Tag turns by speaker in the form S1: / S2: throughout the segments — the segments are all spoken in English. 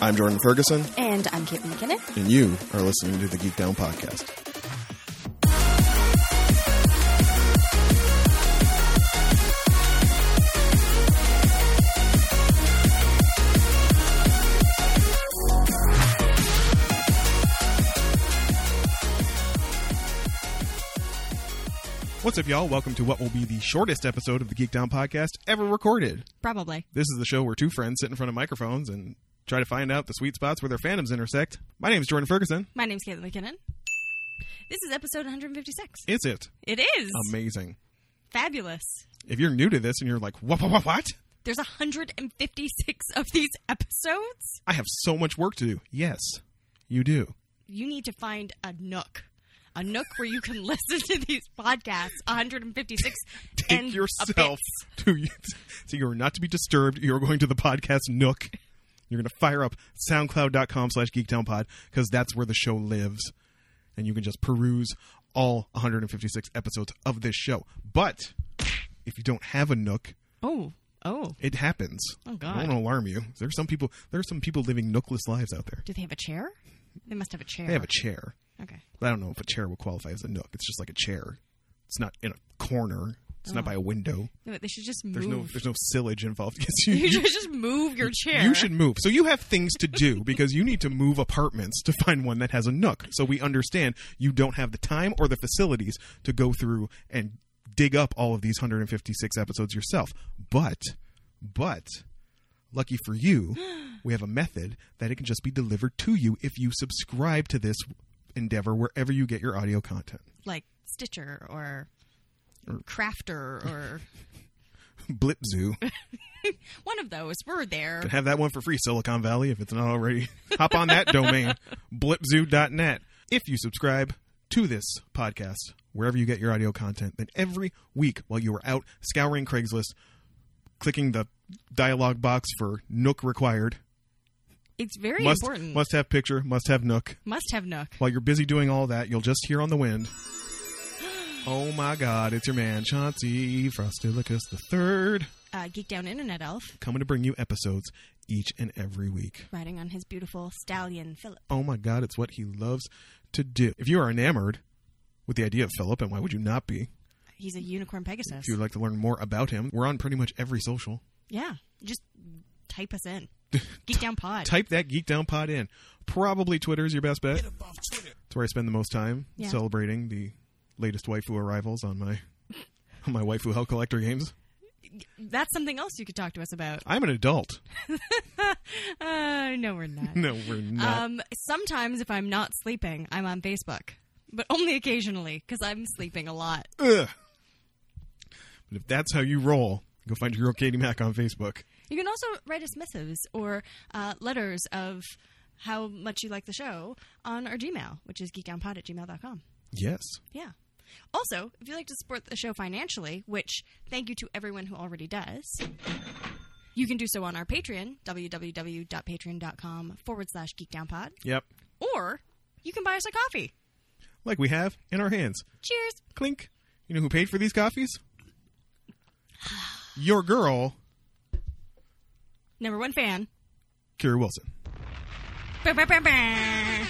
S1: I'm Jordan Ferguson,
S2: And I'm Kate McKinnon.
S1: and you are listening to the Geek Down Podcast.
S3: What's up, y'all? Welcome to what will be the shortest episode of the Geek Down podcast ever recorded.
S2: Probably.
S3: This is the show where two friends sit in front of microphones and try to find out the sweet spots where their fandoms intersect. My name is Jordan Ferguson.
S2: My name's Caitlin McKinnon. This is episode 156.
S3: It's it
S2: It is
S3: amazing?
S2: fabulous.
S3: If you're new to this and you're like, what, what, what, what?
S2: There's 156 of these episodes.
S3: I have so much work to do. Yes, you do.
S2: You need to find a nook. A nook where you can listen to these podcasts, 156
S3: Take
S2: and a
S3: yourself
S2: bit.
S3: to so you are not to be disturbed. You're going to the podcast nook. You're going to fire up soundcloud.com slash geektownpod because that's where the show lives. And you can just peruse all 156 episodes of this show. But if you don't have a nook,
S2: Oh, oh.
S3: it happens.
S2: Oh, God.
S3: I don't alarm you. There's some people there's some people living nookless lives out there.
S2: Do they have a chair? They must have a chair.
S3: They have a chair.
S2: okay.
S3: I don't know if a chair would qualify as a nook. It's just like a chair. It's not in a corner. It's
S2: Oh.
S3: not by a window.
S2: No, they should just move.
S3: There's no there's no sillage involved. Yes, you,
S2: you
S3: you-
S2: should just move your chair.
S3: You should move. So you have things to do because you need to move apartments to find one that has a nook. So we understand you don't have the time or the facilities to go through and dig up all of these 156 episodes yourself. But, but, lucky for you, we have a method that it can just be delivered to you if you subscribe to this endeavor wherever you get your audio content.
S2: Like Stitcher or Crafter or
S3: Blipzoo.
S2: one of those. We're there.
S3: Can have that one for free, Silicon Valley, if it's not already. Hop on that domain, blipzoo.net. If you subscribe to this podcast, wherever you get your audio content, then every week while you are out scouring Craigslist, clicking the dialogue box for Nook required,
S2: It's very
S3: must,
S2: important.
S3: must have picture, must have Nook.
S2: Must have Nook.
S3: While you're busy doing all that, you'll just hear on the wind. Oh my God, it's your man, Chauncey Frostilicus the Third,
S2: Uh, Geek Down Internet Elf
S3: coming to bring you episodes each and every week.
S2: riding on his beautiful stallion Philip.
S3: oh my god, it's what he loves to do. If you are enamored with the idea of Philip, and why would you not be?
S2: He's a unicorn Pegasus.
S3: If you would like to learn more about him, we're on pretty much every social.
S2: Yeah. Just type us in. Geek Down Pod.
S3: Type that Geek Down Pod in. Probably Twitter is your best bet. It's where I spend the most time
S2: Yeah.
S3: celebrating the latest waifu arrivals on my on my waifu hell collector games.
S2: That's something else you could talk to us about.
S3: I'm an adult.
S2: Uh, no, we're not.
S3: No, we're not.
S2: um, sometimes if I'm not sleeping, I'm on Facebook, but only occasionally because I'm sleeping a lot.
S3: Ugh. But if that's how you roll, go find your girl Katie Mack on Facebook.
S2: You can also write us missives or uh, letters of how much you like the show on our Gmail, which is geekdownpod at gmail.com.
S3: Yes.
S2: Yeah. Also, if you'd like to support the show financially, which thank you to everyone who already does, you can do so on our Patreon, www.patreon.com forward slash geekdownpod,
S3: Yep.
S2: or you can buy us a coffee.
S3: Like we have in our hands.
S2: Cheers.
S3: Clink. You know who paid for these coffees? Your girl,
S2: Number one fan.
S3: Kira Wilson.
S2: Bah, bah, bah, bah.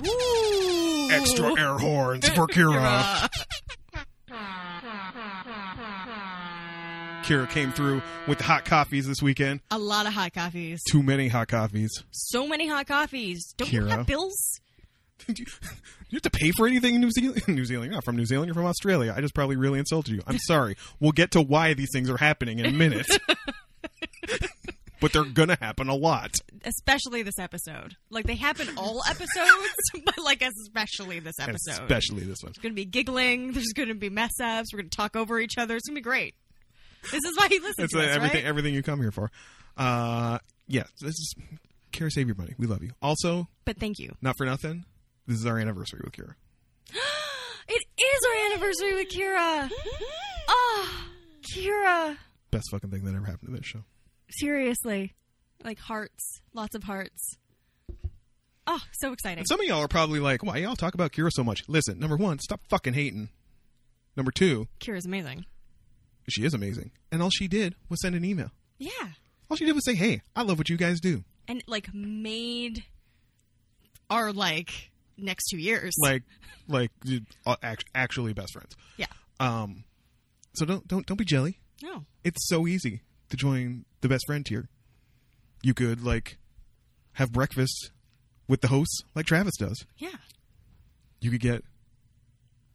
S2: Woo.
S3: Extra air horns for Kira. Kira came through with the hot coffees this weekend.
S2: A lot of hot coffees.
S3: Too many hot coffees.
S2: So many hot coffees. Don't you
S3: Kira.
S2: have bills?
S3: Do you you have to pay for anything in New Zealand? New Zealand, you're not from New Zealand, you're from Australia. I just probably really insulted you. I'm sorry. We'll get to why these things are happening in a minute. but they're gonna happen a lot.
S2: especially this episode. Like they happen all episodes, but like especially this
S3: And
S2: episode. There's
S3: especially this one.
S2: gonna be giggling. There's gonna be mess ups. We're gonna talk over each other. It's gonna be great. This is why he listens
S3: That's
S2: to
S3: like
S2: us,
S3: uh, everything
S2: right?
S3: everything you come here for. Uh yeah, this is Kira, save your money. We love you. Also,
S2: But thank you.
S3: not for nothing, this is our anniversary with Kira.
S2: It is our anniversary with Kira. Ah, Kira.
S3: Best fucking thing that ever happened to this show.
S2: Seriously, like hearts, lots of hearts. Oh, so exciting.
S3: And some of y'all are probably like, why y'all talk about Kira so much? Listen, number one, stop fucking hating. Number two,
S2: Kira's amazing.
S3: she is amazing. And all she did was send an email.
S2: Yeah.
S3: All she did was say, "Hey, I love what you guys do."
S2: And like made our like next two years.
S3: Like, like uh, act- actually best friends.
S2: yeah.
S3: Um, so don't don't don't be jelly.
S2: No.
S3: It's so easy to join the best friend tier. You could like have breakfast with the hosts like Travis does.
S2: Yeah.
S3: you could get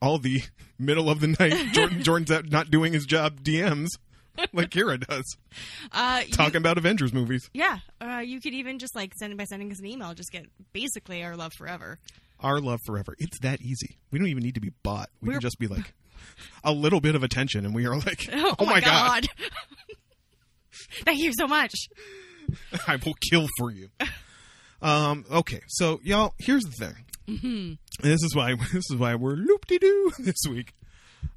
S3: all the middle of the night Jordan, Jordan's out not doing his job DMs like Kira does
S2: Uh, you-
S3: talking about Avengers movies.
S2: yeah. Uh, you could even just like send it by sending us an email. Just get basically our love forever.
S3: Our love forever. It's that easy. We don't even need to be bought. We
S2: We're-
S3: can just be like a little bit of attention, and we are like, oh, my god.
S2: Thank you so much.
S3: I will kill for you. Um, okay, so y'all, here's the thing. And this is why this is why we're loop de doo this week.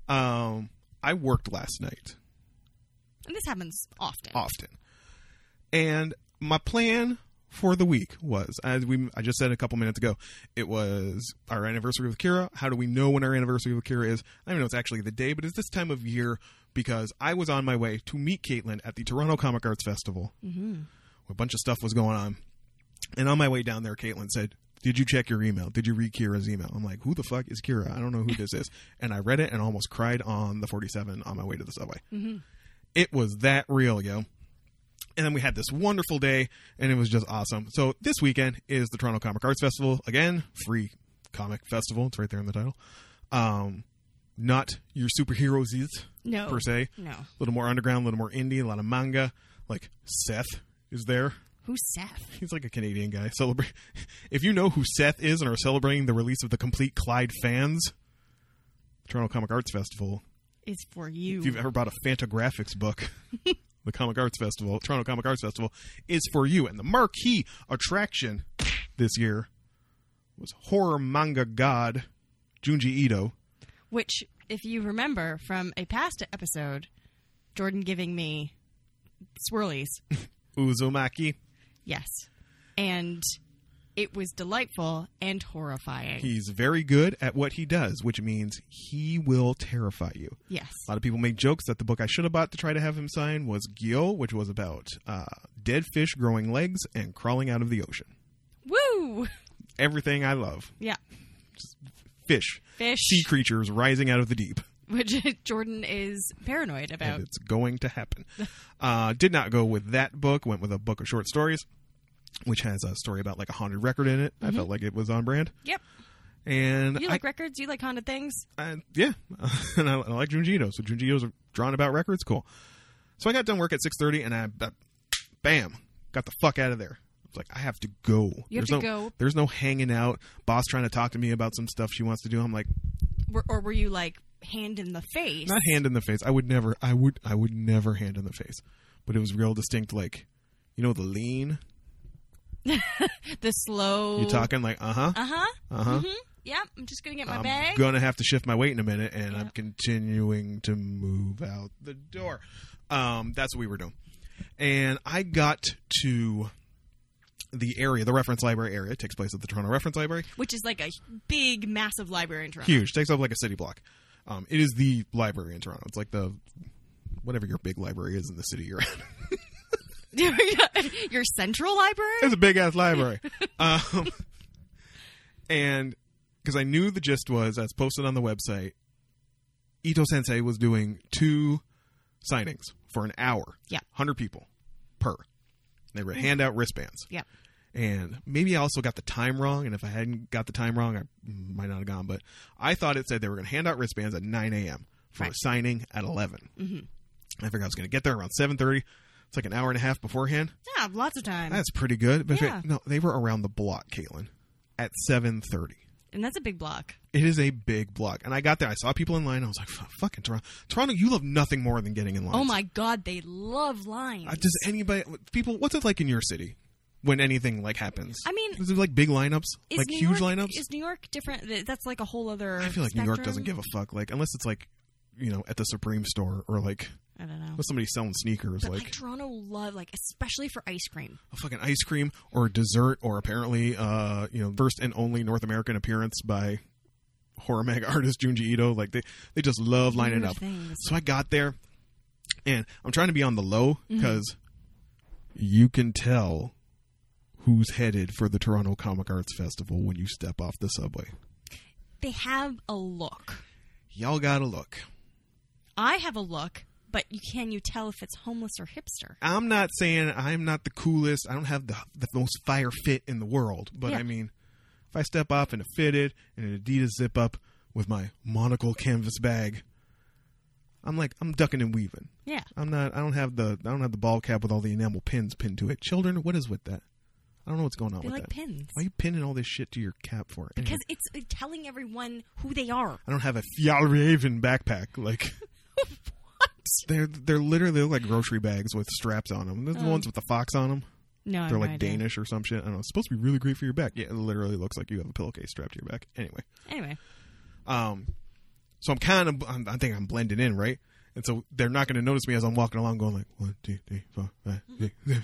S3: Um, I worked last night.
S2: And this happens often.
S3: often. And my plan for the week was, as we I just said a couple minutes ago, it was our anniversary with Kira. How do we know when our anniversary with Kira is? I don't even know it's actually the day, but it's this time of year because I was on my way to meet Caitlin at the Toronto Comic Arts Festival. Mm-hmm. A bunch of stuff was going on, and on my way down there, Caitlin said. Did you check your email? Did you read Kira's email? I'm like, who the fuck is Kira? I don't know who this is. And I read it and almost cried on the 47 on my way to the subway it was that real, yo. And then we had this wonderful day, and it was just awesome. So this weekend is the Toronto Comic Arts Festival again, free comic festival. It's right there in the title. Um, not your superheroes
S2: No.
S3: per se.
S2: No.
S3: A little more underground, a little more indie, a lot of manga. Like Seth is there.
S2: Who's Seth?
S3: He's like a Canadian guy. Celebrate if you know who Seth is and are celebrating the release of the complete Clyde fans. Toronto Comic Arts Festival
S2: Is for you.
S3: if you've ever bought a Fantagraphics book, the Comic Arts Festival, Toronto Comic Arts Festival, is for you. And the marquee attraction this year was horror manga god Junji Ito.
S2: Which, if you remember from a past episode, Jordan giving me swirlies.
S3: Uzumaki.
S2: yes. And it was delightful and horrifying.
S3: He's very good at what he does, which means he will terrify you.
S2: yes.
S3: A lot of people make jokes that the book I should have bought to try to have him sign was Gyo, which was about uh, dead fish growing legs and crawling out of the ocean.
S2: Woo!
S3: Everything I love
S2: Yeah.
S3: fish,
S2: Fish,
S3: sea creatures rising out of the deep.
S2: which Jordan is paranoid about.
S3: and it's going to happen. Uh, did not go with that book. Went with a book of short stories, which has a story about like a haunted record in it. I felt like it was on brand,
S2: Yep.
S3: and
S2: You
S3: I,
S2: like records? You like haunted things?
S3: I- yeah, and I, I like Junjito. So Junjito's drawn about records, cool. So I got done work at six thirty, and I, I- bam, got the fuck out of there. I was like, I have to go.
S2: You
S3: there's
S2: have to
S3: no,
S2: go.
S3: There's no hanging out. Boss trying to talk to me about some stuff she wants to do. I'm like,
S2: Were, or were you like hand in the face?
S3: not hand in the face. I would never. I would. I would never hand in the face. But it was real distinct, like you know the lean.
S2: the slow.
S3: You talking like uh huh,
S2: Uh huh.
S3: uh huh.
S2: Yep. I'm just gonna get my
S3: I'm
S2: bag.
S3: gonna have to shift my weight in a minute, and I'm continuing to move out the door. Um, that's what we were doing, and I got to the area, the reference library area. It takes place at the Toronto Reference Library.
S2: which is like a big, massive library in Toronto.
S3: Huge, takes up like a city block. Um, it is the library in Toronto. It's like the whatever your big library is in the city you're in.
S2: Your central library?
S3: It's a big ass library. um, and because I knew the gist was, as posted on the website, Ito Sensei was doing two signings for an hour.
S2: Yeah. Mm.
S3: 100 people per. They would hand out wristbands.
S2: Yep.
S3: And maybe I also got the time wrong. And if I hadn't got the time wrong, I might not have gone. But I thought it said they were going to hand out wristbands at 9 a.m. for
S2: Right.
S3: a signing at 11. Mm-hmm. I figured I was going to get there around 7:30. It's like an hour and a half beforehand.
S2: Yeah, lots of time.
S3: That's pretty good. But
S2: Yeah.
S3: no, they were around the block, Caitlin, at seven thirty.
S2: and that's a big block.
S3: It is a big block, and I got there. I saw people in line. I was like, "Fuck- "Fucking Toronto, Toronto! You love nothing more than getting in line."
S2: Oh my god, they love lines.
S3: Does anybody, people, what's it like in your city when anything like happens?
S2: I mean-
S3: is it like big lineups,
S2: Is
S3: like
S2: New
S3: huge
S2: York-
S3: lineups?
S2: Is New York different? Th- That's like a whole other.
S3: I feel like New York doesn't give a fuck. Like unless it's like, you know, at the Supreme store or like
S2: I don't know.
S3: unless somebody's selling sneakers,
S2: But like,
S3: like
S2: Toronto love like especially for ice cream.
S3: a fucking ice cream or a dessert or apparently uh you know first and only north american appearance by horror mega artist junji ito like they they just love lining
S2: Weird
S3: up
S2: things.
S3: so i got there and i'm trying to be on the low because you can tell who's headed for the Toronto Comic Arts Festival when you step off the subway.
S2: They have a look.
S3: Y'all gotta look.
S2: I have a look, but you can you tell if it's homeless or hipster?
S3: I'm not saying I'm not the coolest. I don't have the the most fire fit in the world, but
S2: Yeah.
S3: I mean, if I step off in a fitted and an Adidas zip up with my monocle canvas bag, I'm like I'm ducking and weaving.
S2: Yeah.
S3: I'm not. I don't have the. I don't have the ball cap with all the enamel pins pinned to it. Children, what is with that? I don't know what's going on
S2: They
S3: with
S2: like
S3: that.
S2: pins.
S3: Why are you pinning all this shit to your cap for? Anyway,
S2: Because it's uh, telling everyone who they are.
S3: I don't have a Fjallraven backpack. Like
S2: what?
S3: they're they're literally they're like grocery bags with straps on them. They're
S2: Oh.
S3: the ones with the fox on them.
S2: No, I have
S3: They're
S2: no
S3: like
S2: idea.
S3: Danish or some shit. I don't know. It's supposed to be really great for your back. Yeah, it literally looks like you have a pillowcase strapped to your back. Anyway,
S2: Anyway,
S3: um, so I'm kind of, I'm, I think I'm blending in, right? And so they're not going to notice me as I'm walking along, going like one, two, three, four, five, six, seven,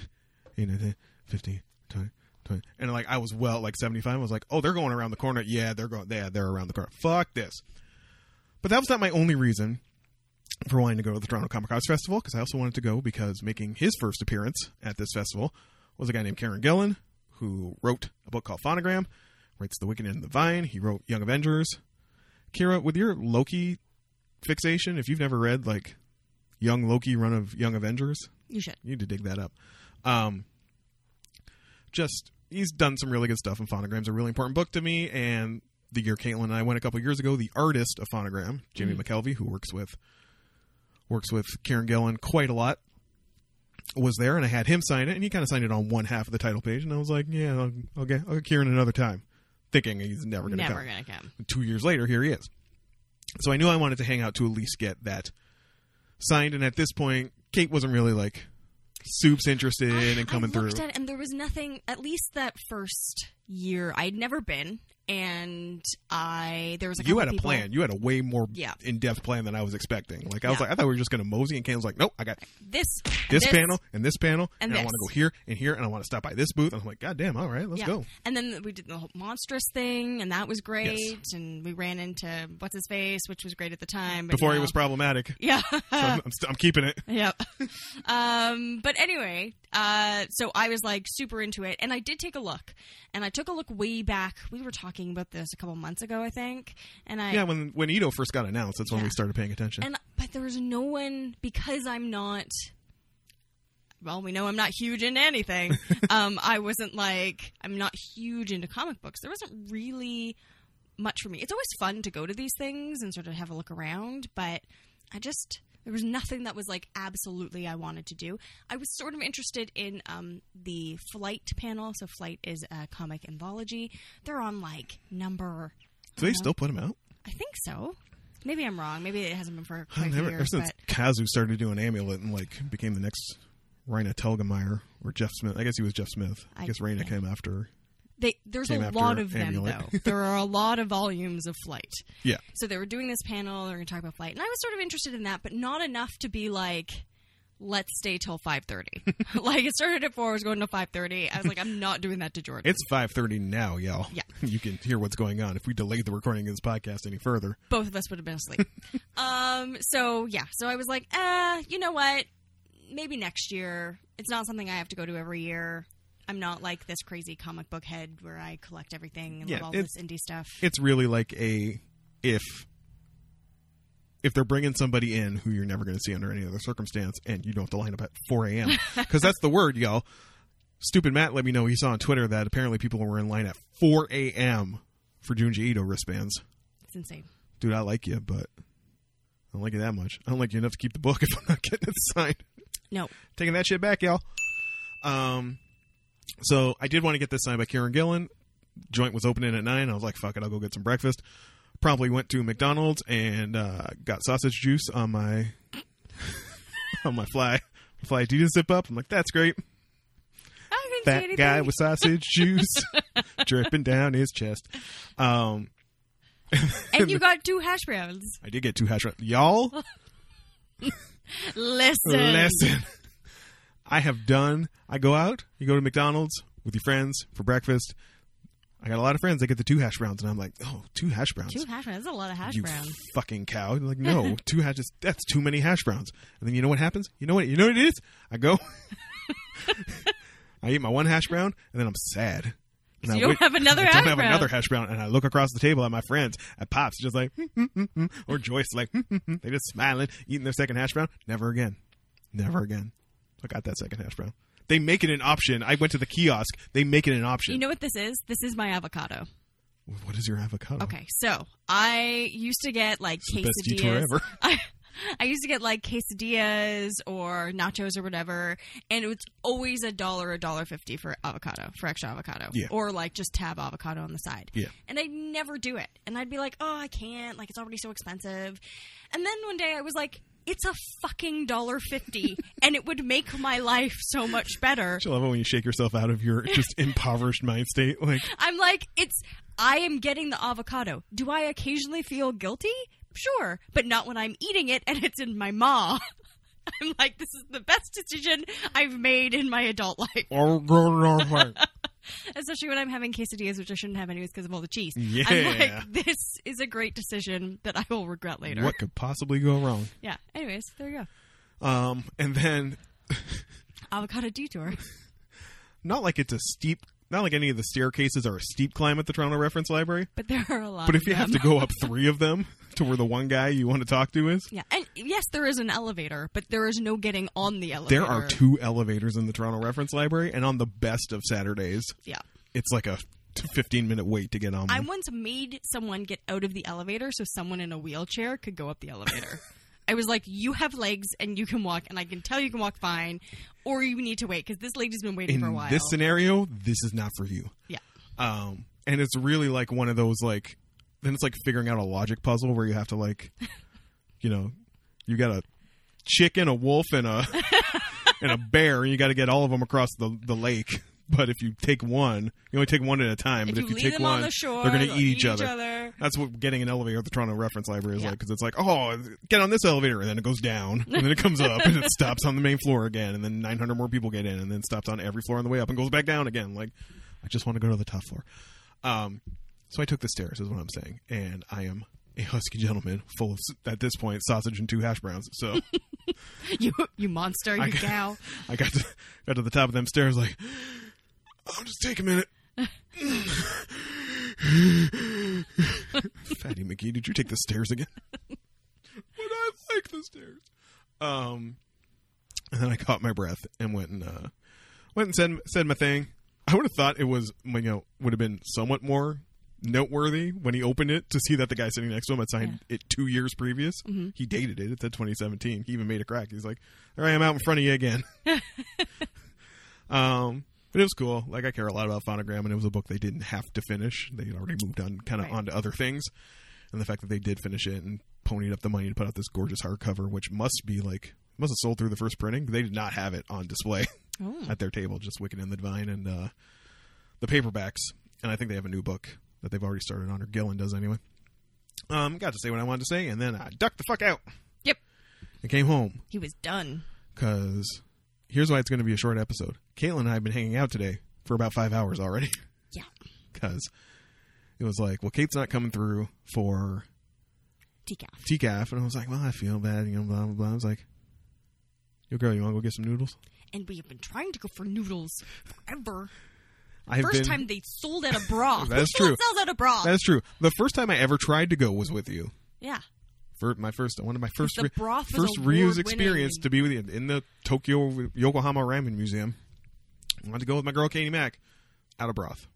S3: eight, nine, ten, fifteen, twenty, twenty. And like I was well, like 75. I was like, oh, they're going around the corner. Yeah, they're going. Yeah, they're around the corner. Fuck this. But that was not my only reason for wanting to go to the Toronto Comic Arts Festival because I also wanted to go because making his first appearance at this festival was a guy named Karen Gillan who wrote a book called Phonogram, writes The Wicked and the Vine. He wrote Young Avengers. Kira, with your Loki fixation, if you've never read like Young Loki run of Young Avengers,
S2: you should.
S3: you need to dig that up. Um, just he's done some really good stuff, and Phonogram's a really important book to me. And the year Caitlin and I went a couple years ago, the artist of Phonogram, Jimmy McKelvey, who works with works with Karen Gillan quite a lot, was there, and I had him sign it, and he kind of signed it on one half of the title page, and I was like, yeah, I'll, I'll get I'll get Kieran another time, thinking he's never going to
S2: Never
S3: come
S2: gonna come.
S3: two years later, here he is. So I knew I wanted to hang out to at least get that signed. And at this point, Kate wasn't really like soup's interested
S2: I-
S3: in coming
S2: I
S3: through.
S2: looked at it and there was nothing. At least that first year, I'd never been, and I there was a
S3: you
S2: couple
S3: had a
S2: people-
S3: plan. You had a way more
S2: Yeah.
S3: in-depth plan than I was expecting. Like I was
S2: Yeah.
S3: like, I thought we were just going to mosey, and Kate was like, Nope, I got
S2: This,
S3: this, panel and this panel, and,
S2: and
S3: I
S2: this.
S3: want to go here and here, and I want to stop by this booth. And I'm like, God damn, all right, let's
S2: yeah.
S3: go.
S2: And then we did the whole monstrous thing, and that was great. And we ran into what's his face, which was great at the time. But
S3: Before he
S2: now- Uh,
S3: was problematic,
S2: yeah.
S3: so I'm, I'm, st- I'm keeping it.
S2: Yep. Um, but anyway, uh, so I was like super into it, and I did take a look, and I took a look way back. We were talking about this a couple months ago, I think, and I
S3: Yeah, when when Ito first got announced, that's when
S2: Yeah.
S3: we started paying attention.
S2: and but there was no one because I'm not. Well, we know I'm not huge into anything. um, I wasn't like I'm not huge into comic books. There wasn't really much for me. It's always fun to go to these things and sort of have a look around, but I just there was nothing that was like absolutely I wanted to do. I was sort of interested in um, the Flight panel. So Flight is a comic anthology. They're on like number.
S3: Do
S2: uh,
S3: they still put him out?
S2: I think so. Maybe I'm wrong. Maybe it hasn't been for
S3: I
S2: quite a few
S3: never- ever
S2: years.
S3: since
S2: But
S3: Kazu started doing Amulet and like became the next Raina Telgemeier or Jeff Smith. I guess he was Jeff Smith. I,
S2: I-
S3: guess Raina
S2: yeah.
S3: came after.
S2: they, there's
S3: Came
S2: a
S3: after
S2: lot of them,
S3: Amulet.
S2: though. there are a lot of volumes of Flight.
S3: Yeah,
S2: So they were doing this panel. They're going to talk about Flight, and I was sort of interested in that, but not enough to be like, let's stay till five thirty. like it started at four, I was going to five thirty. I was like, I'm not doing that to Jordan.
S3: it's five thirty now, y'all.
S2: Yeah.
S3: you can hear what's going on. If we delayed the recording of this podcast any further,
S2: Both of us would have been asleep. um. So yeah. So I was like, uh, you know what? Maybe next year. It's not something I have to go to every year. I'm not like this crazy comic book head where I collect everything and
S3: Yeah,
S2: love all
S3: it's-
S2: this indie stuff.
S3: it's really like a if if they're bringing somebody in who you're never going to see under any other circumstance, and you don't have to line up at four a.m. because that's the word, y'all. Stupid Matt let me know he saw on Twitter that apparently people were in line at four a.m. for Junji Ito wristbands.
S2: It's insane.
S3: dude, I like you, but I don't like you that much. I don't like you enough to keep the book if I'm not getting it signed.
S2: No.
S3: Taking that shit back, y'all. Um, so I did want to get this signed by Kieran Gillen. Joint was opening at nine. I was like, fuck it, I'll go get some breakfast. Probably went to McDonald's and uh, got sausage juice on my on my fly fly Adidas zip up. I'm like, that's great.
S2: I didn't say
S3: That
S2: anything.
S3: guy with sausage juice dripping down his chest. Um,
S2: and you got two hash browns.
S3: I did get two hash browns. Y'all,
S2: Listen.
S3: Listen, I have done. I go out. You go to McDonald's with your friends for breakfast. I got a lot of friends. They get the two hash browns, and I'm like, oh, two hash browns.
S2: Two hash browns. That's a lot of hash
S3: you
S2: browns.
S3: fucking cow! They're like, no, two hashes. That's too many hash browns. And then you know what happens? You know what? You know what it is? I go. I eat my one hash brown and then I'm sad. And I
S2: you don't
S3: wait-
S2: have another
S3: I
S2: hash
S3: don't have
S2: brown.
S3: another hash brown, and I look across the table at my friends. At Pops, just like, "Hmm, hmm, hmm, hmm," or Joyce, like, "Hmm, hmm, hmm." they just smiling, eating their second hash brown. Never again, never again. I got that second hash brown. They make it an option. I went to the kiosk. They make it an option.
S2: You know what this is? This is my avocado.
S3: what is your avocado?
S2: Okay, so I used to get like
S3: the
S2: quesadillas.
S3: best detour ever.
S2: I, I used to get like quesadillas or nachos or whatever, and it was always a dollar, a dollar fifty for avocado, for extra avocado,
S3: Yeah.
S2: or like just tab avocado on the side.
S3: Yeah.
S2: And I'd never do it, and I'd be like, oh, I can't, like it's already so expensive. And then one day I was like, it's a fucking dollar fifty, and it would make my life so much better.
S3: I love it when you shake yourself out of your just impoverished mind state. Like,
S2: I'm like, it's. I am getting the avocado. Do I occasionally feel guilty? Sure, but not when I'm eating it and it's in my maw. I'm like, this is the best decision I've made in my adult life,
S3: "Oh,
S2: especially when I'm having quesadillas, which I shouldn't have anyways because of all the cheese. I'm
S3: Yeah.
S2: like, this is a great decision that I will regret later.
S3: what could possibly go wrong?
S2: Yeah. Anyways, there you go.
S3: Um, and then
S2: Avocado detour.
S3: not like it's a steep, not like any of the staircases are a steep climb at the Toronto Reference Library.
S2: But there are a lot.
S3: But
S2: of
S3: if you have to
S2: them.
S3: go up three of them to where the one guy you want to talk to is,
S2: Yeah, and yes, there is an elevator, but there is no getting on the elevator.
S3: there are two elevators in the Toronto Reference Library, and on the best of Saturdays,
S2: Yeah.
S3: it's like a fifteen minute wait to get on.
S2: I
S3: Them.
S2: once made someone get out of the elevator so someone in a wheelchair could go up the elevator. I was like, "You have legs and you can walk, and I can tell you can walk fine, or you need to wait because this lady's been waiting
S3: In
S2: for a while."
S3: this scenario, this is not for you.
S2: yeah,
S3: um, and it's really like one of those like then it's like figuring out a logic puzzle where you have to like you know you got a chicken a wolf and a and a bear and you got to get all of them across the, the lake but if you take one you only take one at a time
S2: if
S3: but
S2: you,
S3: if you
S2: leave
S3: take
S2: them
S3: one
S2: on the shore,
S3: they're going to
S2: they'll
S3: eat each other. that's what getting an elevator at the Toronto Reference Library is
S2: Yeah.
S3: like because it's like oh get on this elevator and then it goes down and then it comes up and it stops on the main floor again and then 900 more people get in and then stops on every floor on the way up and goes back down again like I just want to go to the top floor um so I took the stairs is what I'm saying and I am a husky gentleman full of at this point sausage and two hash browns so
S2: You, you monster, you
S3: I-
S2: cow.
S3: I got to got to the top of them stairs like I'll just take a minute. Fatty McGee, did you take the stairs again? but I like the stairs. Um and then I caught my breath and went and uh went and said said my thing. I would have thought it was you know would have been somewhat more noteworthy when he opened it to see that the guy sitting next to him had signed it two years previous. He dated it. It said 2017. He even made a crack. He's like, "All right, I'm out in front of you again." um, but it was cool. Like I care a lot about Phonogram, and it was a book they didn't have to finish. They had already moved on, kind of
S2: Right.
S3: onto other things. And the fact that they did finish it and ponied up the money to put out this gorgeous hardcover, which must be like must have sold through the first printing. They did not have it on display
S2: Oh.
S3: at their table, just Wicked and the Divine and uh, the paperbacks. And I think they have a new book that they've already started on, or Gillen does anyway. Um, got to say what I wanted to say, and then I ducked the fuck out
S2: Yep,
S3: and came home
S2: he was done.
S3: because here's why it's going to be a short episode. Caitlin and I have been hanging out today for about five hours already
S2: Yeah,
S3: because it was like, well, Kate's not coming through for
S2: decaf.
S3: TCAF, and I was like, well, I feel bad, you know, blah blah blah. I was like, yo, girl, you want to go get some noodles?
S2: And we have been trying to go for noodles forever.
S3: I've
S2: First
S3: been-
S2: time they sold out a broth.
S3: That's
S2: Who
S3: true.
S2: Sells out a broth.
S3: That is true. The first time I ever tried to go was with you.
S2: yeah.
S3: For my first, one of my first,
S2: The broth was
S3: first Ryu's
S2: award-winning.
S3: experience to be with you in the Tokyo Yokohama Ramen Museum. I wanted to go with my girl Katie Mack. Out of broth.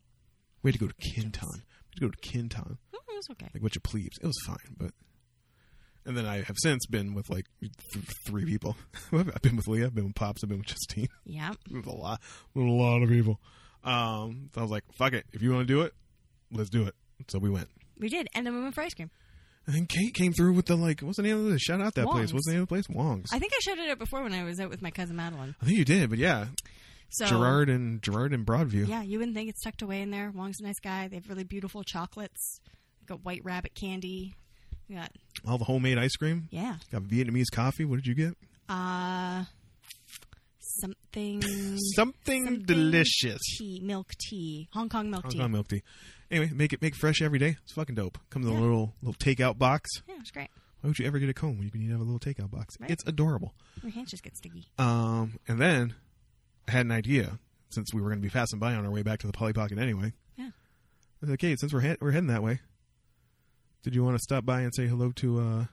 S3: We had to go to Kintan. We had to go to Kintan.
S2: Oh, it was okay.
S3: Like, what you plebes. It was fine, but. And then I have since been with like th- three people. I've been with Leah, I've been with Pops, I've been with Justine.
S2: Yeah.
S3: With a lot, with a lot of people. Um, so I was like, "Fuck it, if you want to do it, let's do it." So we went.
S2: We did. And then we went for ice cream.
S3: And then Kate came through with the like, what's the name of the shout out that place?
S2: Wong's.
S3: What's the name of the place? Wong's. I,
S2: I think I shouted it before when I was out with my cousin Madeline.
S3: think you did, but yeah,
S2: So
S3: Gerard and Gerard and Broadview.
S2: Oh. Yeah, you wouldn't think it's tucked away in there. Wong's a nice guy. They have really beautiful chocolates. We got white rabbit candy. We got
S3: All the homemade ice cream.
S2: yeah.
S3: Got Vietnamese coffee. What did you get?
S2: Uh something
S3: Something,
S2: something
S3: delicious.
S2: Tea, milk tea. Hong Kong milk
S3: Hong
S2: tea.
S3: Kong milk tea. Anyway, make it make fresh every day. It's fucking dope. Comes in a
S2: Yeah.
S3: little little takeout box.
S2: Yeah, it's great.
S3: Why would you ever get a cone when you can have a little takeout box?
S2: Right.
S3: It's adorable.
S2: My hands just get sticky.
S3: Um, and then had an idea since we were going to be passing by on our way back to the Polly Pocket anyway.
S2: Yeah.
S3: I was like, hey, since we're head we're heading that way, did you want to stop by and say hello to uh,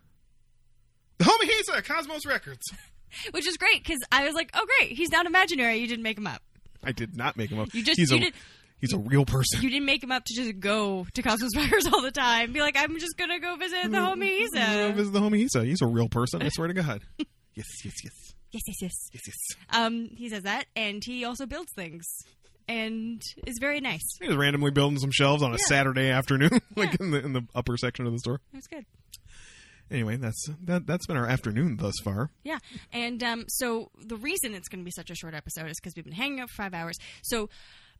S3: the homie Hisa, Cosmos Records?
S2: Which is great because I was like, oh great, he's not imaginary. You didn't make him up.
S3: I did not make him up.
S2: You just-
S3: he's
S2: you
S3: a
S2: did-
S3: he's a real person.
S2: You didn't make him up to just go to Cosmos Records all the time. Be like, I'm just gonna go visit the
S3: Mm-hmm.
S2: homie
S3: You know,
S2: Isa.
S3: this is the homie Hisa. He's a real person. I swear to God. yes, yes, yes,
S2: Yes, yes, yes.
S3: yes, yes.
S2: Um, he says that, and he also builds things, and is very nice.
S3: He was randomly building some shelves on a
S2: Yeah.
S3: Saturday afternoon, like in the in the upper section of the store.
S2: It was good.
S3: Anyway, that's that that's been our afternoon thus far.
S2: Yeah, and um, so the reason it's going to be such a short episode is because we've been hanging out for five hours. So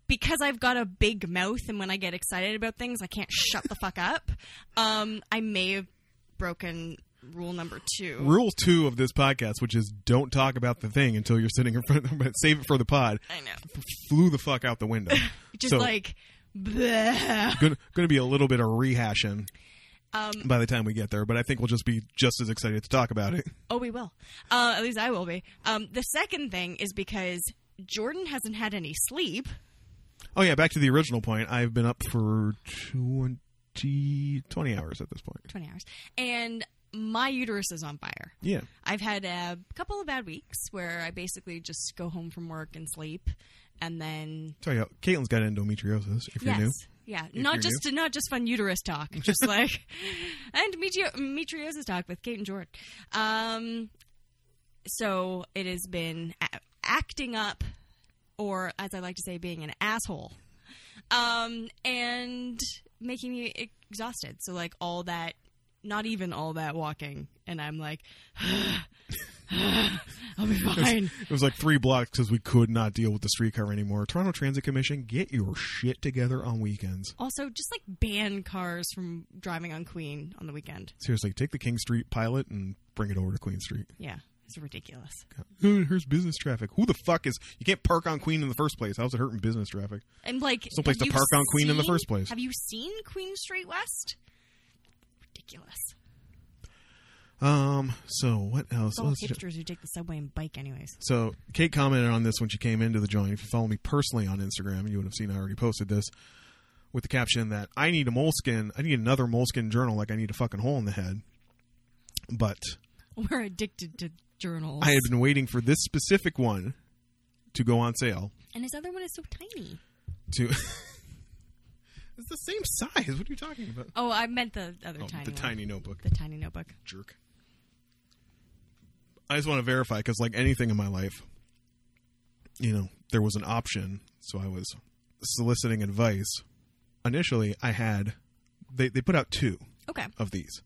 S2: because I've got a big mouth, and when I get excited about things, I can't shut the fuck up. Um, I may have broken rule number two.
S3: Rule two of this podcast, which is don't talk about the thing until you're sitting in front of but save it for the pod,
S2: I know,
S3: flew the fuck out the window.
S2: just
S3: so,
S2: like. bleh.
S3: gonna, gonna be a little bit of rehashing
S2: Um,
S3: by the time we get there, but I think we'll just be just as excited to talk about it.
S2: Oh, we will. Uh, at least I will be. Um, the second thing is because Jordan hasn't had any sleep.
S3: Oh yeah, back to the original point. I've been up for 20, 20 hours at this point.
S2: 20 hours. And my uterus is on fire.
S3: Yeah.
S2: I've had a couple of bad weeks where I basically just go home from work and sleep and then
S3: Tell you, uh, Caitlin's got endometriosis. If
S2: yes.
S3: you're new,
S2: Yeah, not
S3: you're
S2: just not just fun uterus talk, just like and metrio- metriosis talk with Kate and Jordan. Um, so it has been a- acting up, or as I like to say, being an asshole, um, and making me exhausted. So like all that, not even all that walking, and I'm like, I'll be fine.
S3: it was like three blocks because we could not deal with the streetcar anymore. Toronto Transit Commission, get your shit together on weekends.
S2: Also, just like ban cars from driving on Queen on the weekend.
S3: Seriously, take the King Street pilot and bring it over to Queen Street.
S2: Yeah, it's ridiculous.
S3: Ooh, Here's business traffic. Who the fuck is? You can't park on Queen in the first place. How's it hurting business traffic?
S2: And like
S3: Someplace to
S2: have you
S3: park on Queen in the
S2: seen-
S3: first place.
S2: Have you seen Queen Street West? Ridiculous.
S3: Um. So what else?
S2: It's all
S3: Let's ju-
S2: hipsters who take the subway and bike, anyways.
S3: So Kate commented on this when she came into the joint. If you follow me personally on Instagram, you would have seen I already posted this with the caption that I need a moleskin. I need another moleskin journal. Like I need a fucking hole in the head. But
S2: We're addicted to journals.
S3: I had been waiting for this specific one to go on sale.
S2: and his other one is so tiny.
S3: To it's the same size. What are you talking about?
S2: Oh, I meant the other
S3: Oh,
S2: tiny.
S3: the
S2: one.
S3: tiny notebook.
S2: The tiny notebook.
S3: jerk. I just want to verify because, like anything in my life, you know, there was an option. So I was soliciting advice. Initially, I had they they put out two
S2: Okay.
S3: of these.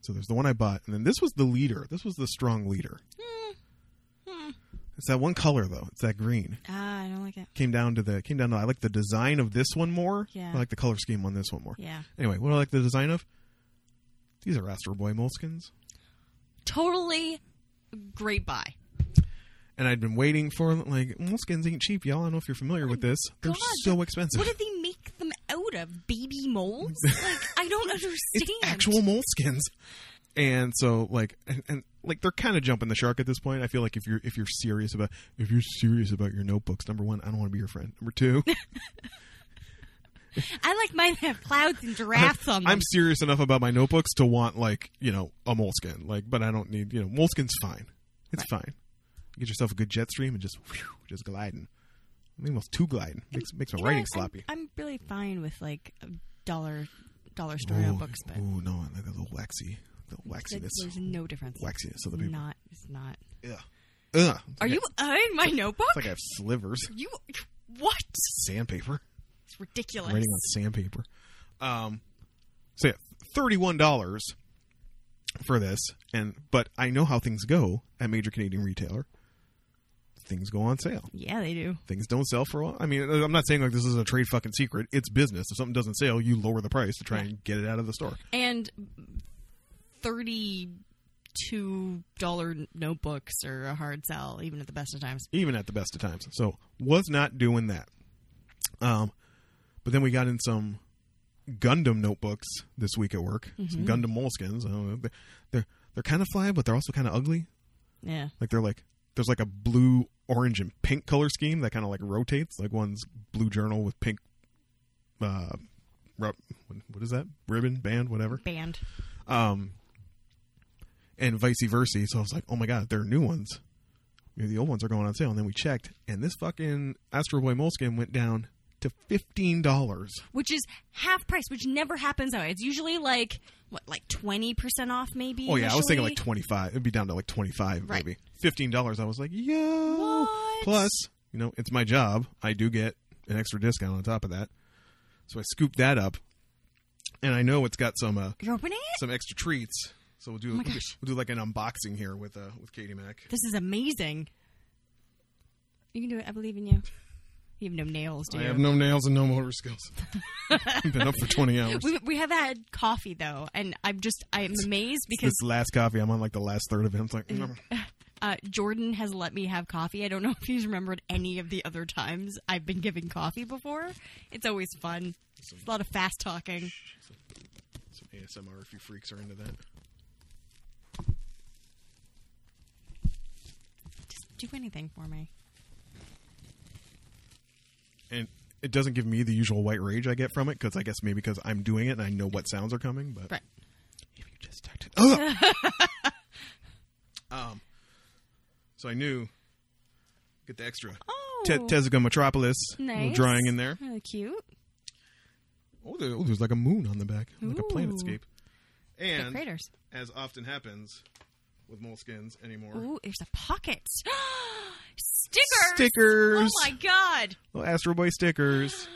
S3: So there's the one I bought, and then this was the leader. This was the strong leader.
S2: Hmm.
S3: It's that one color though. It's that green.
S2: Ah, I don't like it.
S3: Came down to the came down to I like the design of this one more.
S2: Yeah.
S3: I like the color scheme on this one more.
S2: Yeah.
S3: Anyway, what I like the design of? These are Astro Boy moleskins.
S2: Totally great buy.
S3: and I'd been waiting for them. Like moleskins ain't cheap, y'all. I don't know if you're familiar with this. They're
S2: Oh God,
S3: so expensive.
S2: What did they make them out of? Baby moles? like I don't understand.
S3: it's actual moleskins. And so, like, and, and like, they're kind of jumping the shark at this point. I feel like if you're if you're serious about if you're serious about your notebooks, number one, I don't want to be your friend. Number two,
S2: I like mine to have clouds and giraffes on them.
S3: I'm serious enough about my notebooks to want like you know a moleskin. Like, but I don't need you know moleskin's fine. It's fine. Get yourself a good jet stream and just whew, just gliding. I mean, almost too gliding makes makes my
S2: You know,
S3: writing
S2: I'm-
S3: sloppy.
S2: I'm, really fine with like dollar dollar store notebooks, but
S3: Ooh, no, I like the little waxy, the waxiness,
S2: there's, there's no difference.
S3: waxiness of the paper.
S2: Not, it's not.
S3: Ugh. Ugh. It's
S2: Are
S3: like
S2: you
S3: I-
S2: eyeing my notebook?
S3: It's like I have slivers.
S2: you what?
S3: Sandpaper.
S2: It's ridiculous.
S3: Writing on sandpaper. Um. So yeah, thirty-one dollars for this, and but I know how things go at major Canadian retailer. Things go on sale.
S2: Yeah, they do.
S3: Things don't sell for a while. I mean, I'm not saying like this is a trade fucking secret. It's business. If something doesn't sell, you lower the price to try and get it out of the store.
S2: And thirty-two dollar notebooks are a hard sell, even at the best of times.
S3: even at the best of times. So was not doing that. Um, but then we got in some Gundam notebooks this week at work. Some Gundam moleskins. I don't know. They're they're, they're kind of fly, but they're also kind of ugly.
S2: Yeah,
S3: Like they're like there's like a blue, orange, and pink color scheme that kind of like rotates. Like one's blue journal with pink. Uh, rub, what is that? Ribbon, band, whatever
S2: Band.
S3: um, and vice versa. So I was like, oh my god, there are new ones. You know, the old ones are going on sale, and then we checked, and this fucking Astro Boy moleskin went down to fifteen dollars.
S2: Which is half price, which never happens now. It's usually like what, like twenty percent off maybe.
S3: Oh yeah, I was thinking like
S2: initially?
S3: twenty five. It'd be down to like twenty five,
S2: Right.
S3: maybe fifteen dollars. I was like, yo.
S2: What?
S3: Plus, you know, it's my job. I do get an extra discount on top of that, so I scooped that up, and I know it's got some uh,
S2: You're opening it?
S3: some extra treats. So we'll do
S2: Oh my
S3: we'll do-
S2: gosh.
S3: we'll do like an unboxing here with uh, with Katie Mack.
S2: This is amazing. You can do it. I believe in you. You have no nails, do
S3: I
S2: you?
S3: have no nails and no motor skills. I've been up for 20 hours.
S2: we, we have had coffee though, and I'm just I'm amazed because
S3: This last coffee, I'm on like the last third of it. I'm like, mm.
S2: uh, Jordan has let me have coffee. I don't know if he's remembered any of the other times I've been given coffee before. It's always fun. It's a lot of fast talking.
S3: some ASMR if you freaks are into that.
S2: Just do anything for me.
S3: And it doesn't give me the usual white rage I get from it because I guess maybe because I'm doing it and I know what sounds are coming. But
S2: Right.
S3: if you just started, oh! um, so I knew get the extra
S2: Oh,
S3: Te- Tezuka Metropolis a little
S2: nice Hmm.
S3: drawing in there.
S2: Really cute.
S3: Oh, there- oh, there's like a moon on the back, like a
S2: Ooh.
S3: planetscape.
S2: Big
S3: And
S2: craters.
S3: as often happens with moleskins anymore.
S2: Ooh, there's a pocket. Stickers.
S3: Stickers.
S2: Oh my god.
S3: Little Astro Boy stickers.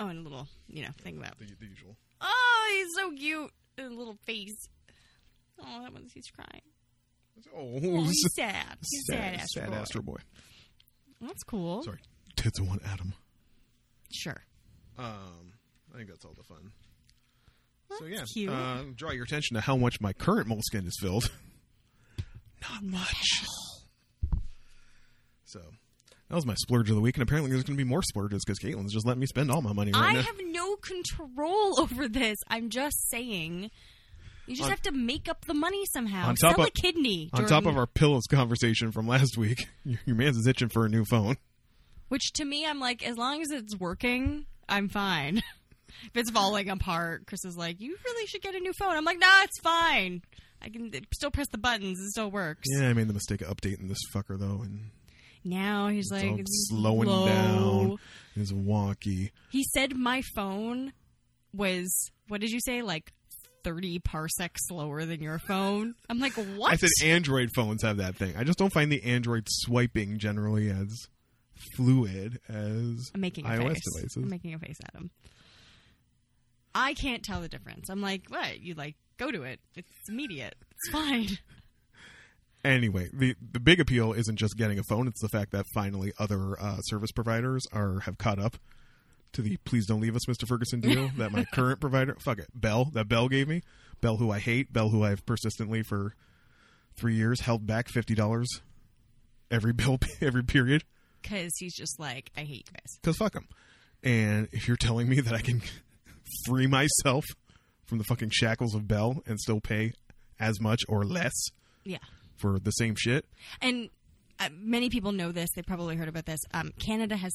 S2: Oh, and a little you know thing about.
S3: the, the usual.
S2: Oh, he's so cute. A little face. Oh, that one's he's crying.
S3: Oh,
S2: Oh,
S3: s-
S2: he's sad. He's sad.
S3: sad,
S2: Astro
S3: sad
S2: Boy.
S3: Astro Boy.
S2: That's cool.
S3: Sorry, tits one atom.
S2: Sure.
S3: Um, I think that's all the fun. so yeah,
S2: That's cute.
S3: Uh, draw your attention to how much my current moleskin is filled. Not much. So that was my splurge of the week, and apparently there's going to be more splurges because Caitlin's just letting me spend all my money right
S2: I
S3: now.
S2: have no control over this. I'm just saying. You just
S3: On-
S2: have to make up the money somehow.
S3: On top
S2: Sell a
S3: of-
S2: kidney.
S3: On
S2: Jordan.
S3: top of our pillows conversation from last week, your, your man's is itching for a new phone.
S2: Which to me, I'm like, as long as it's working, I'm fine. if it's falling apart, Chris is like, you really should get a new phone. I'm like, nah, it's fine. I can still press the buttons. It still works.
S3: Yeah, I made the mistake of updating this fucker though, and
S2: Now he's
S3: it's
S2: like
S3: all slowing
S2: slow.
S3: down. It's wonky.
S2: He said my phone was what did you say like 30 parsecs slower than your phone? I'm like, "What?"
S3: I said Android phones have that thing. I just don't find the Android swiping generally as fluid as
S2: I'm making a
S3: iOS
S2: face.
S3: devices.
S2: I'm making a face at him. I can't tell the difference. I'm like, "What? You like go to it. It's immediate. It's fine."
S3: anyway, the the big appeal isn't just getting a phone; it's the fact that finally other uh, service providers are have caught up to the "please don't leave us, Mr. Ferguson" deal that my current provider, fuck it, Bell, that Bell gave me, Bell, who I hate, Bell, who I've persistently for three years held back fifty dollars every bill every period
S2: Cuz he's just like, "I hate you guys."
S3: because fuck them. And if you're telling me that I can free myself from the fucking shackles of Bell and still pay as much or less
S2: Yeah.
S3: for the same shit,
S2: and uh, many people know this. They probably heard about this. Um, Canada has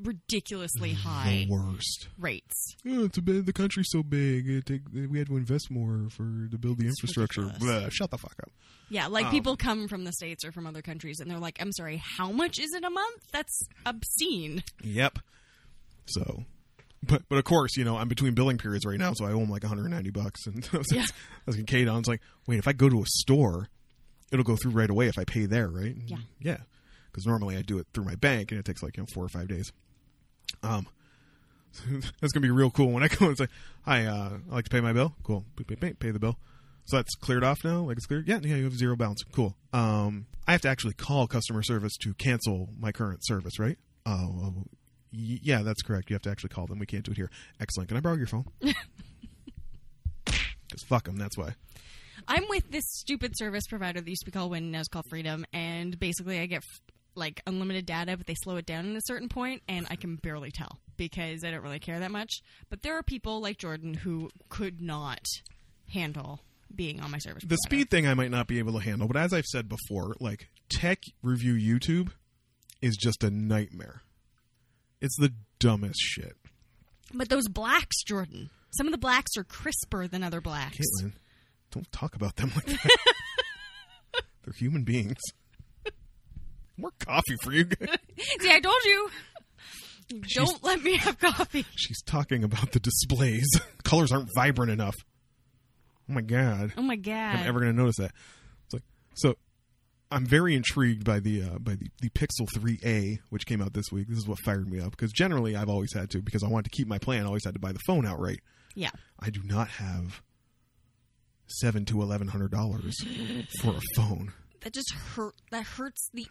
S2: ridiculously high
S3: the worst.
S2: rates.
S3: Oh, it's a big, the country's so big. It take, we had to invest more for to build the infrastructure.
S2: ridiculous.
S3: Blah, shut the fuck up.
S2: Yeah, like people come from the states or from other countries, and they're like, "I'm sorry, how much is it a month? That's obscene."
S3: Yep. So, but but of course, you know, I'm between billing periods right now, so I owe him like 190 bucks. And I was,
S2: Yeah.
S3: I was like, Kate, I was like, wait, if I go to a store, it'll go through right away if I pay there, right? And
S2: Yeah.
S3: Yeah. Because normally I do it through my bank, and it takes like you know four or five days. Um. so That's gonna be real cool when I go and say, "Hi, uh, I like to pay my bill." Cool, pay, pay, pay, pay the bill. So that's cleared off now. Like it's cleared. Yeah, yeah, you have zero balance. Cool. Um, I have to actually call customer service to cancel my current service, right? Oh, well, y- yeah, that's correct. You have to actually call them. We can't do it here. Excellent. Can I borrow your phone? Because fuck them. That's why.
S2: I'm with this stupid service provider that used to be called Win, now it's called Freedom, and basically I get like unlimited data, but they slow it down at a certain point, and I can barely tell because I don't really care that much. But there are people like Jordan who could not handle being on my service.
S3: the
S2: provider.
S3: speed thing I might not be able to handle, but as I've said before, like tech review YouTube is just a nightmare. It's the dumbest shit.
S2: But those blacks, Jordan. Some of the blacks are crisper than other blacks.
S3: Caitlin, don't talk about them like that. They're human beings. More coffee for you guys.
S2: See, I told you. Don't let me have coffee.
S3: She's talking about the displays. Colors aren't vibrant enough. Oh my god.
S2: Oh my
S3: I'm
S2: god.
S3: ever going to notice that. It's like so. I'm very intrigued by the uh, by the, the Pixel 3a, which came out this week. This is what fired me up because generally I've always had to because I wanted to keep my plan. I always had to buy the phone outright.
S2: yeah.
S3: I do not have seven to eleven hundred dollars for a phone.
S2: That just hurt that hurts the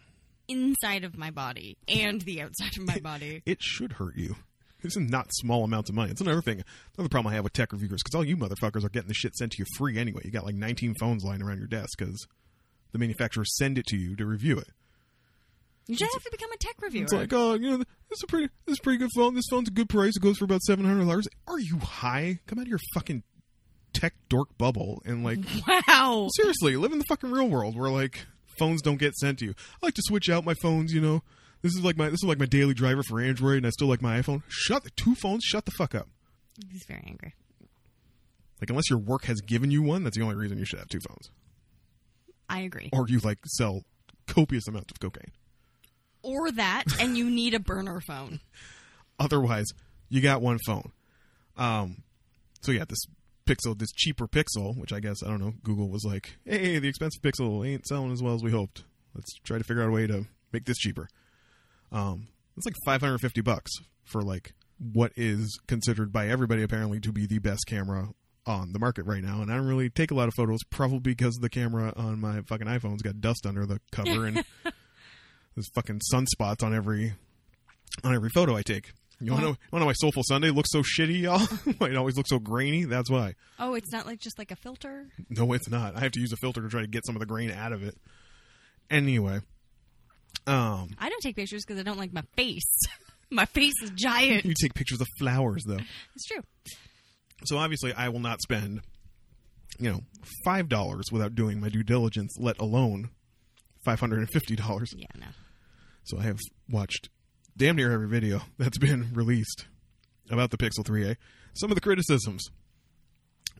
S2: inside of my body and the outside of my body.
S3: It should hurt you. This is not small amounts of money. It's another thing. Another problem I have with tech reviewers because all you motherfuckers are getting the shit sent to you free anyway. You got like 19 phones lying around your desk because the manufacturers send it to you to review it.
S2: You just have to become a tech reviewer.
S3: It's like, oh, you know, this is a pretty, this is a pretty good phone. This phone's a good price. It goes for about seven hundred dollars. Are you high? Come out of your fucking tech dork bubble and like,
S2: wow.
S3: seriously, live in the fucking real world where like phones don't get sent to you. I like to switch out my phones. You know, this is like my this is like my daily driver for Android, and I still like my iPhone. Shut the two phones. Shut the fuck up.
S2: He's very angry.
S3: Like unless your work has given you one, that's the only reason you should have two phones.
S2: I agree.
S3: Or you like sell copious amounts of cocaine.
S2: Or that and you need a burner phone.
S3: otherwise you got one phone um so yeah this pixel this cheaper pixel which i guess i don't know google was like hey the expensive pixel ain't selling as well as we hoped let's try to figure out a way to make this cheaper um it's like 550 bucks for like what is considered by everybody apparently to be the best camera on the market right now and i don't really take a lot of photos probably because the camera on my fucking iphone's got dust under the cover and there's fucking sunspots on every on every photo I take. You want to know why Soulful Sunday looks so shitty, y'all? why it always looks so grainy? That's why.
S2: Oh, it's not like just like a filter.
S3: No, it's not. I have to use a filter to try to get some of the grain out of it. Anyway, um,
S2: I don't take pictures because I don't like my face. my face is giant.
S3: you take pictures of flowers though.
S2: It's true.
S3: So obviously, I will not spend, you know, five dollars without doing my due diligence. Let alone five hundred and fifty dollars.
S2: Yeah, no.
S3: So I have watched damn near every video that's been released about the Pixel 3a. Some of the criticisms.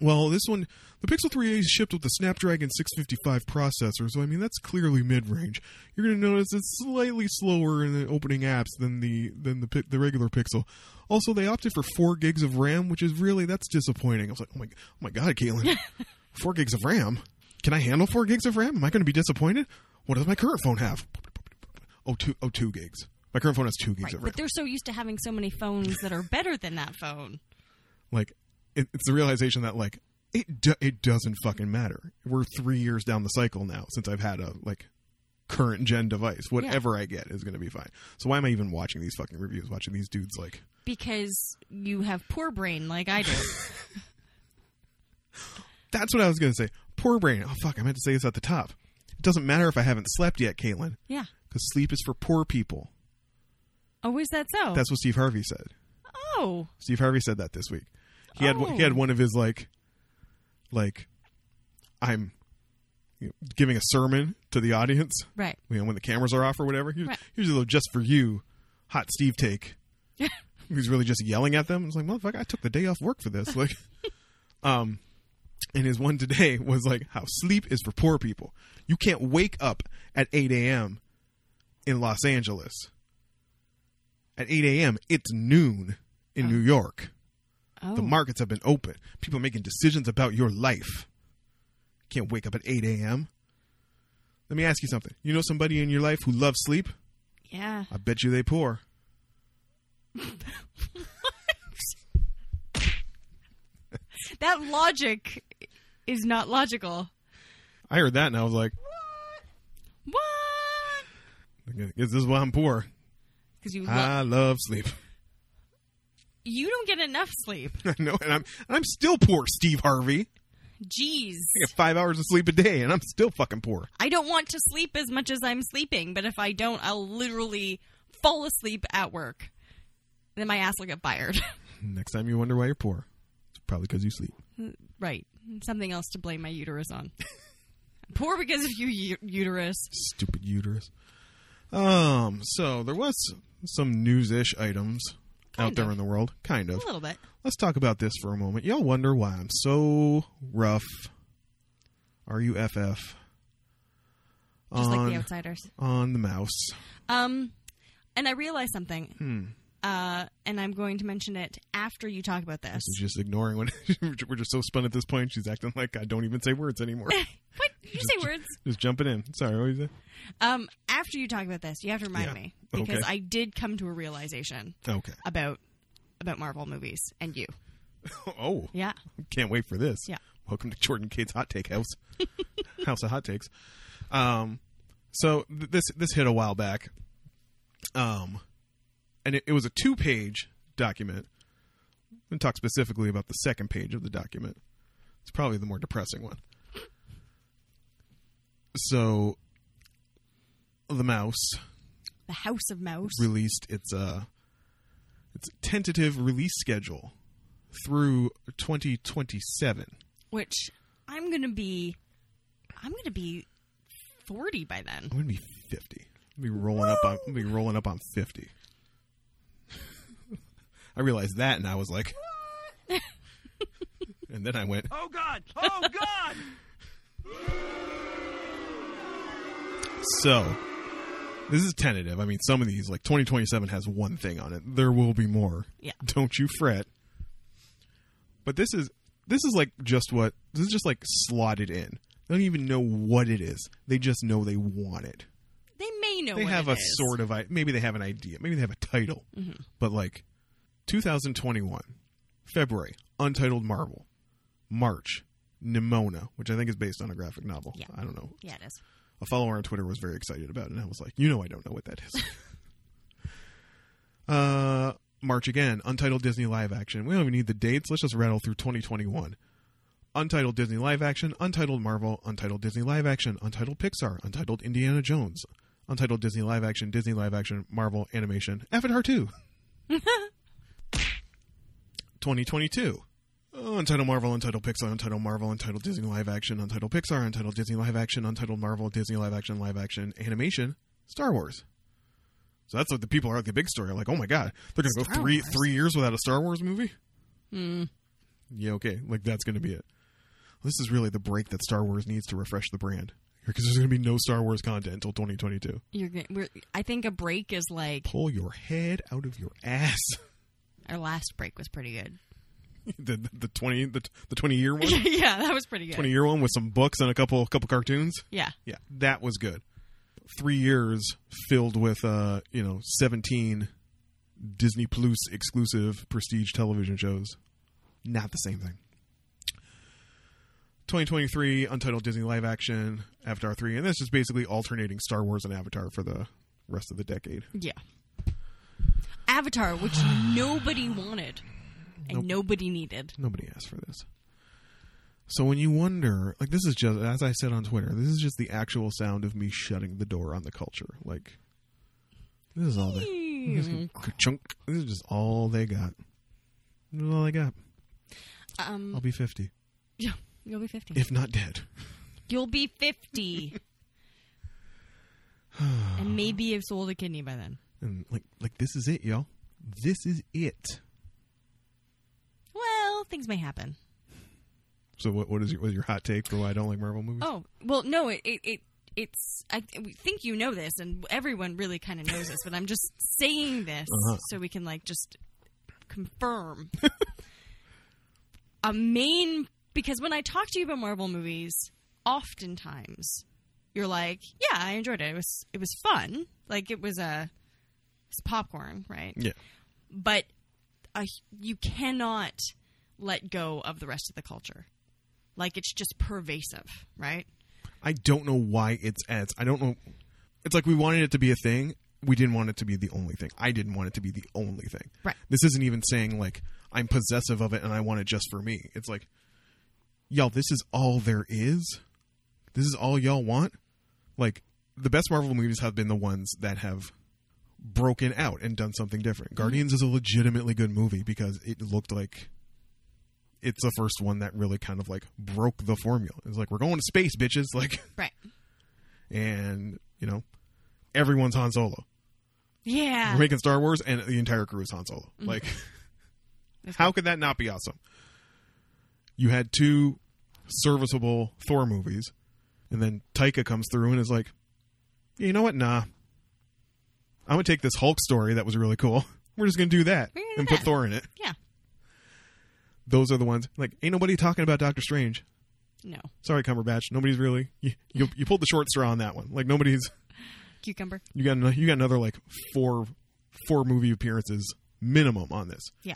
S3: Well, this one, the Pixel 3a is shipped with the Snapdragon 655 processor, so I mean that's clearly mid-range. You're going to notice it's slightly slower in the opening apps than the than the pi- the regular Pixel. Also, they opted for four gigs of RAM, which is really that's disappointing. I was like, oh my, oh my god, Caitlin, four gigs of RAM? Can I handle four gigs of RAM? Am I going to be disappointed? What does my current phone have? Oh, two, oh, two gigs. My current phone has two gigs
S2: Right.
S3: of RAM.
S2: But they're so used to having so many phones that are better than that phone.
S3: like it, it's the realization that like it do, it doesn't fucking matter. We're three years down the cycle now since I've had a like current gen device. Whatever I get is going to be fine. So why am I even watching these fucking reviews? Watching these dudes like
S2: Because you have poor brain like I do.
S3: that's what I was going to say. Poor brain. Oh fuck, I meant to say this at the top. It doesn't matter if I haven't slept yet, Caitlin,
S2: yeah.
S3: because sleep is for poor people.
S2: Oh, is that so?
S3: That's what Steve Harvey said.
S2: oh.
S3: Steve Harvey said that this week. He had
S2: Oh.
S3: he had one of his like like I'm you know, giving a sermon to the audience.
S2: Right.
S3: You know, when the cameras are off or whatever. Here's,
S2: Right.
S3: here's a little just for you, hot Steve take. He's really just yelling at them. It's like, motherfucker, I took the day off work for this. Like, um, and his one today was like how sleep is for poor people. You can't wake up at 8 a.m. in Los Angeles. At 8 a.m., it's noon in New York.
S2: Oh.
S3: The markets have been open. People are making decisions about your life. Can't wake up at 8 a.m. Let me ask you something. You know somebody in your life who loves sleep?
S2: yeah.
S3: I bet you they poor.
S2: That logic is not logical.
S3: I heard that and I was like,
S2: What?
S3: is this why I'm poor?
S2: Because you lo-
S3: I love sleep.
S2: you don't get enough sleep.
S3: I know, and I'm and I'm still poor, Steve Harvey.
S2: Jeez.
S3: I get five hours of sleep a day, and I'm still fucking poor.
S2: I don't want to sleep as much as I'm sleeping, but if I don't, I'll literally fall asleep at work. Then my ass will get fired.
S3: Next time you wonder why you're poor, it's Probably because you sleep.
S2: Right. Something else to blame my uterus on. Poor because of you, u- uterus.
S3: Stupid uterus. Um. So there was some news-ish items out
S2: Kind
S3: there
S2: of.
S3: in the world, kind
S2: A
S3: of.
S2: little bit.
S3: Let's talk about this for a moment. Y'all wonder why I'm so rough. Are you FF?
S2: Just
S3: on,
S2: like the outsiders.
S3: on the mouse.
S2: Um, and I realized something.
S3: Hmm.
S2: Uh, and I'm going to mention it after you talk about this.
S3: She's just ignoring when we're just so spun at this point. She's acting like I don't even say words anymore.
S2: What? Did you say words?
S3: just jumping in. Sorry, what was that?
S2: Um, after you talk about this, you have to remind
S3: Yeah.
S2: me because
S3: Okay.
S2: I did come to a realization
S3: Okay.
S2: about about Marvel movies and you.
S3: Oh,
S2: Yeah.
S3: can't wait for this.
S2: Yeah.
S3: Welcome to Jordan Kate's Hot Take House, House of Hot Takes. Um, so th- this this hit a while back, um, and it, it was a two page document. And talk specifically about the second page of the document. It's probably the more depressing one. So, the mouse
S2: The House of Mouse.
S3: released its uh its tentative release schedule through 2027.
S2: which I'm gonna be, I'm gonna be forty by then.
S3: I'm gonna be 50. I'll be rolling up on I'll be rolling up on 50. I realized that, and I was like, and then I went,
S4: Oh God! Oh God!
S3: so this is tentative. I mean, some of these, like 2027, has one thing on it. There will be more.
S2: Yeah.
S3: Don't you fret. But this is this is like just what this is just like slotted in. They don't even know what it is. They just know they want it.
S2: They may know.
S3: they
S2: what
S3: have
S2: it
S3: a
S2: is. Mm-hmm.
S3: sort of i- maybe they have an idea maybe they have a title but like 2021 february untitled marvel march nimona which i think is based on a graphic novel
S2: Yeah.
S3: i don't know
S2: Yeah, it is.
S3: a follower on twitter was very excited about it and i was like you know i don't know what that is uh march again untitled disney live action we don't even need the dates let's just rattle through 2021 Untitled Disney Live Action, Untitled Marvel, Untitled Disney Live Action, Untitled Pixar, Untitled Indiana Jones, Untitled Disney Live Action, Disney Live Action, Marvel Animation, Avatar 2. 2022. Oh, Untitled Marvel, Untitled Pixar, Untitled Marvel, Untitled Disney Live Action, Untitled Pixar, Untitled Disney Live Action, Untitled Marvel, Disney Live Action, Live Action, Animation, Star Wars. So that's what the people are like the big story. Like, oh my god, they're gonna go
S2: Star
S3: three
S2: Wars. Hmm.
S3: three years without a Star Wars movie. Yeah, okay, like that's gonna be it. This is really the break that Star Wars needs to refresh the brand because there's gonna be no Star Wars content until 2022.
S2: You're. gonna- We're, I think a break is like
S3: Pull your head out of your ass.
S2: our last break was pretty good.
S3: the, the the 20 the, the 20 year one,
S2: yeah, that was pretty good.
S3: 20 year one with some books and a couple couple cartoons.
S2: Yeah.
S3: Yeah, that was good. Three years filled with uh, you know, seventeen Disney Plus exclusive prestige television shows. Not the same thing. 2023 Untitled Disney Live Action Avatar 3, and that's just basically alternating Star Wars and Avatar for the rest of the decade.
S2: Yeah. Avatar, which nobody wanted and
S3: Nope.
S2: nobody needed.
S3: Nobody asked for this. So when you wonder, like this is just as I said on Twitter, this is just the actual sound of me shutting the door on the culture. Like this is all they chunk. This is just all they got. This is all I got. I'll
S2: Um,
S3: be fifty,
S2: yeah, you'll be 50.
S3: if not dead.
S2: You'll be 50. and maybe have sold a kidney by then.
S3: And like, like this is it, y'all. This is it.
S2: Well, things may happen.
S3: So what? What is your, what is your hot take for why I don't like Marvel movies?
S2: Oh, well, no, it, it, it it's, I we think you know this, and everyone really kind of knows this, but I'm just saying this
S3: Uh-huh.
S2: so we can, like, just confirm. a main, because when I talk to you about Marvel movies, oftentimes you're like, yeah, I enjoyed it. It was, it was fun. Like, it was a, it's popcorn, right?
S3: Yeah,
S2: but uh, you cannot let go of the rest of the culture. Like it's just pervasive, right?
S3: I don't know why it's ads. I don't know. It's like we wanted it to be a thing. We didn't want it to be the only thing. I didn't want it to be the only thing.
S2: Right.
S3: This isn't even saying like I'm possessive of it and I want it just for me. It's like, y'all, this is all there is. This is all y'all want. Like the best Marvel movies have been the ones that have broken out and done something different. Guardians is a legitimately good movie because it looked like it's the first one that really kind of like broke the formula. It's like we're going to space, bitches. Like,
S2: Right.
S3: and you know, everyone's Han Solo.
S2: Yeah. Mm-hmm.
S3: We're making Star Wars, and the entire crew is Han Solo. Like, how could that not be awesome? You had two serviceable Thor movies, and then Taika comes through and is like, "Yeah, you know what? Nah, I'm gonna take this Hulk story that was really cool. We're just gonna do that
S2: We're gonna do
S3: and put
S2: that."
S3: Thor in it.
S2: Yeah.
S3: Those are the ones. Like, ain't nobody talking about Doctor Strange.
S2: No.
S3: Sorry, Cumberbatch. Nobody's really you. You, you pulled the short straw on that one. Like nobody's.
S2: Cucumber.
S3: You got ano- you got another like four four movie appearances minimum on this.
S2: Yeah.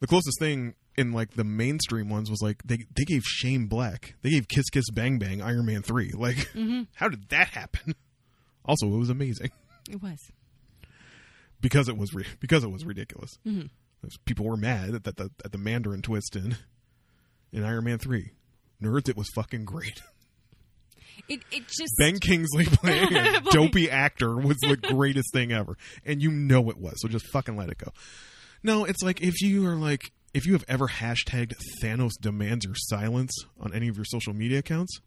S3: The closest thing in like the mainstream ones was like they they gave Shane Black, they gave Kiss Kiss Bang Bang Iron Man 3. Like how did that happen? Also, it was amazing
S2: It was.
S3: because it was ri because it was ridiculous. Those People were mad at the, at the Mandarin twist in in Iron Man 3. Nerds, it was fucking great.
S2: It it just
S3: Ben Kingsley playing a dopey actor was the greatest thing ever. And you know it was, so just fucking let it go. No, it's like if you are like if you have ever hashtagged Thanos demands your silence on any of your social media accounts,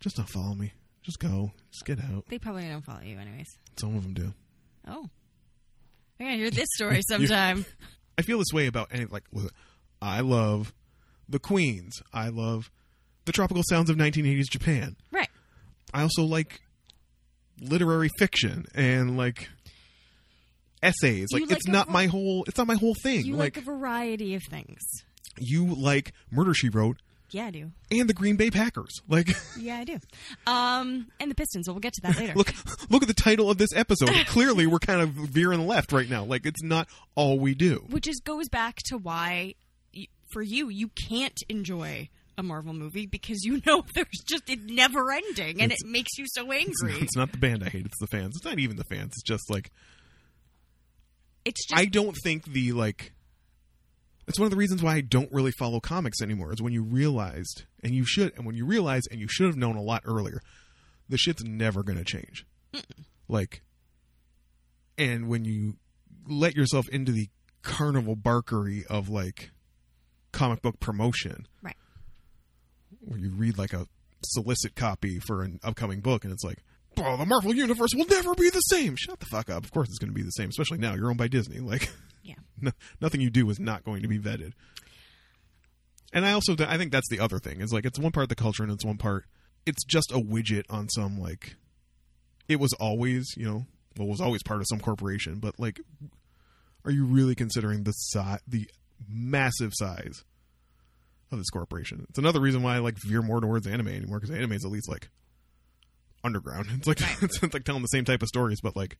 S3: just don't follow me. Just go. Just get out.
S2: they probably don't follow you anyways.
S3: Some of them do.
S2: Oh. We're gonna hear this story sometime.
S3: I feel this way about any like listen, I love the Queens. I love the tropical sounds of 1980s Japan.
S2: right.
S3: I also like literary fiction and like essays.
S2: You
S3: Like,
S2: like
S3: it's
S2: a
S3: not
S2: var-
S3: my whole it's not my whole thing.
S2: You
S3: like
S2: like, a variety of things.
S3: you like Murder She Wrote
S2: Yeah, I do.
S3: and the Green Bay Packers. Like
S2: Yeah, I do. Um and the Pistons, well we'll get to that later.
S3: look look at the title of this episode. Clearly we're kind of veering left right now. Like it's not all we do.
S2: which just goes back to why y- for you you can't enjoy a Marvel movie because you know there's just it never ending and
S3: It's-
S2: it makes you so
S3: It's not,
S2: angry.
S3: it's not the band I hate, it's the fans. It's not even the fans. It's just like
S2: It's just
S3: I don't think the like. It's one of the reasons why I don't really follow comics anymore. Is when you realized, and you should, and when you realize, and you should have known a lot earlier, the shit's never going to change. Like, and when you let yourself into the carnival barkery of like comic book promotion,
S2: right.
S3: where you read like a solicit copy for an upcoming book and it's like oh the marvel universe will never be the same shut the fuck up of course it's going to be the same especially now you're owned by disney like
S2: Yeah.
S3: no, nothing you do is not going to be vetted and i also i think that's the other thing is like it's one part the culture and it's one part it's just a widget on some like it was always you know well it was always part of some corporation but like are you really considering the si- the massive size of this corporation. It's another reason why I like veer more towards anime anymore because anime is at least like underground. It's like it's, it's like telling the same type of stories, but like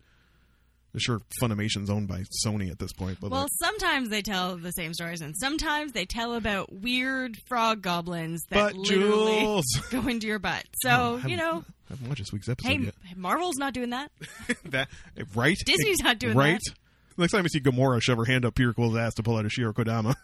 S3: sure Funimation's owned by Sony at this point. But
S2: Well,
S3: like,
S2: sometimes they tell the same stories, and sometimes they tell about weird frog goblins
S3: but
S2: that literally
S3: Jules,
S2: go into your butt.
S3: Oh,
S2: So
S3: I haven't-
S2: you know,
S3: I haven't watched this week's episode
S2: hey,
S3: yet.
S2: Marvel's not doing that.
S3: that right?
S2: Disney's not doing
S3: right.
S2: that.
S3: Next time you see Gamora shove her hand up Piraquel's ass to pull out a Shiro Kodama,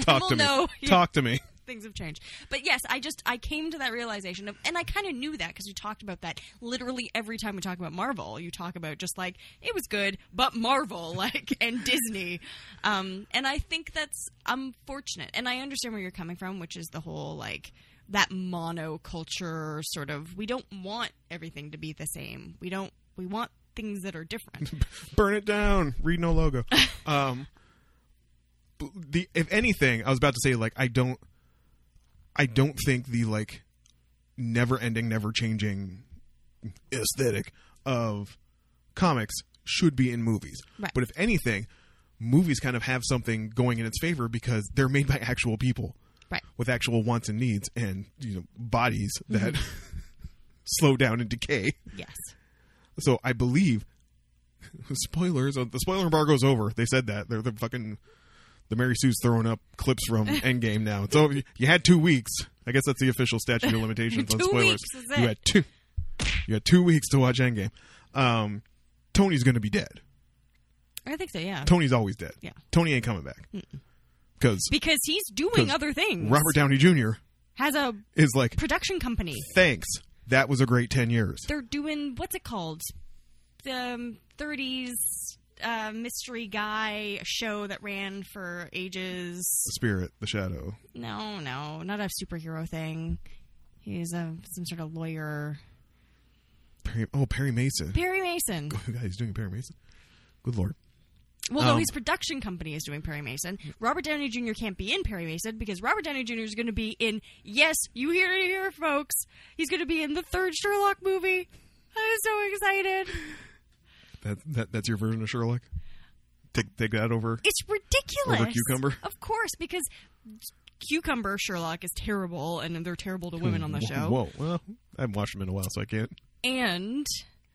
S3: talk
S2: we'll
S3: to me.
S2: know. Yeah.
S3: Talk to me.
S2: Things have changed, but yes, I just I came to that realization of, and I kind of knew that because we talked about that literally every time we talk about Marvel. You talk about just like it was good, but Marvel like and Disney, um, and I think that's unfortunate. And I understand where you're coming from, which is the whole like that monoculture sort of. We don't want everything to be the same. We don't. We want things that are different.
S3: burn it down read no logo um b- the if anything i was about to say like i don't i don't think the like never ending never changing aesthetic of comics should be in movies
S2: Right.
S3: but if anything movies kind of have something going in its favor because they're made by actual people
S2: right.
S3: with actual wants and needs and you know bodies that slow down and decay
S2: Yes.
S3: so I believe spoilers. uh, The spoiler embargo's over. They said that they're the fucking the Mary Sue's throwing up clips from Endgame now. It's over. You had two weeks. I guess that's the official statute of limitations on
S2: Two
S3: spoilers.
S2: weeks is
S3: You
S2: it.
S3: had two. You had two weeks to watch Endgame. Um, Tony's going to be dead.
S2: I think so. Yeah.
S3: Tony's always dead.
S2: Yeah.
S3: Tony ain't coming back because
S2: because he's doing
S3: 'Cause
S2: other things.
S3: Robert Downey Jr.
S2: has a
S3: is like,
S2: production company.
S3: thanks. That was a great ten years.
S2: They're doing what's it called? The um, 30s uh, mystery guy show that ran for ages.
S3: The spirit, the shadow.
S2: No, no, not a superhero thing. He's a some sort of lawyer.
S3: Perry, oh, Perry Mason.
S2: Perry Mason.
S3: God, he's doing Perry Mason. Good lord.
S2: Well, no,
S3: Um,
S2: his production company is doing Perry Mason. Robert Downey Jr. can't be in Perry Mason because Robert Downey Jr. is going to be in. Yes, you hear it here, folks. He's going to be in the third Sherlock movie. I'm so excited.
S3: That, that that's your version of Sherlock. Take take that over.
S2: It's ridiculous.
S3: Over cucumber?
S2: Of course, because cucumber Sherlock is terrible, and they're terrible to women on the
S3: Whoa,
S2: show.
S3: Whoa, well, I haven't watched him in a while, so I can't.
S2: And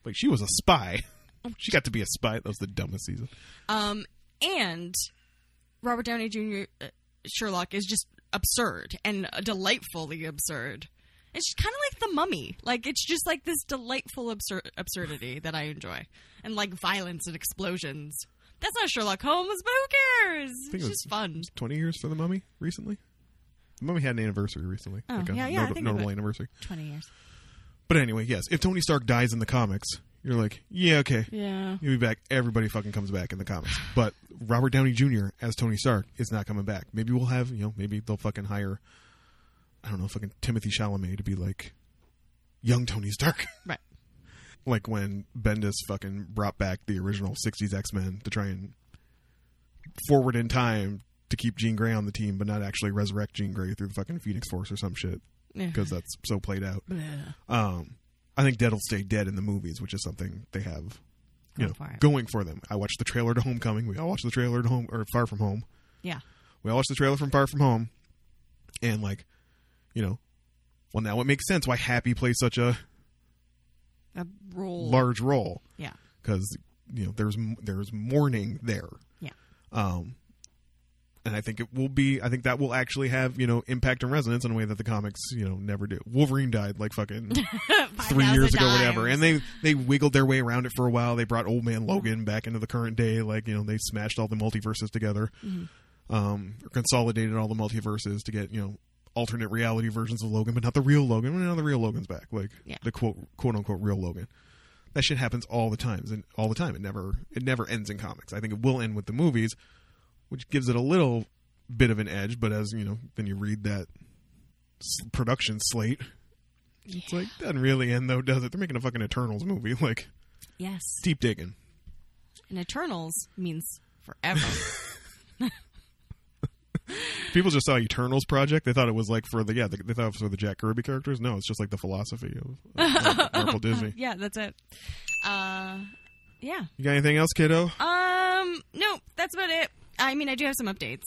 S3: Like she was a spy. She got to be a spy. That was the dumbest season.
S2: Um, and Robert Downey Jr. uh, Sherlock is just absurd and delightfully absurd. It's kind of like the mummy. Like it's just like this delightful absur- absurdity that I enjoy, and like violence and explosions. That's not Sherlock Holmes, but who cares?
S3: think
S2: It's
S3: it was-
S2: just fun.
S3: Twenty years for the Mummy recently. The Mummy had an anniversary recently.
S2: Oh,
S3: like a
S2: yeah, yeah, I
S3: nota-
S2: think
S3: notable
S2: about-
S3: anniversary.
S2: Twenty years.
S3: But anyway, yes. If Tony Stark dies in the comics, you're like, yeah, okay,
S2: Yeah.
S3: he'll be back. Everybody fucking comes back in the comics. But Robert Downey Jr. as Tony Stark is not coming back. Maybe we'll have you know, maybe they'll fucking hire, I don't know, fucking Timothy Chalamet to be like young Tony Stark.
S2: Right.
S3: like when Bendis fucking brought back the original '60s X-Men to try and forward in time to keep Jean Grey on the team, but not actually resurrect Jean Grey through the fucking Phoenix Force or some shit
S2: Yeah.
S3: because that's so played out.
S2: Bleh.
S3: Um, I think Dead'll stay dead in the movies, which is something they have. You
S2: Going
S3: know,
S2: for it.
S3: going for them. I watched the trailer to Homecoming. We all watched the trailer to Home or Far From Home.
S2: Yeah.
S3: We all watched the trailer from Far From Home, and like, you know, well now it makes sense why Happy plays such a
S2: A role.
S3: large role
S2: yeah.
S3: because you know there's m- there's mourning there
S2: Yeah.
S3: um and i think it will be i think that will actually have you know impact and resonance in a way that the comics you know never do wolverine died like fucking three
S2: 5,000
S3: years ago whatever
S2: times.
S3: and they they wiggled their way around it for a while they brought old man logan back into the current day like you know they smashed all the multiverses together
S2: Mm-hmm.
S3: um or consolidated all the multiverses to get you know alternate reality versions of logan but not the real logan well, now the real logan's back like
S2: Yeah.
S3: the quote quote unquote real logan that shit happens all the times and all the time. It never it never ends in comics. I think it will end with the movies, which gives it a little bit of an edge. But as you know, then you read that s- production slate. It's like doesn't really end though, does it? They're making a fucking Eternals movie. Like
S2: yes.
S3: deep digging.
S2: And Eternals means forever.
S3: People just saw Eternals project. They thought it was like for the yeah. They, they thought it was for the Jack Kirby characters. No, it's just like the philosophy of, of, of Marvel Disney.
S2: yeah, that's it. Uh, yeah.
S3: You got anything else, kiddo?
S2: Um, no, that's about it. I mean, I do have some updates.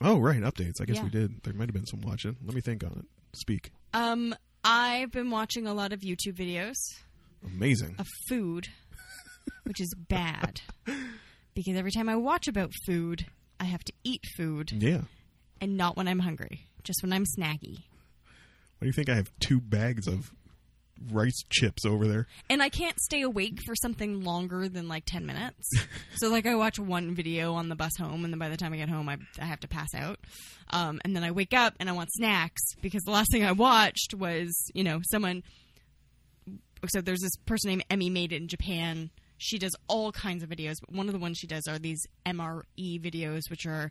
S3: Oh right, updates. I guess
S2: Yeah.
S3: we did. There might have been some watching. Let me think on it. Speak.
S2: Um, I've been watching a lot of YouTube videos
S3: Amazing.
S2: of food, which is bad because every time I watch about food, I have to eat food
S3: Yeah.
S2: and not when I'm hungry, just when I'm snaggy.
S3: Why do you think I have two bags of rice chips over there?
S2: And I can't stay awake for something longer than like 10 minutes. so, like, I watch one video on the bus home, and then by the time I get home, I, I have to pass out. Um, and then I wake up and I want snacks because the last thing I watched was, you know, someone. So, there's this person named Emmy Made It in Japan. She does all kinds of videos, but one of the ones she does are these MRE videos, which are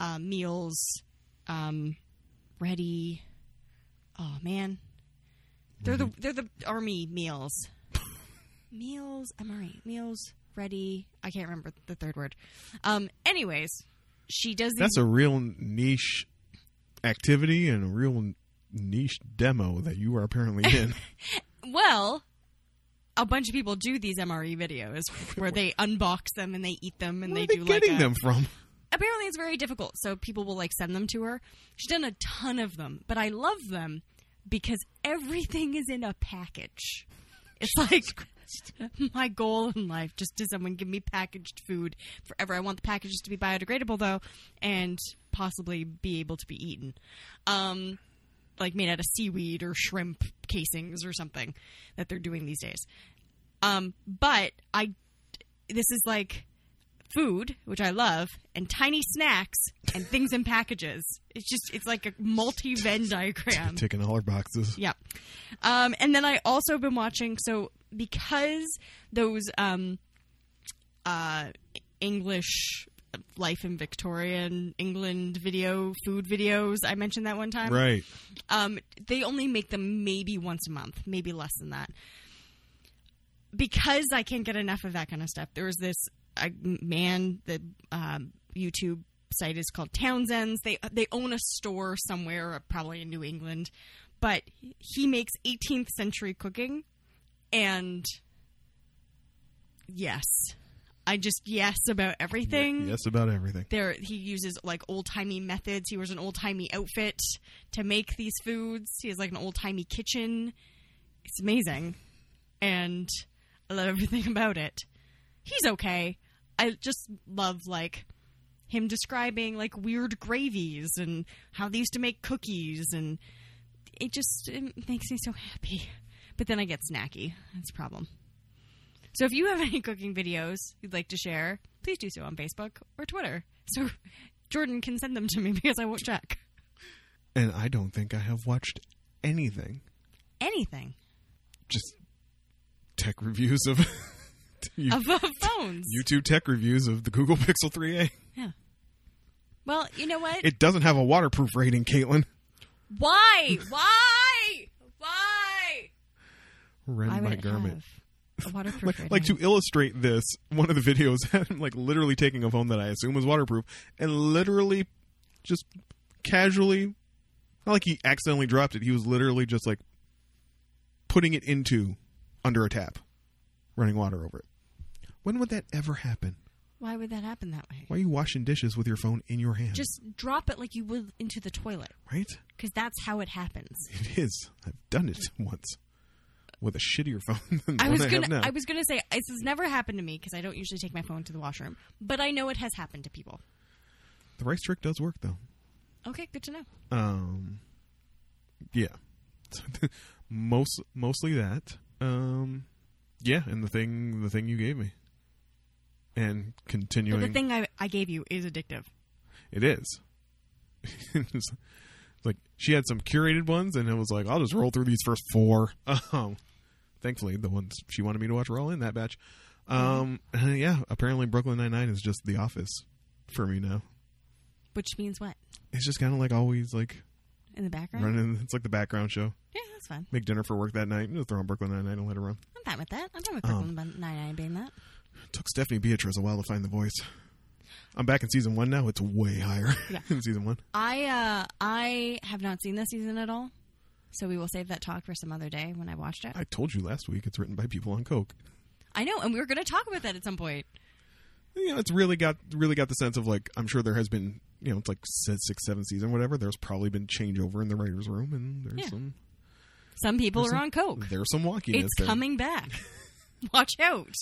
S2: uh, meals um, ready. Oh, man. They're the they're the army meals. meals, MRE, meals ready. I can't remember the third word. Um. Anyways, she does these.
S3: That's a real niche activity and a real niche demo that you are apparently in.
S2: well, a bunch of people do these MRE videos where they unbox them and they eat them and
S3: Where
S2: they
S3: are they
S2: do
S3: getting
S2: like a,
S3: them from?
S2: apparently it's very difficult so people will like send them to her she's done a ton of them but i love them because everything is in a package it's like my goal in life just to someone give me packaged food forever i want the packages to be biodegradable though and possibly be able to be eaten um like made out of seaweed or shrimp casings or something that they're doing these days um but i this is like food, which I love, and tiny snacks and things in packages. It's just it's like a multi Venn diagram.
S3: Ticking all our boxes.
S2: Yeah. Um, and then I also been watching so because those um, uh, English uh, life in Victorian England video food videos. I mentioned that one time.
S3: Right.
S2: Um, they only make them maybe once a month, maybe less than that. Because I can't get enough of that kind of stuff. There was this uh, man, the um, YouTube site is called Townsend's. They they own a store somewhere, uh, probably in New England, but he makes 18th century cooking, and yes, I just yes about everything
S3: Yes, about everything.
S2: there he uses like old timey methods. He wears an old timey outfit to make these foods. He has like an old timey kitchen. It's amazing, and I love everything about it. He's okay. I just love like him describing like weird gravies and how they used to make cookies, and it just it makes me so happy. But then I get snacky. That's a problem. So if you have any cooking videos you'd like to share, please do so on Facebook or Twitter. So Jordan can send them to me because I won't check
S3: And I don't think I have watched anything.
S2: anything
S3: Just tech reviews of you-
S2: of of phones.
S3: YouTube tech reviews of the Google Pixel 3a.
S2: yeah. Well, you know what?
S3: It doesn't have a waterproof rating, Caitlin.
S2: Why? Why? Why?
S3: Rend
S2: Why would
S3: my
S2: it
S3: garment.
S2: have a waterproof
S3: like, like to
S2: rating?
S3: illustrate this, one of the videos had him like literally taking a phone that I assume was waterproof and literally just casually not like he accidentally dropped it, he was literally just like putting it into under a tap, running water over it. When would that ever happen?
S2: Why would that happen that way?
S3: Why are you washing dishes with your phone in your hand?
S2: Just drop it like you would into the toilet
S3: right?
S2: because that's how it happens.
S3: It is. I've done it once. With a shittier phone than the
S2: I
S3: one
S2: was
S3: I
S2: gonna
S3: have now.
S2: I was gonna say this has never happened to me because I don't usually take my phone to the washroom, but I know it has happened to people.
S3: the rice trick does work though.
S2: Okay, good to know.
S3: Um, yeah, most mostly that. Um, yeah, and the thing the thing you gave me, and
S2: But
S3: continuing
S2: the thing I, I gave you is addictive.
S3: it is. It's like she had some curated ones, and it was like I'll just roll through these first four. Um, thankfully, the ones she wanted me to watch were all in that batch. Um, yeah, apparently Brooklyn Nine Nine is just The Office for me now.
S2: Which means what?
S3: It's just kind of like always like
S2: In the background?
S3: running. It's like the background show.
S2: Yeah, that's fine.
S3: make dinner for work that night and just throw on Brooklyn Nine Nine and let her run.
S2: I'm fine with that. I'm fine with
S3: Um,
S2: Brooklyn Nine Nine being that.
S3: took Stephanie Beatriz a while to find the voice. I'm back in season one now. It's way higher
S2: Yeah.
S3: in season one.
S2: I uh I have not seen this season at all, so we will save that talk for some other day when I watched it. I,
S3: I told you last week it's written by people on coke.
S2: know, and we were going to talk about that at some point.
S3: You know, it's really got really got the sense of like I'm sure there has been you know it's like se- six seven season whatever. There's probably been changeover in the writers' room and there's
S2: Yeah.
S3: some
S2: Some people
S3: There's
S2: are
S3: some-
S2: on coke.
S3: there's some wonkiness.
S2: It's
S3: there.
S2: coming back. Watch out.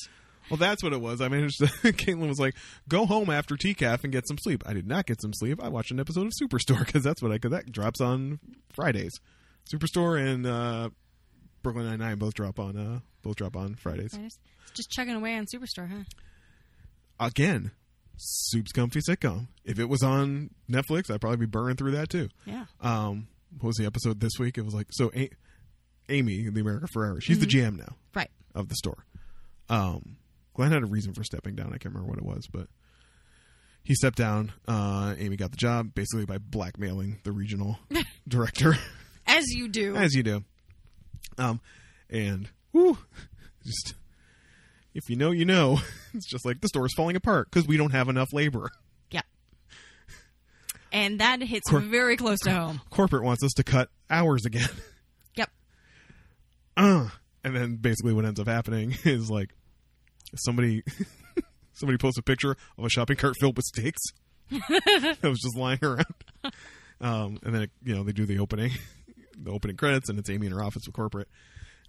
S3: Well, that's what it was. I managed to. Caitlin was like, "Go home after TCAF and get some sleep." I did not get some sleep. I watched an episode of Superstore because that's what I could. That drops on Fridays. Superstore and uh, Brooklyn Nine Nine both drop on uh, both drop on Fridays
S2: It's just chugging away on Superstore, huh?
S3: again. Soup's comfy sitcom. If it was on Netflix, I'd probably be burning through that too.
S2: Yeah.
S3: Um, what was the episode this week? It was like so. A- Amy, the America Ferrera, she's the GM now.
S2: Right.
S3: of the store. Um, Glenn had a reason for stepping down. I can't remember what it was, but he stepped down. Uh, Amy got the job basically by blackmailing the regional director,
S2: As you do.
S3: as you do. Um, and whew, just if you know, you know. It's just like the store is falling apart because we don't have enough labor.
S2: yeah. And that hits
S3: Cor-
S2: very close to home.
S3: Corporate wants us to cut hours again.
S2: Yep.
S3: uh, and then basically what ends up happening is like somebody somebody posts a picture of a shopping cart filled with steaks that was just lying around um, and then you know they do the opening the opening credits and it's amy in her office with corporate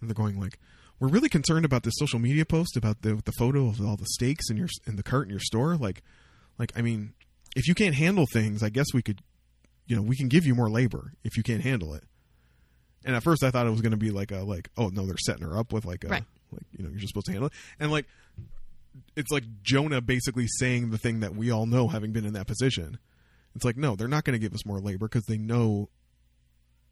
S3: and they're going like we're really concerned about this social media post about the the photo of all the steaks in your in the cart in your store like like i mean if you can't handle things i guess we could you know we can give you more labor if you can't handle it and at first I thought it was going to be like a like oh no they're setting her up with like a
S2: Right.
S3: like you know you're just supposed to handle it and like it's like Jonah basically saying the thing that we all know having been in that position. It's like no they're not going to give us more labor because they know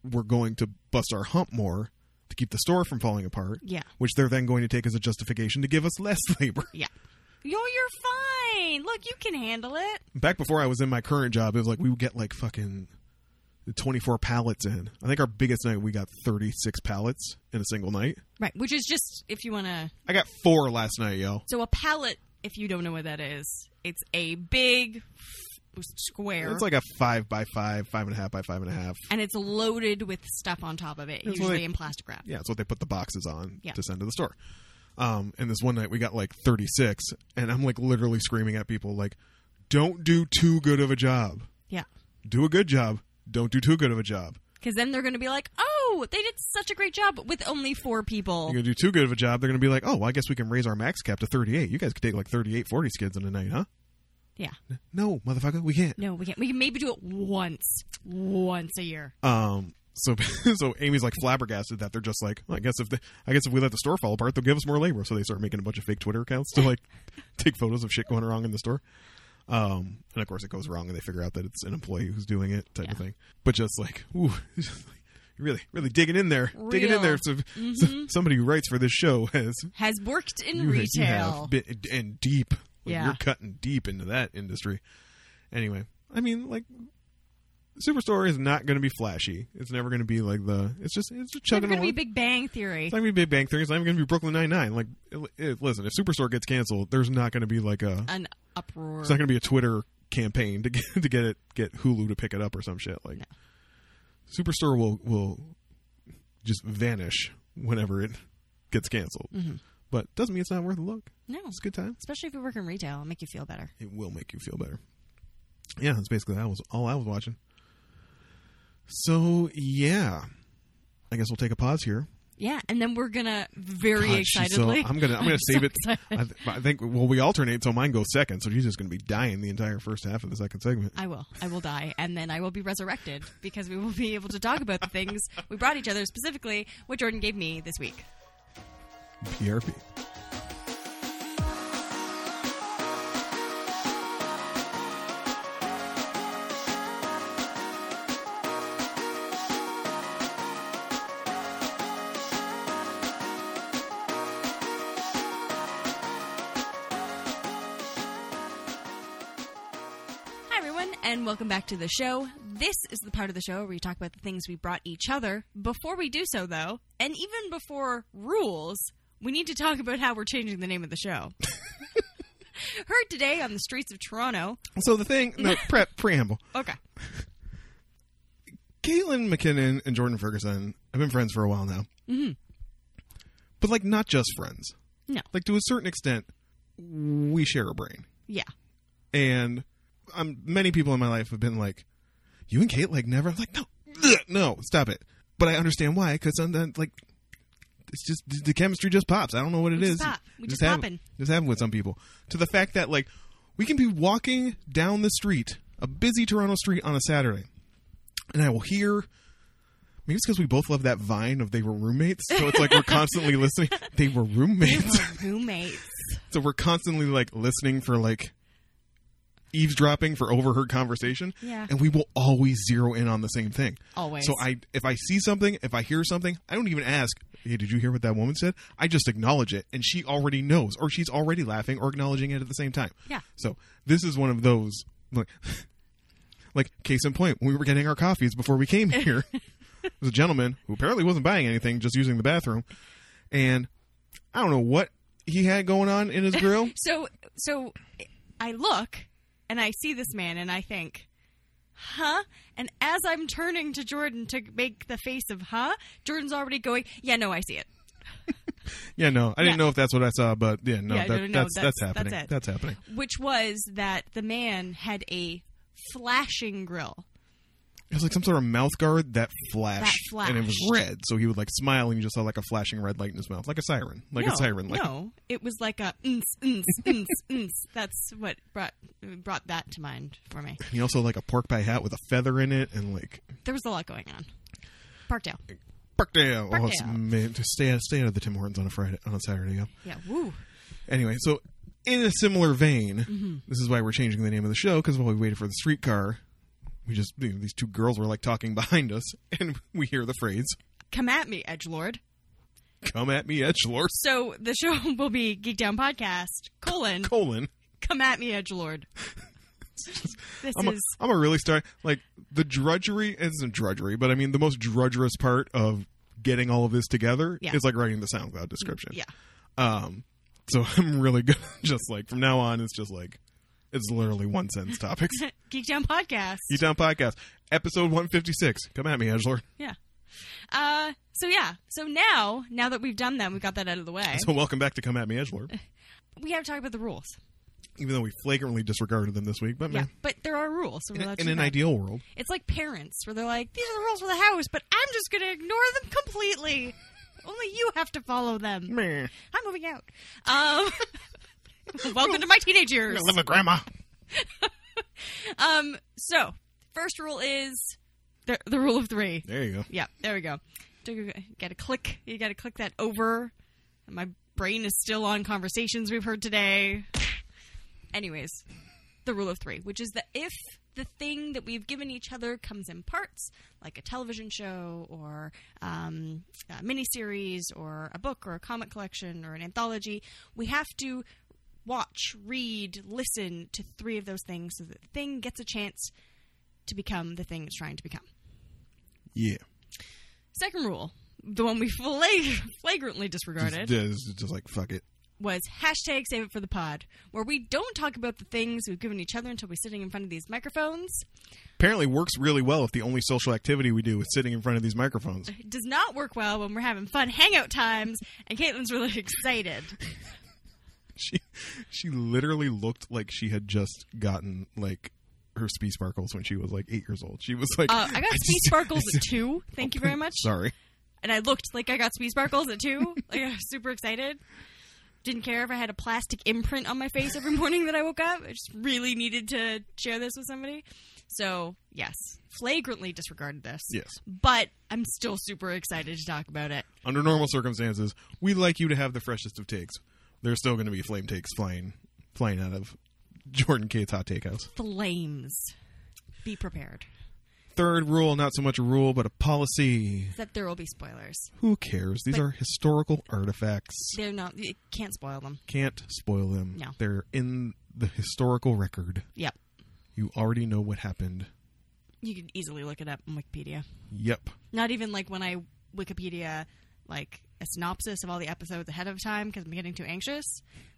S3: we're going to bust our hump more to keep the store from falling apart.
S2: Yeah.
S3: which they're then going to take as a justification to give us less labor.
S2: Yeah. Yo, you're fine. Look, you can handle it.
S3: Back before I was in my current job, it was like we would get like fucking 24 pallets in. I think our biggest night we got 36 pallets in a single night.
S2: Right, which is just if you want to.
S3: I got four last night, yo.
S2: So a pallet, if you don't know what that is, it's a big f- square,
S3: It's like a five by five, five and a half by five and a half.
S2: and it's loaded with stuff on top of it,
S3: It's
S2: usually
S3: like-
S2: in plastic wrap.
S3: Yeah, it's what they put the boxes on
S2: Yeah.
S3: to send to the store. Um, and this one night we got like 36, and I'm like literally screaming at people like, "Don't do too good of a job.
S2: Yeah,
S3: Do a good job. Don't do too good of a job.
S2: because then they're going to be like, "Oh, they did such a great job with only four people."
S3: You're gonna do too good of a job. They're gonna be like, oh, well, I guess we can raise our max cap to 38. You guys could take like 38, 40 skids in a night, huh?
S2: Yeah,
S3: No, motherfucker, we can't.
S2: no, we can't. We can maybe do it once, once a year.
S3: Um, so so Amy's like flabbergasted that they're just like, well, I guess if they, I guess if we let the store fall apart, they'll give us more labor. So they start making a bunch of fake Twitter accounts to like take photos of shit going wrong in the store. Um, and of course it goes wrong, and they figure out that it's an employee who's doing it, type of
S2: Yeah.
S3: thing. But just like, ooh, just like, really, really digging in there, digging in there.
S2: Real. Mm-hmm.
S3: So, so somebody who writes for this show has
S2: Has worked in
S3: you,
S2: retail.
S3: you have been and deep. Like,
S2: Yeah.
S3: you're cutting deep into that industry. Anyway, I mean, like, Superstore is not going to be flashy. It's never going to be like the. It's just it's just
S2: Never
S3: chugging
S2: gonna
S3: along.
S2: be Big Bang Theory.
S3: it's not going to be Big Bang Theory. It's not even going to be Brooklyn Nine Nine. Like, it, it- listen, if Superstore gets canceled, there's not going to be like a.
S2: An uproar.
S3: It's not going to be a Twitter campaign to get to get it get Hulu to pick it up or some shit. Like,
S2: No.
S3: Superstore will will just vanish whenever it gets canceled.
S2: Mm-hmm.
S3: But doesn't mean it's not worth a look.
S2: No,
S3: It's a good time.
S2: especially if you work in retail, it'll make you feel better.
S3: it will make you feel better. Yeah, that's basically that was all I was watching. So yeah, I guess we'll take a pause here.
S2: Yeah, and then we're gonna very
S3: God, she's so-
S2: excitedly.
S3: I'm gonna I'm gonna save
S2: so
S3: it. I,
S2: excited.
S3: th- I think well we alternate so mine goes second, so she's just gonna be dying the entire first half of the second segment.
S2: I will. I will die, and then I will be resurrected because we will be able to talk about the things we brought each other specifically. What Jordan gave me this week.
S3: PRP.
S2: Hi everyone, and welcome back to the show. This is the part of the show where we talk about the things we brought each other. Before we do so, though, and even before rules, we need to talk about how we're changing the name of the show. Heard today on the streets of Toronto.
S3: So the thing no prep preamble.
S2: Okay.
S3: Caitlin McKinnon and Jordan Ferguson have been friends for a while now. Mm-hmm. But like not just friends.
S2: No.
S3: Like to a certain extent, we share a brain.
S2: Yeah.
S3: and um, many people in my life have been like, "You and Kate like never." I'm like, "No, ugh, no, stop it." But I understand why, because sometimes like it's just the- the chemistry just pops. I don't know what it
S2: We
S3: is.
S2: just pop. We just
S3: have-
S2: poppin'.
S3: Just happen with some people to the fact that like we can be walking down the street, a busy Toronto street on a Saturday, and I will hear. Maybe it's because we both love that vine of they were roommates, so it's like we're constantly listening. They were roommates.
S2: roommates.
S3: So we're constantly like listening for like eavesdropping for overheard conversation.
S2: Yeah.
S3: And we will always zero in on the same thing.
S2: Always.
S3: So I if I see something, if I hear something, I don't even ask, Hey, did you hear what that woman said? I just acknowledge it and she already knows, or she's already laughing or acknowledging it at the same time.
S2: Yeah.
S3: So this is one of those like like case in point, when we were getting our coffees before we came here. There's a gentleman who apparently wasn't buying anything, just using the bathroom. And I don't know what he had going on in his grill.
S2: So so I look and I see this man and I think, "Huh?" And as I'm turning to Jordan to make the face of "Huh," Jordan's already going, "Yeah, no, I see it."
S3: Yeah, no, I didn't
S2: Yeah.
S3: know if that's what I saw, but yeah, no,
S2: Yeah,
S3: that,
S2: no, no,
S3: that's, that's
S2: that's-
S3: happening. That's,
S2: that's it.
S3: happening.
S2: Which was that the man had a flashing grill.
S3: It was like some sort of mouth guard that flashed,
S2: That
S3: and it was
S2: flashed.
S3: red. So he would like smile, and you just saw like a flashing red light in his mouth, like a siren, like
S2: no,
S3: a siren, like
S2: no, it was like a "Nts, nts, nts, nts." That's what brought brought that to mind for me.
S3: he also like a pork pie hat with a feather in it, and like
S2: There was a lot going on. Parkdale.
S3: Parkdale. Oh, it's,
S2: Parkdale.
S3: man, just stay out, stay out of the Tim Hortons on a Friday, on a Saturday. Yeah.
S2: Yeah. Woo.
S3: Anyway, so in a similar vein,
S2: Mm-hmm.
S3: this is why we're changing the name of the show because while we waited for the streetcar, we just you know, these two girls were like talking behind us, and we hear the phrase.
S2: Come at me, Edge Lord.
S3: Come at me, Edgelord.
S2: So the show will be Geek Down Podcast, colon,
S3: Colon.
S2: come at me, Edgelord. this
S3: I'm a,
S2: is
S3: I'm a really start like the drudgery it isn't drudgery, but I mean the most drudgerous part of getting all of this together
S2: Yeah.
S3: is like writing the SoundCloud description.
S2: yeah.
S3: Um so I'm really good just like from now on it's just like it's literally one sentence topics.
S2: Geek Down Podcast.
S3: You Down Podcast, episode one fifty six. Come at me, Edgelord.
S2: yeah. Uh, so yeah. So now, now that we've done that, we've got that out of the way.
S3: So welcome back to Come At Me Edgelord.
S2: we got to talk about the rules.
S3: Even though we flagrantly disregarded them this week, but
S2: Yeah,
S3: man,
S2: but there are rules. So we're
S3: in,
S2: allowed
S3: in
S2: to
S3: an
S2: do that.
S3: ideal world,
S2: It's like parents, where they're like, "These are the rules for the house," but I'm just going to ignore them completely. Only you have to follow them.
S3: Meh.
S2: I'm moving out. Um, welcome to my teenage years.
S3: live with grandma.
S2: Um, so first rule is the, the rule of three.
S3: There you go.
S2: Yeah, there we go. Got to click. You got to click that over. My brain is still on conversations we've heard today. Anyways, the rule of three, which is that if the thing that we've given each other comes in parts, like a television show or um, a miniseries or a book or a comic collection or an anthology, we have to watch, read, listen to three of those things so that the thing gets a chance to become the thing it's trying to become.
S3: Yeah.
S2: Second rule, the one we flag- flagrantly
S3: Just,
S2: disregarded,
S3: just, just like fuck it.
S2: was hashtag save it for the pod, where we don't talk about the things we've given each other until we're sitting in front of these microphones.
S3: apparently works really well if the only social activity we do is sitting in front of these microphones.
S2: It does not work well when we're having fun hangout times, and Caitlin's really excited.
S3: She she literally looked like she had just gotten like her spee sparkles when she was like eight years old. She was like,
S2: Uh, I got speed
S3: just-
S2: sparkles at two. Thank you very much.
S3: Sorry,
S2: And I looked like I got speed sparkles at two. Like I was super excited. Didn't care if I had a plastic imprint on my face every morning that I woke up. I just really needed to share this with somebody. So yes, flagrantly disregarded this.
S3: yes.
S2: but I'm still super excited to talk about it.
S3: Under normal circumstances, we'd like you to have the freshest of takes. There's still going to be flame takes flying flying out of Jordan Kate's hot take house.
S2: Flames. Be prepared
S3: Third rule, not so much a rule, but a policy.
S2: that there will be spoilers.
S3: Who cares? These
S2: But-
S3: are historical artifacts.
S2: They're not. You can't spoil them.
S3: Can't spoil them.
S2: No.
S3: They're in the historical record.
S2: Yep.
S3: You already know what happened.
S2: You can easily look it up on Wikipedia.
S3: Yep.
S2: Not even like when I Wikipedia like a synopsis of all the episodes ahead of time because I'm getting too anxious.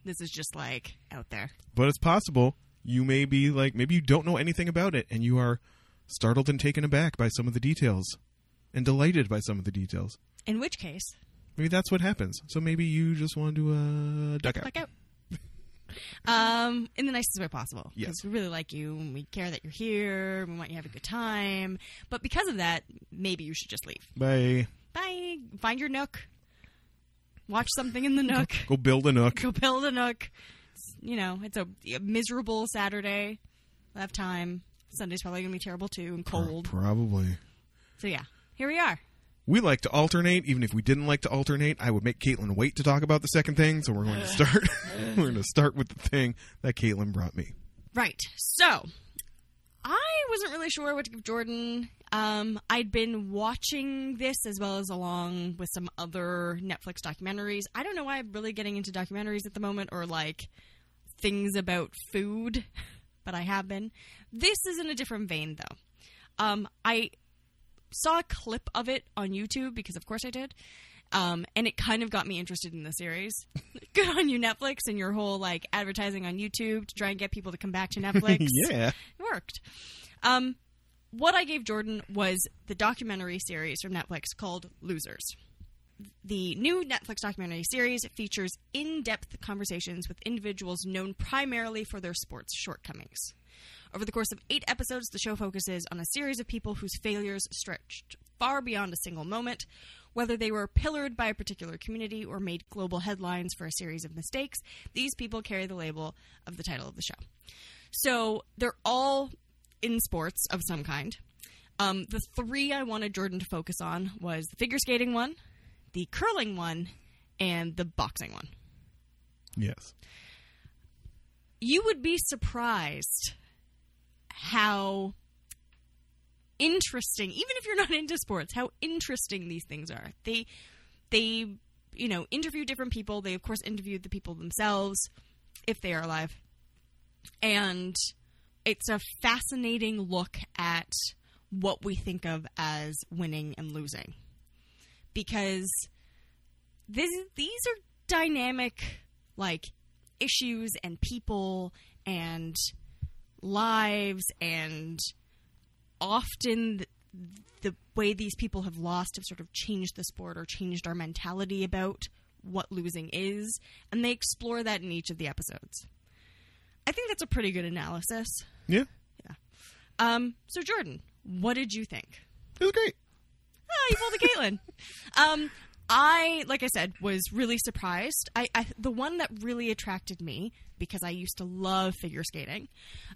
S2: This is just like out there.
S3: But it's possible you may be like, maybe you don't know anything about it and you are startled and taken aback by some of the details and delighted by some of the details.
S2: In which case,
S3: Maybe that's what happens. So maybe you just want to uh, duck out.
S2: Back out. Um, in the nicest way possible.
S3: Yes.
S2: Because we really like you and we care that you're here. and We want you to have a good time. But because of that, maybe you should just leave.
S3: Bye.
S2: Bye. Find your nook. Watch something in the nook.
S3: Go build a nook.
S2: Go build a nook. It's- you know, it's a, a miserable Saturday. We'll have time. Sunday's probably going to be terrible too and cold.
S3: Probably.
S2: So, yeah, here we are.
S3: We like to alternate. Even if we didn't like to alternate, I would make Caitlin wait to talk about the second thing. So we're going to start. we're going to start with the thing that Caitlin brought me.
S2: Right. So I wasn't really sure what to give Jordan. Um, I'd been watching this as well as along with some other Netflix documentaries. I don't know why I'm really getting into documentaries at the moment or like things about food, but I have been. This is in a different vein though. Um, I saw a clip of it on YouTube because, of course, I did. Um, and it kind of got me interested in the series. Good on you, Netflix, and your whole like advertising on YouTube to try and get people to come back to Netflix.
S3: yeah.
S2: It worked. Um, what I gave Jordan was the documentary series from Netflix called Losers. The new Netflix documentary series features in depth conversations with individuals known primarily for their sports shortcomings. Over the course of eight episodes, the show focuses on a series of people whose failures stretched far beyond a single moment. Whether they were pillared by a particular community or made global headlines for a series of mistakes, these people carry the label of the title of the show. So they're all in sports of some kind. Um, the three I wanted Jordan to focus on was the figure skating one, the curling one, and the boxing one.
S3: Yes.
S2: You would be surprised how interesting, even if you're not into sports, how interesting these things are. They they you know, interview different people. They, of course, interviewed the people themselves, if they are alive. And it's a fascinating look at what we think of as winning and losing. Because this, these are dynamic, like, issues and people and lives and often th- the way these people have lost have sort of changed the sport or changed our mentality about what losing is, and they explore that in each of the episodes. I think that's a pretty good analysis.
S3: Yeah,
S2: Um, so, Jordan, what did you think?
S3: it was great.
S2: Ah, you pulled a Caitlin. um, I, like I said, was really surprised. I, I the one that really attracted me because I used to love figure skating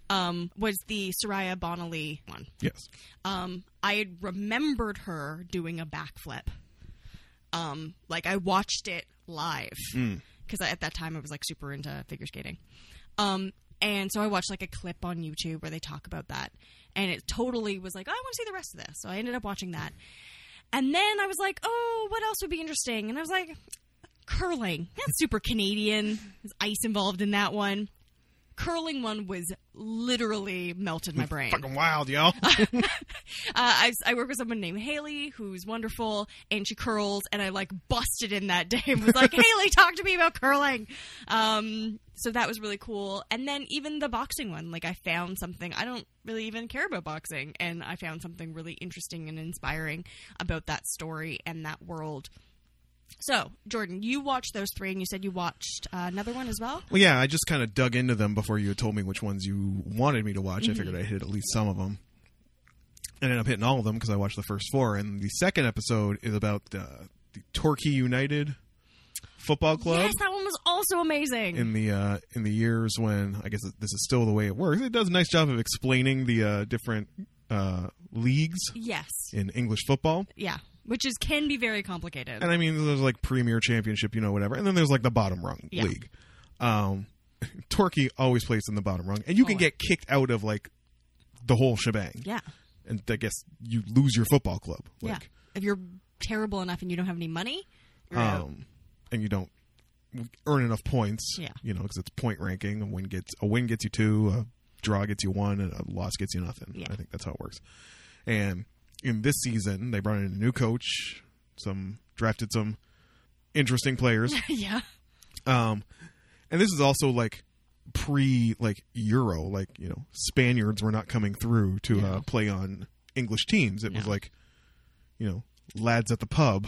S2: um, was the Soraya Bonnelly one.
S3: Yes,
S2: Um, I had remembered her doing a backflip. Um, like I watched it live because at that time I was like super into figure skating. Um, and so I watched like a clip on YouTube where they talk about that, and it totally was like, oh, I want to see the rest of this. So I ended up watching that, and then I was like, oh, what else would be interesting? And I was like, curling. That's super Canadian. There's ice involved in that one. Curling one was literally melted my brain.
S3: fucking wild, y'all.
S2: Uh, I, I work with someone named Haley who's wonderful, and she curls. And I like busted in that day and was like, "Haley, talk to me about curling." Um, so that was really cool. And then even the boxing one, like I found something I don't really even care about boxing, and I found something really interesting and inspiring about that story and that world. So, Jordan, you watched those three, and you said you watched uh, another one as well.
S3: Well, yeah, I just kind of dug into them before you had told me which ones you wanted me to watch.
S2: Mm-hmm.
S3: I figured I'd hit at least some of them. I ended up hitting all of them because I watched the first four. And the second episode is about uh, the Torquay United football club
S2: Yes, that one was also amazing.
S3: in the uh, in the years when I guess this is still the way it works. It does a nice job of explaining the uh, different uh, leagues
S2: yes,
S3: in English football.
S2: yeah, which is can be very complicated.
S3: And I mean, there's like Premier Championship, you know, whatever. And then there's like the bottom rung
S2: Yeah.
S3: league. Um, Torquay always plays in the bottom rung, and you can
S2: Always.
S3: get kicked out of like the whole shebang.
S2: yeah.
S3: And I guess you lose your football club. Like,
S2: yeah. If you're terrible enough and you don't have any money, you're out.
S3: um, and you don't earn enough points.
S2: Yeah.
S3: you know, because it's point ranking. A win gets a win gets you two, a draw gets you one, and a loss gets you nothing.
S2: Yeah.
S3: I think that's how it works. And in this season, they brought in a new coach, some drafted some interesting players.
S2: yeah.
S3: Um, and this is also like pre like Euro, like you know Spaniards were not coming through to uh,
S2: No.
S3: play on English teams. It was
S2: No.
S3: like you know lads at the pub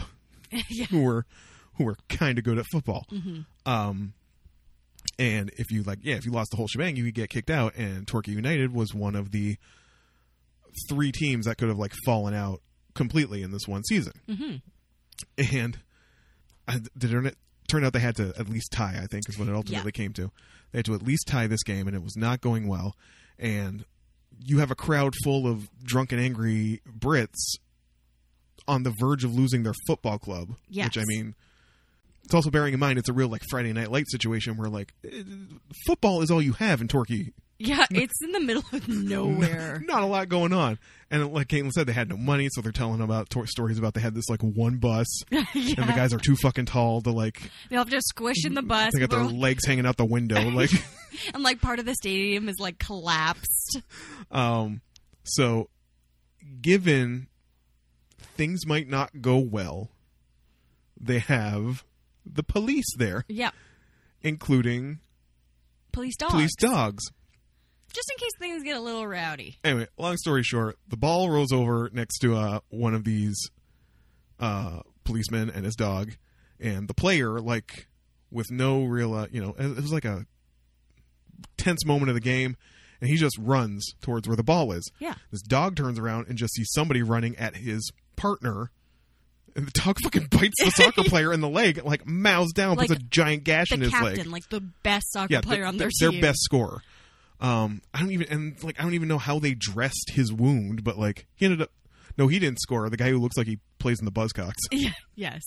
S2: yeah.
S3: who were who were kind of good at football. Um, and if you like, yeah, if you lost the whole shebang, you could get kicked out. And Torquay United was one of the three teams that could have like fallen out completely in this one season. Mm-hmm. And I, did it turned out they had to at least tie. I think is what it ultimately came to. They had to at least tie this game, and it was not going well. And you have a crowd full of drunk and angry Brits on the verge of losing their football club. Which I
S2: Yes.
S3: mean, it's also bearing in mind it's a real like Friday Night Light situation where like eh, football is all you have in Torquay.
S2: Yeah, it's in the middle of nowhere.
S3: Not a lot going on. And like Caitlin said, they had no money, so they're telling about tor- stories about they had this like one bus, and the
S2: yeah.
S3: guys are too fucking tall to like.
S2: They'll have to squish in the bus.
S3: They got their
S2: We're-
S3: legs hanging out the window, like.
S2: and like part of the stadium is like collapsed.
S3: Um, so, given things might not go well, they have the police there,
S2: Yeah.
S3: including
S2: Police dog.
S3: police dogs.
S2: Just in case things get a little rowdy.
S3: Anyway, long story short, the ball rolls over next to uh, one of these uh, policemen and his dog, and the player, like, with no real, uh, you know, it it was like a tense moment of the game, and he just runs towards where the ball is.
S2: Yeah.
S3: This dog turns around and just sees somebody running at his partner. And the dog fucking bites the soccer player in the leg, like mouths down,
S2: Like
S3: puts a giant gash in
S2: The
S3: his
S2: captain,
S3: leg.
S2: like the best soccer
S3: yeah,
S2: player
S3: the-
S2: on their
S3: their
S2: team.
S3: best scorer. Um, I don't even and like I don't even know how they dressed his wound, but like he ended up. No, he didn't score. The guy who looks like he plays in the Buzzcocks.
S2: Yeah, yes.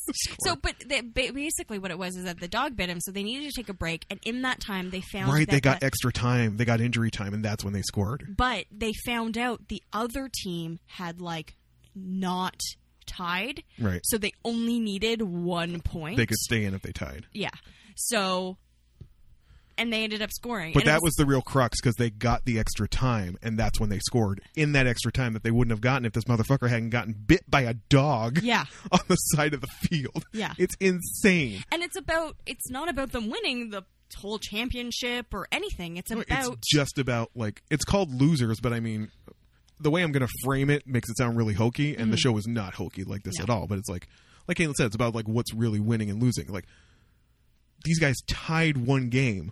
S2: So, but they, ba- basically, what it was is that the dog bit him, so they needed to take a break, and in that time, they found
S3: Right,
S2: that Mm-hmm.
S3: they got
S2: the-
S3: extra time. They got injury time, and that's when they scored.
S2: but they found out the other team had like not tied.
S3: Right.
S2: So they only needed one point.
S3: They could stay in if they tied.
S2: Yeah. So, and they ended up scoring.
S3: But
S2: And it
S3: that was the real crux because they got the extra time, and that's when they scored in that extra time that they wouldn't have gotten if this motherfucker hadn't gotten bit by a dog
S2: Yeah.
S3: on the side of the field.
S2: Yeah.
S3: It's insane.
S2: and it's about it's not about them winning the whole championship or anything. It's about
S3: It's just about like it's called losers, but I mean, the way I'm going to frame it makes it sound really hokey, and
S2: Mm-hmm.
S3: the show is not hokey like this
S2: No.
S3: at all. But it's like, like Caitlin said, it's about like what's really winning and losing. Like these guys tied one game,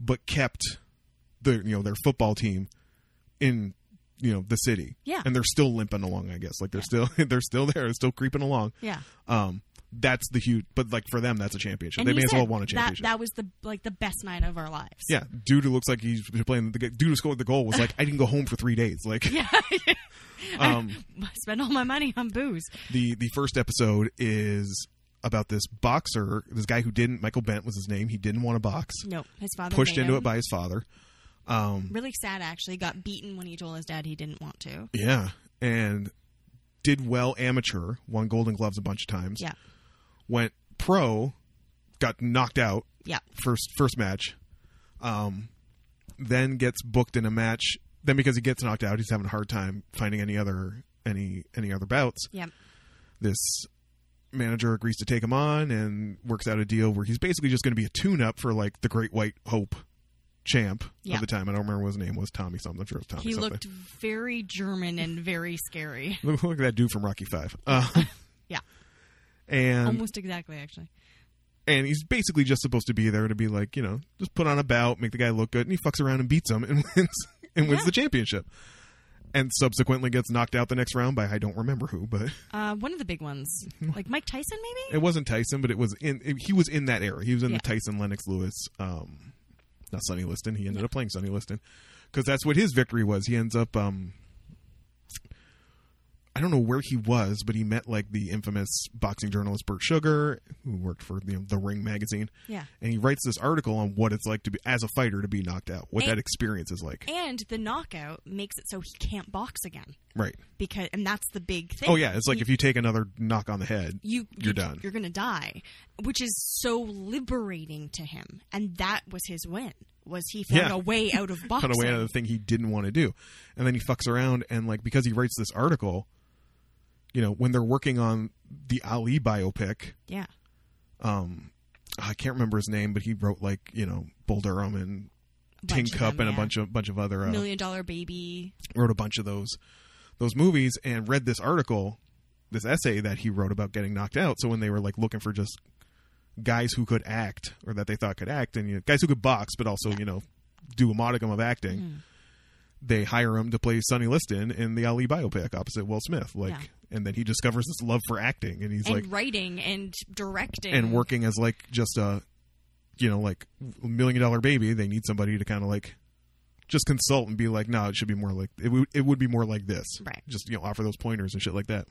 S3: but kept their you know their football team in you know the city,
S2: Yeah.
S3: and they're still limping along. I guess like they're still they're still there, they're still creeping along.
S2: yeah.
S3: Um, that's the huge, but like for them, that's a championship.
S2: And
S3: they
S2: he
S3: may as
S2: said
S3: well won a championship.
S2: That, that was the like the best night of our lives.
S3: Yeah, dude who looks like he's playing the dude who scored the goal was like, I didn't go home for three days. Like,
S2: Yeah.
S3: um,
S2: I spent all my money on booze.
S3: the the first episode is about this boxer, this guy who didn't. Michael Bent was his name. He didn't want to box,
S2: Nope. His father
S3: pushed
S2: made
S3: into
S2: him.
S3: it by his father.
S2: really sad actually. Got beaten when he told his dad he didn't want to.
S3: Yeah, and did well amateur, won Golden Gloves a bunch of times.
S2: Yeah.
S3: went pro, got knocked out
S2: Yeah.
S3: first first match, um, then gets booked in a match. Then because he gets knocked out, he's having a hard time finding any other any any other bouts.
S2: Yeah.
S3: this manager agrees to take him on and works out a deal where he's basically just going to be a tune-up for like the Great White Hope champ
S2: Yeah.
S3: of the time. I don't remember what his name was. Tommy something. I'm sure it was Tommy
S2: He
S3: something.
S2: looked very German and very scary.
S3: look, look at that dude from Rocky Five. Uh,
S2: Yeah.
S3: and
S2: Almost exactly actually.
S3: and he's basically just supposed to be there to be like you know just put on a bout, make the guy look good, and he fucks around and beats him and wins and wins
S2: Yeah.
S3: the championship. And subsequently gets knocked out the next round by I don't remember who, but
S2: Uh, one of the big ones, like Mike Tyson, maybe.
S3: it wasn't Tyson, but it was in. It, he was in that era. He was in
S2: Yeah.
S3: the Tyson Lennox Lewis, um, not Sonny Liston. He ended up playing Sonny Liston because that's what his victory was. He ends up. Um, I don't know where he was, but he met like the infamous boxing journalist Bert Sugar, who worked for the, the Ring magazine.
S2: Yeah.
S3: and he writes this article on what it's like to be as a fighter to be knocked out, what
S2: And-
S3: that experience is like.
S2: And the knockout makes it so he can't box again
S3: right?
S2: because, and that's the big thing.
S3: Oh yeah, it's like if you take another knock on the head,
S2: you
S3: you're done.
S2: You're gonna die, which is so liberating to him, and that was his win. Was he found
S3: Yeah.
S2: a way out of boxing?
S3: cut away out of the thing he didn't want to do. And then he fucks around and like because he writes this article, you know, when they're working on the Ali biopic,
S2: yeah,
S3: I can't remember his name, but he wrote like, you know, Bull Durham and Tin
S2: bunch of
S3: Cup
S2: them,
S3: and
S2: yeah.
S3: a bunch of bunch of other uh,
S2: Million Dollar Baby.
S3: wrote a bunch of those those movies and read this article, this essay that he wrote about getting knocked out. So when they were like looking for just guys who could act or that they thought could act and you know, guys who could box but also, you know, do a modicum of acting, they hire him to play Sonny Liston in the Ali biopic opposite Will Smith. Like
S2: Yeah.
S3: and then he discovers this love for acting and he's
S2: and
S3: like
S2: writing and directing
S3: and working as like just a you know like million dollar baby they need somebody to kind of like just consult and be like no it should be more like it, would it would be more like this
S2: Right.
S3: just you know offer those pointers and shit like that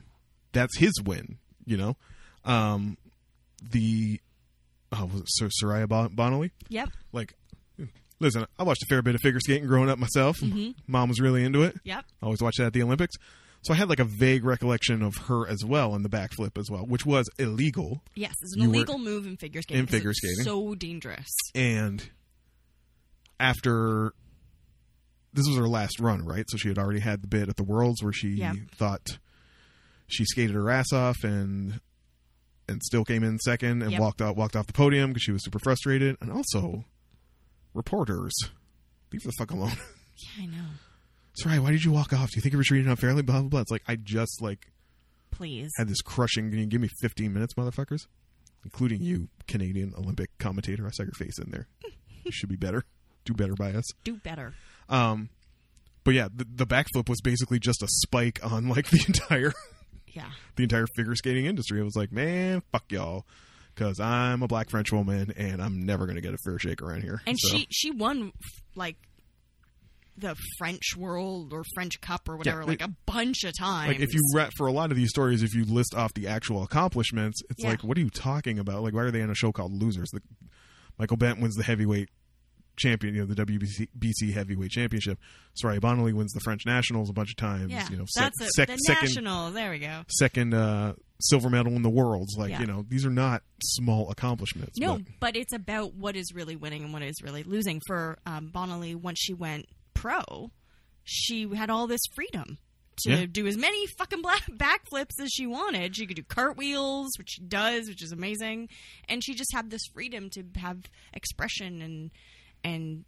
S3: that's his win you know um the oh was it Sir, Soraya bon- Bonnelly
S2: Yep,
S3: like listen I watched a fair bit of figure skating growing up myself mom was really into it
S2: yep.
S3: I always watch that at the Olympics so I had like a vague recollection of her as well and the backflip as well which was illegal
S2: Yes, it's an
S3: You were-
S2: illegal move in figure skating.
S3: In
S2: 'cause
S3: figure
S2: it's
S3: skating.
S2: so dangerous.
S3: and after this was her last run, right? So she had already had the bit at the Worlds where she
S2: Yeah.
S3: thought she skated her ass off and and still came in second and
S2: Yep.
S3: walked out walked off the podium because she was super frustrated. And also, reporters, leave her the fuck alone.
S2: Yeah, I know.
S3: Sorry, why did you walk off? Do you think you were treated unfairly? Blah blah blah. It's like I just like
S2: Please.
S3: had this crushing. Can you give me fifteen minutes, motherfuckers? Including you, Canadian Olympic commentator. I saw your face in there. You should be better. Do better by us.
S2: do better.
S3: Um, but yeah, the, the backflip was basically just a spike on like the entire
S2: Yeah.
S3: the entire figure skating industry. It was like, man, fuck y'all, because I'm a black French woman and I'm never gonna get a fair shake around here.
S2: And
S3: So,
S2: she she won f- like the French World or French Cup or whatever, like
S3: like-
S2: a bunch of times.
S3: like, if you re- for a lot of these stories, if you list off the actual accomplishments, it's
S2: Yeah.
S3: like, what are you talking about? Like, why are they in a show called Losers? The, Michael Bent wins the heavyweight champion, you know, the WBC BC heavyweight championship. Sorry, Bonnelly wins the French nationals a bunch of times.
S2: Yeah,
S3: you know, sec-
S2: that's it.
S3: sec-
S2: the
S3: second
S2: national. There we go.
S3: second uh, silver medal in the worlds. Like
S2: Yeah.
S3: you know, these are not small accomplishments.
S2: No,
S3: but-
S2: but, it's about what is really winning and what is really losing. For um, Bonnelly, once she went pro, she had all this freedom to
S3: Yeah.
S2: do as many fucking black backflips as she wanted. She could do cartwheels, which she does, which is amazing, and she just had this freedom to have expression and and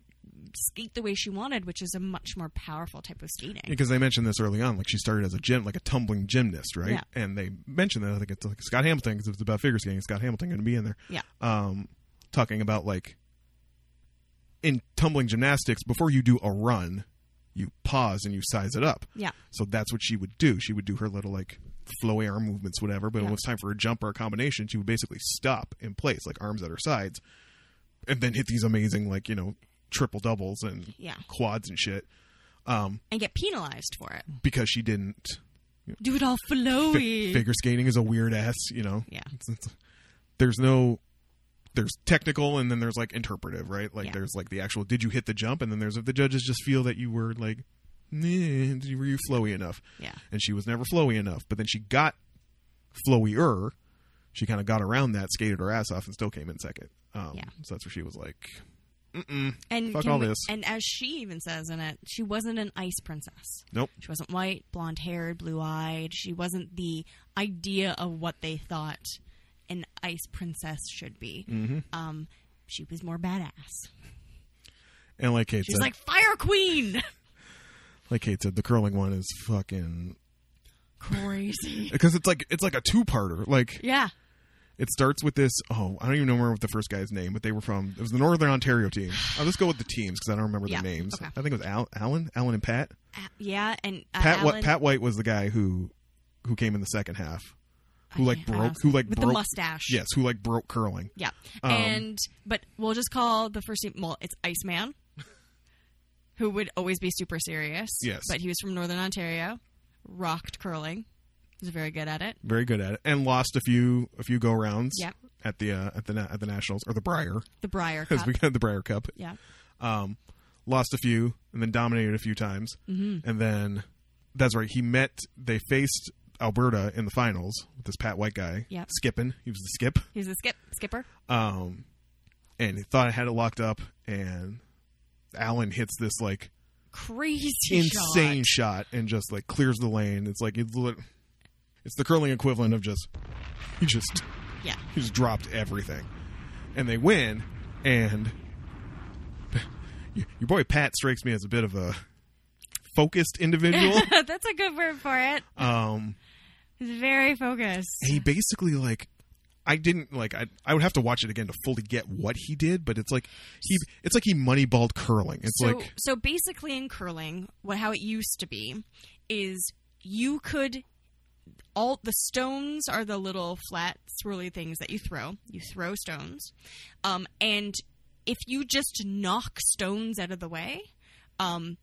S2: skate the way she wanted, which is a much more powerful type of skating.
S3: because they mentioned this early on. Like she started as a gym, like a tumbling gymnast, right?
S2: Yeah.
S3: And they mentioned that I think it's like Scott Hamilton because it's about figure skating. Scott Hamilton going to be in there.
S2: Yeah.
S3: Um, talking about like in tumbling gymnastics, before you do a run, you pause and you size it up.
S2: Yeah.
S3: So that's what she would do. She would do her little like flowy arm movements, whatever. But
S2: Yeah.
S3: when it's time for a jump or a combination, she would basically stop in place, like arms at her sides, and then hit these amazing like you know triple doubles and
S2: Yeah.
S3: quads and shit
S2: And get penalized for it.
S3: because she didn't
S2: Do it all
S3: fi-
S2: flowy.
S3: figure skating is a weird ass, you know.
S2: Yeah.
S3: It's- it's- there's no there's technical and then there's like interpretive, right? Like
S2: Yeah.
S3: there's like the actual did you hit the jump and then there's if the judges just feel that you were like "Nah, did you- were you flowy enough?
S2: Yeah.
S3: And she was never flowy enough, but then she got flowier. She kind of got around that, skated her ass off and still came in second. Um
S2: Yeah.
S3: so that's where she was like
S2: and
S3: Fuck
S2: can
S3: all
S2: we-
S3: this.
S2: And as she even says in it, she wasn't an ice princess.
S3: nope.
S2: She wasn't white, blonde haired, blue eyed. She wasn't the idea of what they thought an ice princess should be.
S3: Mm-hmm.
S2: Um, she was more badass.
S3: And like Kate
S2: She was
S3: said,
S2: like Fire Queen.
S3: like Kate said, the curling one is fucking
S2: Crazy.
S3: because it's like it's like a two parter. Like
S2: yeah.
S3: It starts with this. Oh, I don't even remember what the first guy's name, but they were from. It was the Northern Ontario team. I'll just go with the teams because I don't remember
S2: Yeah,
S3: their names.
S2: okay.
S3: I think it was Al- Alan, Alan and Pat.
S2: A- yeah, and uh,
S3: Pat, what?
S2: Alan-
S3: Pat White was the guy who, who came in the second half, who like
S2: can't- I
S3: broke,
S2: don't-
S3: who like
S2: with the
S3: broke,
S2: mustache.
S3: Yes, who like broke curling.
S2: Yeah.
S3: Um,
S2: and but we'll just call the first name well, it's Iceman. who would always be super serious.
S3: Yes.
S2: But he was from Northern Ontario. Rocked curling. Was very good at it.
S3: Very good at it, and lost a few a few go rounds.
S2: Yep.
S3: At the uh, at the na- at the nationals or the Briar
S2: The Briar
S3: because
S2: Cup.
S3: we got the Briar Cup.
S2: yeah.
S3: um, lost a few and then dominated a few times
S2: Mm-hmm.
S3: and then that's right he met they faced alberta in the finals with this pat white guy
S2: Yep.
S3: skipping he was the skip
S2: He was a skip skipper.
S3: um, and he thought i had it locked up and allen hits this like
S2: Crazy
S3: insane
S2: shot.
S3: shot. and just like clears the lane it's like it's, lit- it's the curling equivalent of just he just
S2: Yeah.
S3: he just dropped everything. And they win, and your your boy Pat strikes me as a bit of a focused individual.
S2: That's a good word for it.
S3: um,
S2: He's very focused.
S3: he basically like I didn't like I I would have to watch it again to fully get what he did, but it's like he it's like he moneyballed curling. It's
S2: so
S3: like
S2: so basically in curling, what how it used to be is you could all the stones are the little flat swirly things that you throw. You throw stones, um, and if you just knock stones out of the way, um,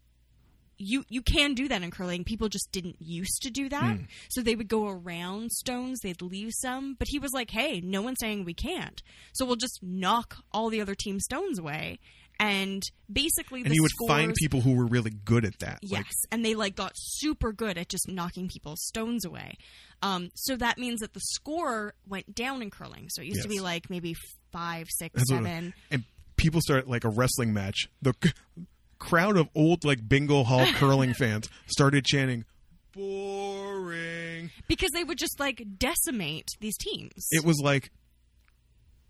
S2: you you can do that in curling. People just didn't used to do that,
S3: Hmm.
S2: so they would go around stones. They'd leave some, but he was like, "Hey, no one's saying we can't, so we'll just knock all the other team's stones away." And basically,
S3: and
S2: the
S3: he would find
S2: scores-
S3: people who were really good at that.
S2: Yes,
S3: Like
S2: and they like got super good at just knocking people's stones away. Um, so that means that the score went down in curling. So it used to
S3: Yes.
S2: be like maybe five, six,
S3: That's what-
S2: seven.
S3: and people start like a wrestling match. The c- crowd of old like bingo hall curling fans started chanting boring.
S2: because they would just like decimate these teams.
S3: It was like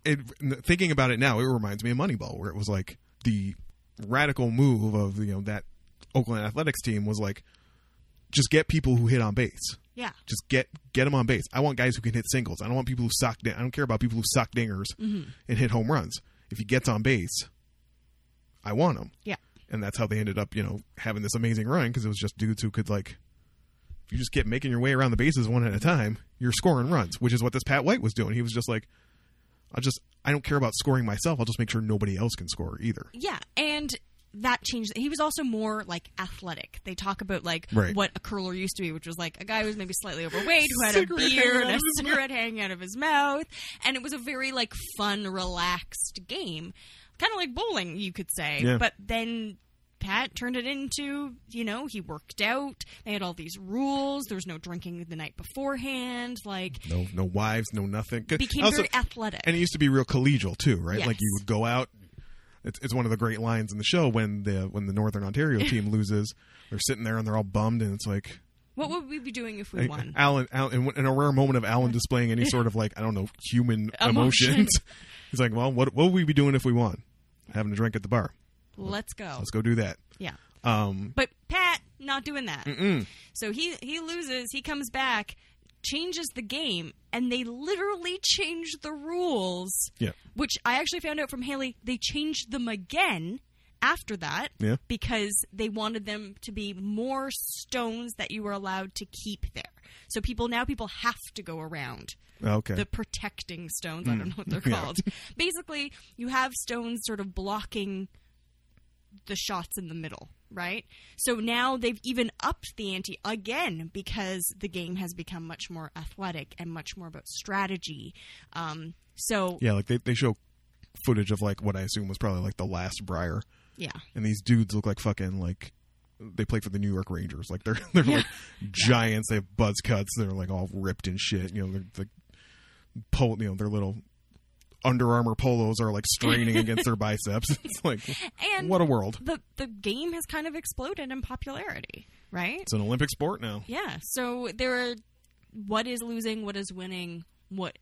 S3: it, thinking about it now, it reminds me of Moneyball where it was like the radical move of you know that Oakland Athletics team was like just get people who hit on base.
S2: yeah,
S3: Just get get them on base. I want guys who can hit singles. I don't want people who sock. Din- I don't care about people who sock dingers
S2: Mm-hmm.
S3: and hit home runs. If he gets on base, I want him.
S2: yeah,
S3: and that's how they ended up, you know, having this amazing run because it was just dudes who could like, if you just kept making your way around the bases one at a time, you're scoring runs, which is what this Pat White was doing. He was just like, I'll just, I don't care about scoring myself. I'll just make sure nobody else can score either.
S2: yeah, and that changed. He was also more like athletic. They talk about like
S3: Right.
S2: what a curler used to be, which was like a guy who was maybe slightly overweight who had
S3: Cigarette
S2: a
S3: hanging
S2: beard
S3: out
S2: and a
S3: of his
S2: cigarette hanging out of his mouth, and it was a very like fun, relaxed game. kind of like bowling, you could say.
S3: Yeah.
S2: But then Pat turned it into, you know, he worked out. They had all these rules. There was no drinking the night beforehand. Like,
S3: No, no wives, no nothing. 'Cause
S2: became
S3: also-
S2: very athletic.
S3: and it used to be real collegial too, right? Like
S2: Yes.
S3: you would go out. It's, it's one of the great lines in the show when the when the Northern Ontario team loses, they're sitting there and they're all bummed, and it's like
S2: what would we be doing if we
S3: I-
S2: won?
S3: Alan, Alan in a rare moment of Alan displaying any sort of like I don't know human
S2: Emotion.
S3: emotions. He's like, well, what what would we be doing if we won? Having a drink at the bar.
S2: Let's go.
S3: Let's go do that.
S2: Yeah.
S3: Um,
S2: But Pat not doing that. So he he loses. He comes back, changes the game, and they literally change the rules.
S3: Yeah.
S2: Which I actually found out from Haley. They changed them again after that.
S3: Yeah.
S2: Because they wanted them to be more stones that you were allowed to keep there. So people now people have to go around
S3: okay. Mm.
S2: the protecting stones. I don't know what they're
S3: Yeah.
S2: called. Basically, you have stones sort of blocking the shots in the middle, right? So now they've even upped the ante again because the game has become much more athletic and much more about strategy. Um, so
S3: yeah, like they they show footage of like what I assume was probably like the last Briar,
S2: yeah.
S3: and these dudes look like fucking like they play for the New York Rangers. Like they're they're like giants. They have buzz cuts. They're like all ripped and shit. You know, they're like pol- you know their little Under Armour polos are like straining against their biceps. It's like
S2: And-
S3: what a world.
S2: the the game has kind of exploded in popularity, right?
S3: It's an Olympic sport now.
S2: Yeah. So there are what is losing, what is winning, what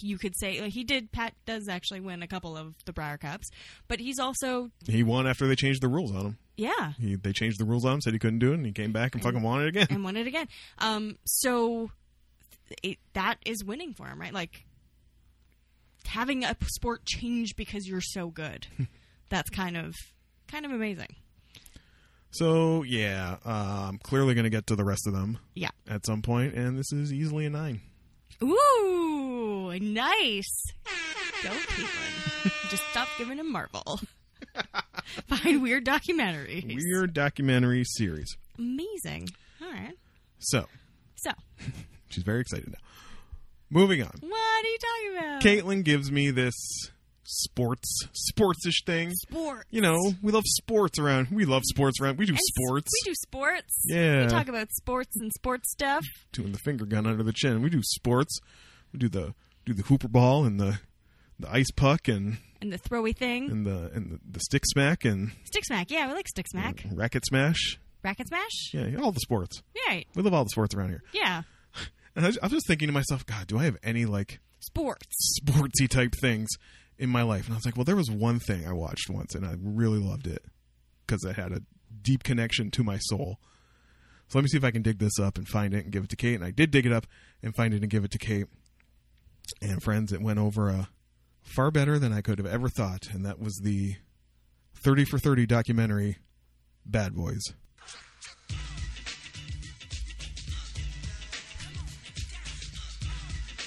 S2: you could say like, he did Pat does actually win a couple of the Briar Cups, but he's also
S3: He won after they changed the rules on him.
S2: yeah,
S3: He, they changed the rules on him, said he couldn't do it, and he came back and fucking won it again.
S2: and won it again. Um so it, that is winning for him, right? Like having a sport change because you're so good. That's kind of kind of amazing.
S3: So yeah, uh, I'm clearly going to get to the rest of them
S2: Yeah.
S3: at some point, and this is easily a nine.
S2: Ooh, nice. Go, Caitlin. Just stop giving him Marvel. Find weird documentaries.
S3: Weird documentary series.
S2: Amazing. All right.
S3: So
S2: So,
S3: she's very excited now. Moving on.
S2: what are you talking about?
S3: Caitlin gives me this sports sportsish thing.
S2: Sports.
S3: You know, we love sports around. We love sports around. We do
S2: And s-
S3: sports.
S2: We do sports.
S3: Yeah.
S2: We talk about sports and sports stuff.
S3: doing the finger gun under the chin. We do sports. We do the do the hooper ball and the the ice puck and
S2: And the throwy thing.
S3: and the and the, the stick smack and
S2: stick smack. Yeah, we like stick smack.
S3: racket smash.
S2: Racket smash.
S3: Yeah, all the sports.
S2: Right.
S3: We love all the sports around here.
S2: Yeah.
S3: And I was, I was just thinking to myself, God, do I have any like
S2: Sports.
S3: sportsy type things in my life? And I was like, well, there was one thing I watched once and I really loved it because it had a deep connection to my soul. So let me see if I can dig this up and find it and give it to Kate. And I did dig it up and find it and give it to Kate. And friends, it went over uh, far better than I could have ever thought. And that was the 30 for 30 documentary, Bad Boys.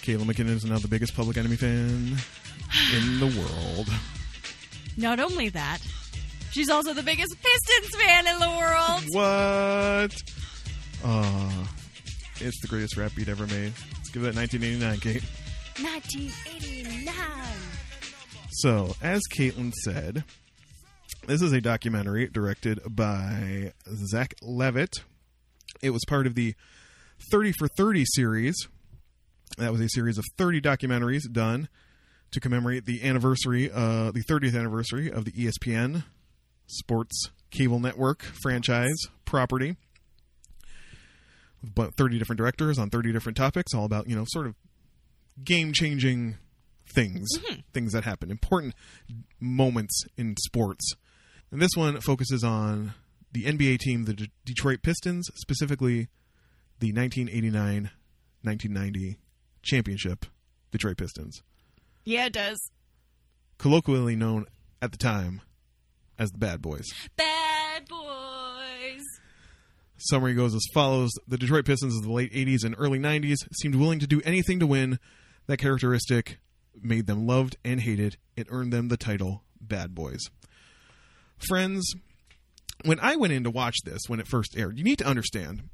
S3: Kayla McKinnon is now the biggest Public Enemy fan in the world.
S2: Not only that, she's also the biggest Pistons fan in the world.
S3: What? Uh, it's the greatest rap beat ever made. Let's give that 1989, Kate.
S2: 1989.
S3: So, as Caitlin said, this is a documentary directed by Zach Levitt. It was part of the 30 for 30 series. That was a series of 30 documentaries done to commemorate the anniversary, uh, the 30th anniversary of the E ESPN Sports Cable Network franchise property. About 30 different directors on 30 different topics, all about, you know, sort of game changing things, things that happen, important moments in sports. And this one focuses on the NBA team, the D- Detroit Pistons, specifically the 1989 1990 championship Detroit Pistons,
S2: Yeah, it does.
S3: colloquially known at the time as the Bad Boys.
S2: Bad boys.
S3: Summary goes as follows The Detroit Pistons of the late 80s and early 90s seemed willing to do anything to win. That characteristic made them loved and hated. It earned them the title Bad Boys. Friends, when I went in to watch this when it first aired, you need to understand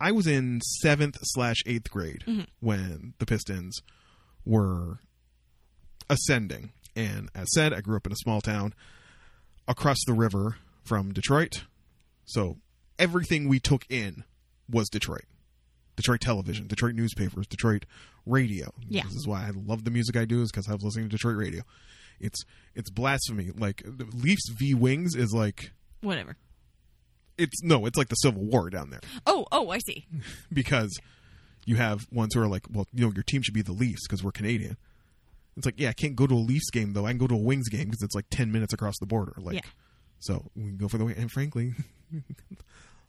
S3: I was in seventh slash eighth grade when the Pistons were ascending. And as said, I grew up in a small town across the river from Detroit. So everything we took in was Detroit. Detroit television, Detroit newspapers, Detroit radio.
S2: Yeah.
S3: This is why I love the music I do is because I was listening to Detroit radio. It's it's blasphemy. Like the Leafs v Wings is like
S2: Whatever.
S3: it's no, it's like the Civil War down there
S2: Oh, oh, I see.
S3: because you have ones who are like, well, you know, your team should be the Leafs because we're Canadian. It's like, yeah, I can't go to a Leafs game though. I can go to a Wings game because it's like ten minutes across the border. Like,
S2: Yeah.
S3: so we can go for the wing. And frankly, a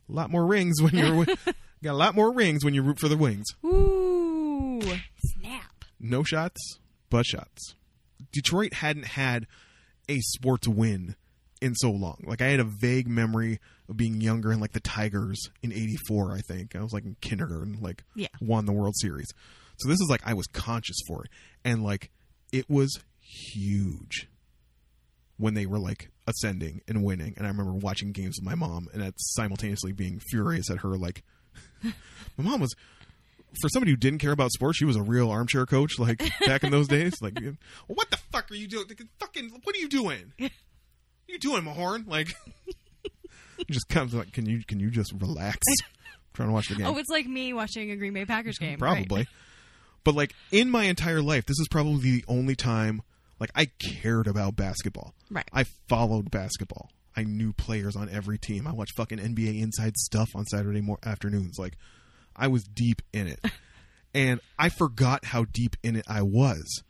S3: lot more rings when you're wi- got a lot more rings when you root for the Wings.
S2: Ooh, snap.
S3: No shots, but shots. Detroit hadn't had a sports win in so long. Like I had a vague memory of being younger and like the Tigers in '84. I think I was like in kindergarten. Like
S2: Yeah.
S3: won the World Series. So this is like I was conscious for it, and like it was huge when they were like ascending and winning. And I remember watching games with my mom, and at simultaneously being furious at her. Like my mom was for somebody who didn't care about sports, she was a real armchair coach, like back in those days. Like, what the fuck are you doing? Fucking, what are you doing? What are you doing, Mahorn? Like, just comes like, can you can you just relax? trying to watch the game,
S2: Oh, it's like me watching a Green Bay Packers game. right?
S3: probably. But like in my entire life, this is probably the only time like I cared about basketball.
S2: Right.
S3: I followed basketball. I knew players on every team. I watched fucking NBA inside stuff on Saturday more afternoons. Like I was deep in it. and I forgot how deep in it I was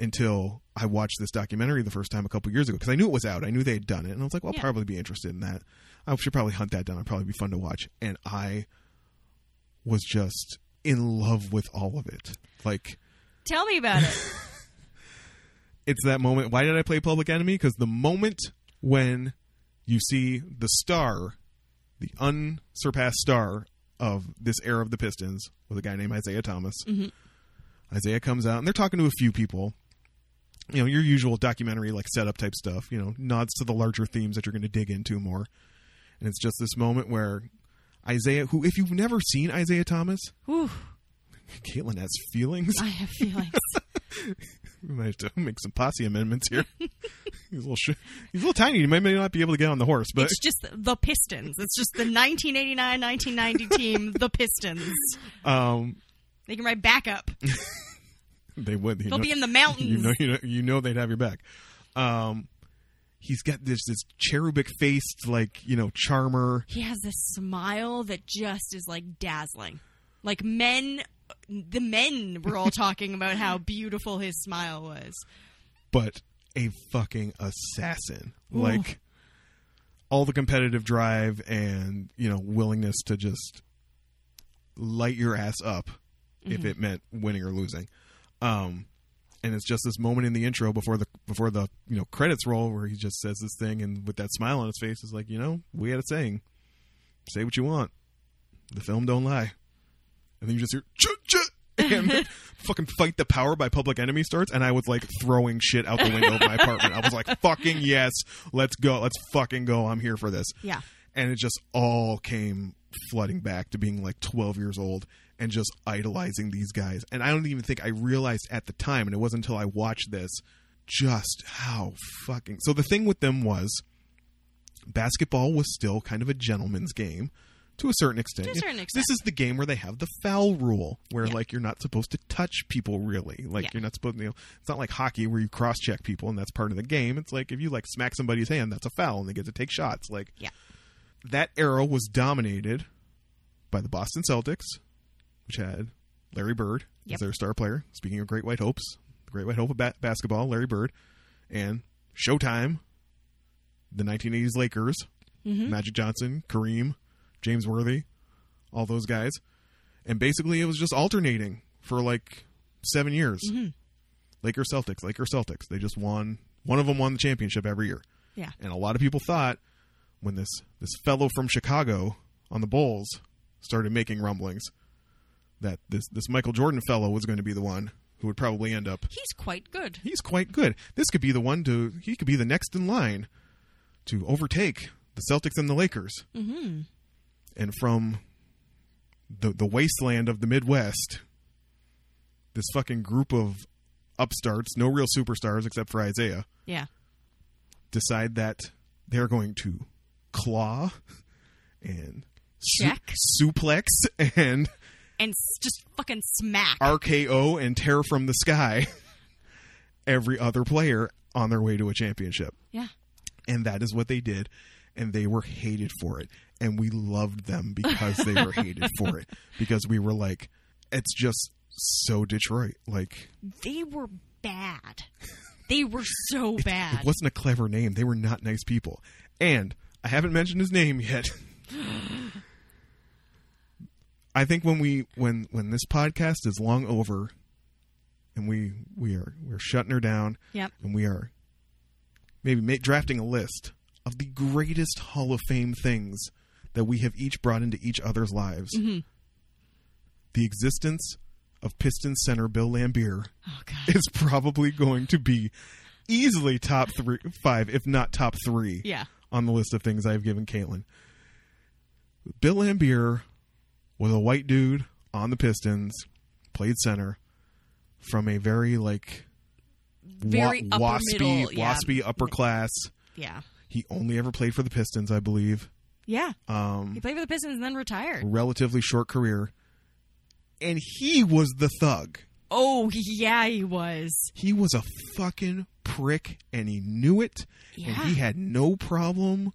S3: until I watched this documentary the first time a couple years ago because I knew it was out. I knew they had done it. And I was like, well,
S2: Yeah.
S3: I'll probably be interested in that. I should probably hunt that down. It'd probably be fun to watch. And I was just in love with all of it. Like,
S2: Tell me about it.
S3: it's that moment. Why did I play Public Enemy? Because the moment when you see the star, the unsurpassed star of this era of the Pistons, with a guy named Isaiah Thomas, Isaiah comes out and they're talking to a few people. You know, your usual documentary, like setup type stuff, you know, nods to the larger themes that you're going to dig into more. And it's just this moment where Isaiah, who, if you've never seen Isaiah Thomas,
S2: Ooh,
S3: Caitlin has feelings.
S2: I have feelings.
S3: We might have to make some posse amendments here. he's a little sh- he's a little tiny. He may, may not be able to get on the horse, but
S2: it's just the Pistons. It's just the 1989-1990 team, the Pistons.
S3: um,
S2: They can ride back up.
S3: they would. You
S2: They'll
S3: know,
S2: be in the
S3: you
S2: mountains.
S3: know, you know, you know, they'd have your back. Um, he's got this this cherubic faced, like you know, charmer.
S2: He has this smile that just is like dazzling. Like men, the men were all talking about how beautiful his smile was.
S3: but a fucking assassin. Like all the competitive drive and, you know, willingness to just light your ass up
S2: Mm-hmm.
S3: if it meant winning or losing. Um and it's just this moment in the intro before the before the, you know, credits roll where he just says this thing and with that smile on his face is like, you know, we had a saying. Say what you want. The film don't lie. And then you just hear chut chut and fucking fight the power by public enemy starts and I was like throwing shit out the window of my apartment. I was like, fucking yes, let's go, let's fucking go. I'm here for this.
S2: Yeah.
S3: And it just all came flooding back to being like 12 years old and just idolizing these guys. And I don't even think I realized at the time, and it wasn't until I watched this, just how fucking. So the thing with them was basketball was still kind of a gentleman's game to a certain extent.
S2: To a certain
S3: This
S2: extent.
S3: is the game where they have the foul rule, where
S2: Yeah.
S3: like you're not supposed to touch people really. Like
S2: Yeah.
S3: you're not supposed to. You know, it's not like hockey where you cross check people and that's part of the game. It's like if you like smack somebody's hand, that's a foul and they get to take shots. Like
S2: Yeah.
S3: that era was dominated by the Boston Celtics, which had Larry Bird as
S2: Yep.
S3: their star player. Speaking of Great White Hopes, the Great White Hope of ba- basketball, Larry Bird, and Showtime, the 1980s Lakers,
S2: Mm-hmm.
S3: Magic Johnson, Kareem, James Worthy, all those guys. And basically, it was just alternating for like seven years. Lakers Celtics, Lakers Celtics. They just won. One of them won the championship every year
S2: Yeah.
S3: and a lot of people thought when this this fellow from Chicago on the Bulls started making rumblings that this this Michael Jordan fellow was going to be the one who would probably end up.
S2: He's quite good.
S3: He's quite good. This could be the one to he could be the next in line to overtake the Celtics and the Lakers. Mm-hmm. And from the the wasteland of the Midwest, this fucking group of upstarts, no real superstars except for Isaiah,
S2: Yeah.
S3: decide that they're going to claw and su-
S2: Check.
S3: suplex and
S2: And s- just fucking smack.
S3: RKO and tear from the sky every other player on their way to a championship.
S2: yeah.
S3: And that is what they did. And they were hated for it. And we loved them because they were hated for it. Because we were like, it's just so Detroit. Like,
S2: They were bad. They were so bad.
S3: it wasn't a clever name. They were not nice people. And I haven't mentioned his name yet. I think when we when when this podcast is long over and we we are we're shutting her down
S2: Yep.
S3: and we are maybe ma- drafting a list of the greatest Hall of Fame things that we have each brought into each other's lives. The existence of Pistons center Bill Lambier
S2: Oh, God.
S3: is probably going to be easily top three, five, if not top three,
S2: Yeah.
S3: on the list of things I've given Caitlin. Bill Lambier was a white dude on the Pistons, played center from a very like
S2: Very upper
S3: waspy,
S2: middle, yeah.
S3: waspy upper class.
S2: Yeah.
S3: He only ever played for the Pistons, I believe.
S2: Yeah.
S3: Um,
S2: He played for the Pistons and then retired.
S3: relatively short career, and he was the thug.
S2: Oh, yeah, he was.
S3: he was a fucking prick and he knew it
S2: Yeah.
S3: and he had no problem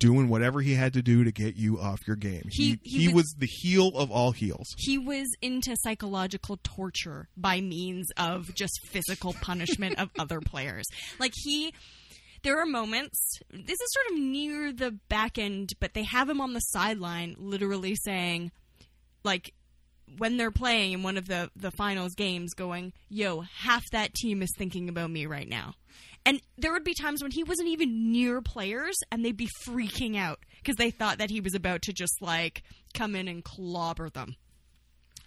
S3: doing whatever he had to do to get you off your game.
S2: He-
S3: he,
S2: he
S3: was,
S2: was-
S3: the heel of all heels.
S2: He was into psychological torture by means of just physical punishment of other players. Like, he. There are moments, this is sort of near the back end, but they have him on the sideline literally saying, like, when they're playing in one of the the finals games going yo half that team is thinking about me right now and there would be times when he wasn't even near players and they'd be freaking out because they thought that he was about to just like come in and clobber them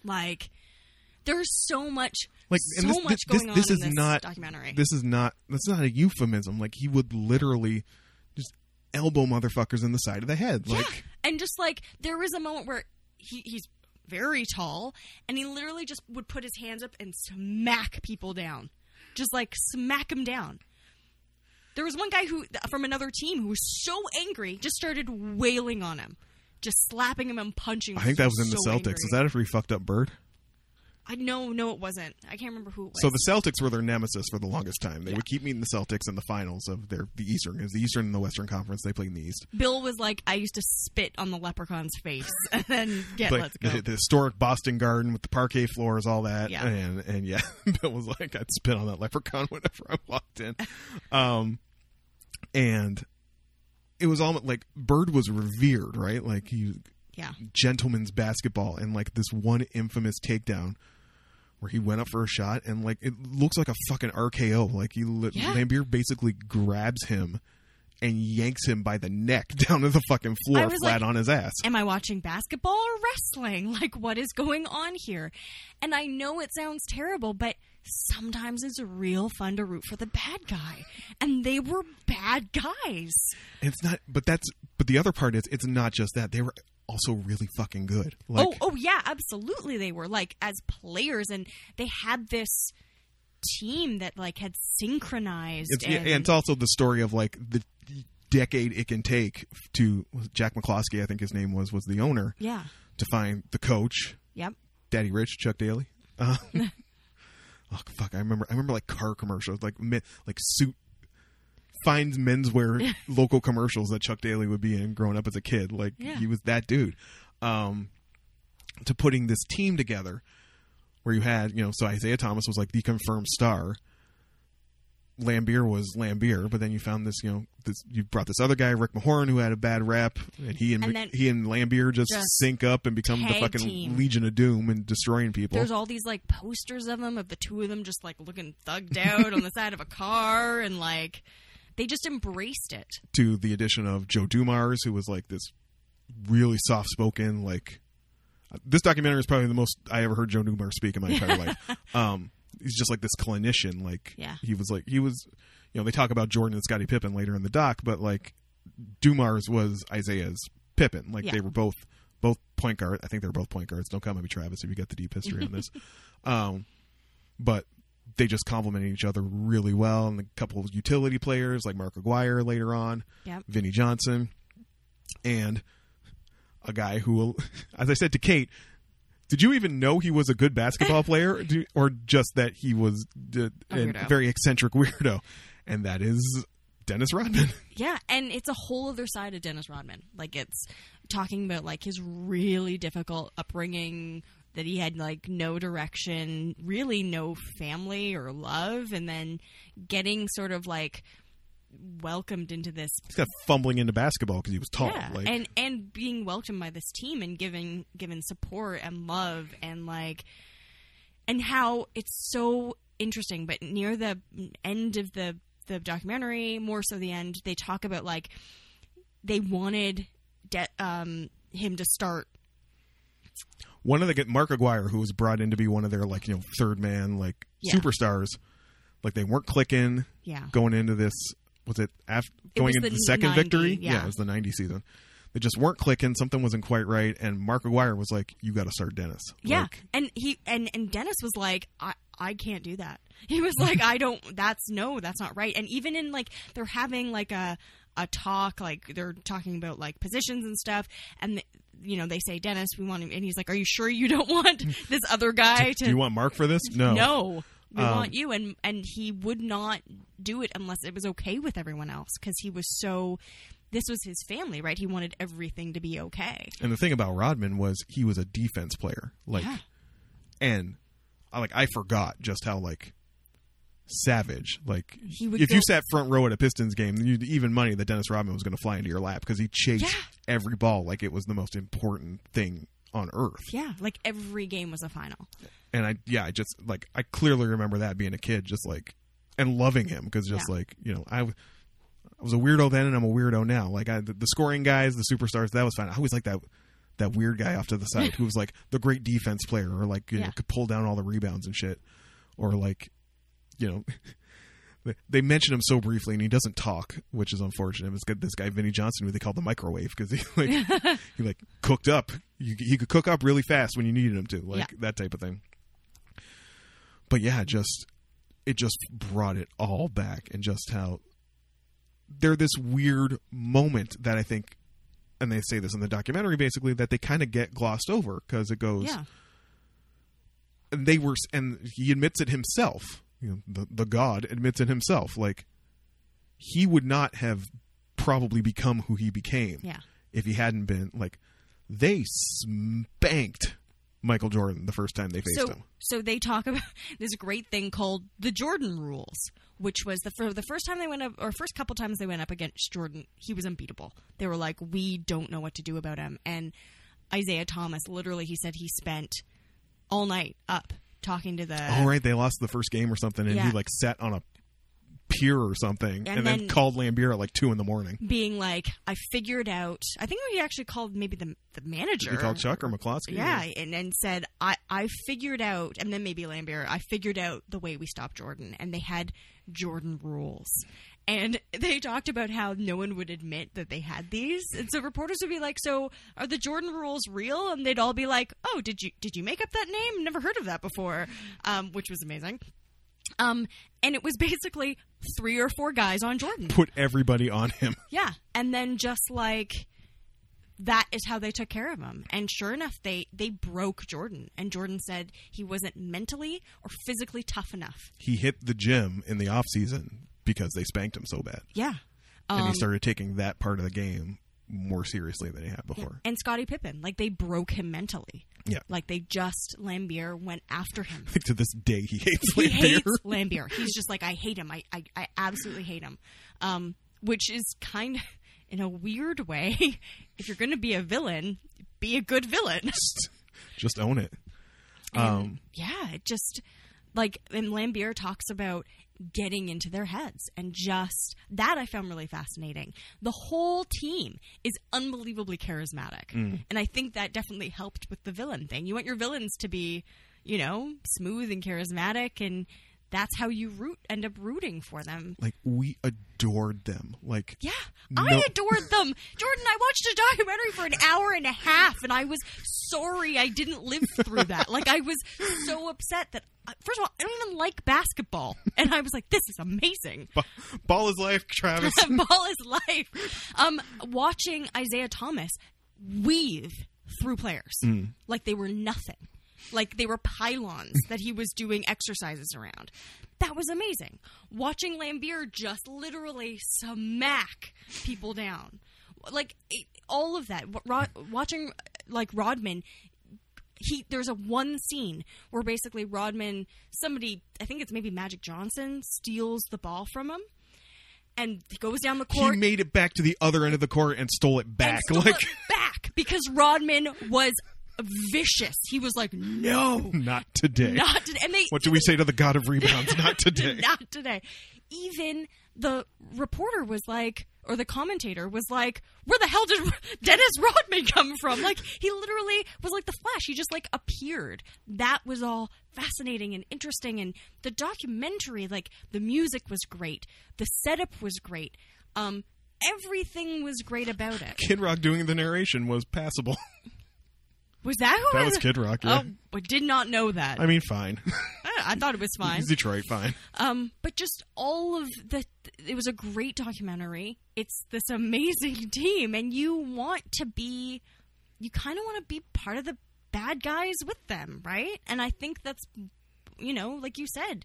S2: like there's so much
S3: Like
S2: so
S3: and this,
S2: much
S3: this,
S2: going
S3: this
S2: on
S3: is
S2: in this
S3: not
S2: documentary
S3: This is not that's not a euphemism. Like he would literally just elbow motherfuckers in the side of the head. Like
S2: and just like there was a moment where he, he's very tall and he literally just would put his hands up and smack people down just like smack them down there was one guy who from another team who was so angry just started wailing on him just slapping him and punching him
S3: I think that was in
S2: so
S3: the Celtics.
S2: angry.
S3: Is that a free fucked up bird?
S2: i no no it wasn't i can't remember who it was
S3: So the Celtics were their nemesis for the longest time. They would keep meeting the Celtics in the finals of their the Eastern, is the Eastern and the Western Conference. They played in the East.
S2: bill was like i used to spit on the leprechaun's face and then get
S3: like
S2: let's go
S3: The, the historic Boston Garden with the parquet floors, all that,
S2: Yeah.
S3: and and yeah, Bill was like, I'd spit on that leprechaun whenever I walked in, um, and it was almost like Bird was revered, right? Like he
S2: yeah
S3: gentleman's basketball, and like this one infamous takedown where he went up for a shot, and like it looks like a fucking RKO. Like he li-
S2: Yeah.
S3: Lambier basically grabs him. And yanks him by the neck down to the fucking floor,
S2: was
S3: flat
S2: like-
S3: on his ass.
S2: am I watching basketball or wrestling? Like, what is going on here? And I know it sounds terrible, but sometimes it's real fun to root for the bad guy. And they were bad guys.
S3: It's not, but that's, but the other part is, it's not just that they were also really fucking good. Like,
S2: oh, oh, yeah, absolutely. They were like as players, and they had this team that like had synchronized.
S3: it's,
S2: and,
S3: and it's also the story of like the decade it can take to Jack McCloskey, I think his name was, was the owner
S2: yeah,
S3: to find the coach,
S2: yep.
S3: Daddy Rich, Chuck Daly. Uh, oh fuck, I remember, I remember like car commercials, like men, like suit. Finds menswear local commercials that Chuck Daly would be in growing up as a kid. Like
S2: Yeah.
S3: he was that dude. Um, to putting this team together, where you had you know so Isaiah Thomas was like the confirmed star. Lambier was Lambier, but then you found this you know this you brought this other guy Rick Mahorn who had a bad rap, and he and,
S2: And then-
S3: he and Lambier just,
S2: Just
S3: sync up and become the
S2: tag
S3: fucking
S2: team.
S3: Legion of Doom and destroying people.
S2: There's all these like posters of them of the two of them just like looking thugged out on the side of a car, and like they just embraced it.
S3: to the addition of Joe Dumars, who was like this really soft spoken like. This documentary is probably the most I ever heard Joe Dumars speak in my entire life. Um, he's just like this clinician. Like
S2: Yeah.
S3: he was like he was, you know, they talk about Jordan and Scottie Pippen later in the doc, but like Dumars was Isaiah's Pippen. Like
S2: Yeah.
S3: they were both both point guard. I think they were both point guards. Don't come at me, Travis, if you got the deep history on this. Um, but they just complemented each other really well. And a couple of utility players like Mark Aguirre later on,
S2: Yep.
S3: Vinny Johnson, and a guy who, will- as I said to Kate, did you even know he was a good basketball player, Do- or just that he was uh,
S2: A
S3: a,
S2: weirdo.
S3: very eccentric weirdo? And that is Dennis Rodman.
S2: Yeah, and it's a whole other side of Dennis Rodman. Like it's talking about like his really difficult upbringing that he had like no direction, really no family or love and then getting sort of like welcomed into this
S3: He's kind of fumbling into basketball because he was tall.
S2: yeah,
S3: Oh, like,
S2: and and being welcomed by this team and given given support and love and like and how it's so interesting. But near the end of the the documentary, more so the end, they talk about like they wanted de- um, him to start.
S3: one of the Mark Aguirre, who was brought in to be one of their like you know third man like
S2: Yeah.
S3: superstars, like they weren't clicking
S2: Yeah,
S3: going into this. Was it after
S2: It
S3: going
S2: was
S3: into
S2: the
S3: the, second
S2: 90,
S3: victory?
S2: yeah.
S3: it was the ninety season. They just weren't clicking. Something wasn't quite right, and Mark Aguirre was like, "You got to start Dennis."
S2: yeah,
S3: Like,
S2: and he and and Dennis was like, I I can't do that. He was like, I don't. That's no, that's not right. And even in like they're having like a a talk, like they're talking about like positions and stuff, and. th you know, they say Dennis, we want him, and he's like, "Are you sure you don't want this other guy to
S3: Mm. Do you want Mark for this? No.
S2: no, we
S3: Um,
S2: want you. And and he would not do it unless it was okay with everyone else because he was so. This was his family, right? He wanted everything to be okay.
S3: And the thing about Rodman was he was a defense player. Like,
S2: Yeah.
S3: and I like I forgot just how like savage. Like,
S2: He would
S3: if you
S2: go-
S3: sat front row at a Pistons game, you'd even money that Dennis Rodman was going to fly into your lap because he chased
S2: Yeah.
S3: every ball like it was the most important thing on earth.
S2: Yeah, like every game was a final.
S3: and I yeah, I just like I clearly remember that being a kid, just like and loving him because just
S2: Yeah.
S3: like you know I. w- I was a weirdo then, and I'm a weirdo now. Like I, the, the scoring guys, the superstars, that was fine. I always like that that weird guy off to the side who was like the great defense player, or like you
S2: Yeah.
S3: know could pull down all the rebounds and shit, or like you know they- they mention him so briefly, and he doesn't talk, which is unfortunate. It's good this guy Vinny Johnson, who they call the microwave, because he like he like cooked up. You, he could cook up really fast when you needed him to, like
S2: Yeah.
S3: that type of thing. But yeah, just it just brought it all back, and just how they're this weird moment that I think, and they say this in the documentary, basically that they kind of get glossed over because it goes
S2: Yeah.
S3: and they were and he admits it himself you know, the, the god admits it himself like he would not have probably become who he became
S2: Yeah.
S3: if he hadn't been like they spanked michael jordan the first time they faced
S2: So,
S3: him
S2: so they talk about this great thing called the Jordan rules, which was the for the first time they went up, or first couple times they went up against Jordan, he was unbeatable. They were like, we don't know what to do about him. And Isaiah Thomas, literally, he said he spent all night up talking to the.
S3: all Oh, right they lost the first game or something and
S2: uh, Yeah.
S3: he like sat on a pier or something and, then,
S2: then-
S3: called lambier at like two in the morning
S2: Being like, I figured out. I think he actually called maybe the the manager.
S3: he called chuck or mccloskey
S2: Yeah, and and said I I figured out, and then maybe Lambert, I figured out the way we stop Jordan, and they had Jordan rules, and they talked about how no one would admit that they had these, and so reporters would be like, "So are the Jordan rules real?" And they'd all be like, "Oh, did you did you make up that name? Never heard of that before," um, which was amazing. Um, and it was basically three or four guys on Jordan.
S3: put everybody on him
S2: Yeah. And then just like that is how they took care of him. And sure enough, they they broke Jordan. And Jordan said he wasn't mentally or physically tough enough.
S3: he hit the gym in the off season because they spanked him so bad
S2: Yeah.
S3: and
S2: Um,
S3: he started taking that part of the game more seriously than he had before.
S2: And Scottie Pippen, like they broke him mentally.
S3: Yeah.
S2: Like they just Lambier went after him.
S3: Like to this day, he hates
S2: he
S3: Lambeer.
S2: hates Lambier. He's just like, I hate him. I, I, I absolutely hate him. Um, which is kind of, in a weird way, if you're going to be a villain, be a good villain.
S3: Just own it. Um,
S2: yeah, it just like and Lambier talks about getting into their heads and just that I found really fascinating. The whole team is unbelievably charismatic. And I think that definitely helped with the villain thing. You want your villains to be, you know, smooth and charismatic and that's how you root end up rooting for them.
S3: Like we adored them. Like
S2: Yeah,
S3: No.
S2: I adored them. Jordan, I watched a documentary for an hour and a half, and I was sorry I didn't live through that. Like, I was so upset that, uh, first of all, I don't even like basketball. And I was like, this is amazing.
S3: ba- ball is life, Travis.
S2: Ball is life. Um, watching Isaiah Thomas weave through players like they were nothing, like they were pylons that he was doing exercises around. That was amazing. Watching Lambier just literally smack people down, like it, all of that. Wa- Ro- watching like Rodman he there's a one scene where basically Rodman somebody I think it's maybe Magic Johnson steals the ball from him and he goes down the
S3: he
S2: court
S3: made it back to the other end of the court and stole it
S2: and
S3: back.
S2: stole
S3: like
S2: it back because Rodman was vicious. He was like no
S3: not today.
S2: not today. and they
S3: what do we say to the god of rebounds? Not today.
S2: not today. Even the reporter was like, or the commentator was like, where the hell did Dennis Rodman come from? Like, he literally was like the Flash. He just like appeared. That was all fascinating and interesting. And the documentary, like, the music was great, the setup was great. Um, everything was great about it.
S3: Kid Rock doing the narration was passable.
S2: Was that who?
S3: That
S2: I-
S3: was Kid Rock, yeah.
S2: Oh, I did not know that.
S3: I mean, fine.
S2: I, I thought it was fine.
S3: Detroit, fine.
S2: Um, but just all of the, it was a great documentary. It's this amazing team, and you want to be, you kind of want to be part of the bad guys with them, right? And I think that's, you know, like you said,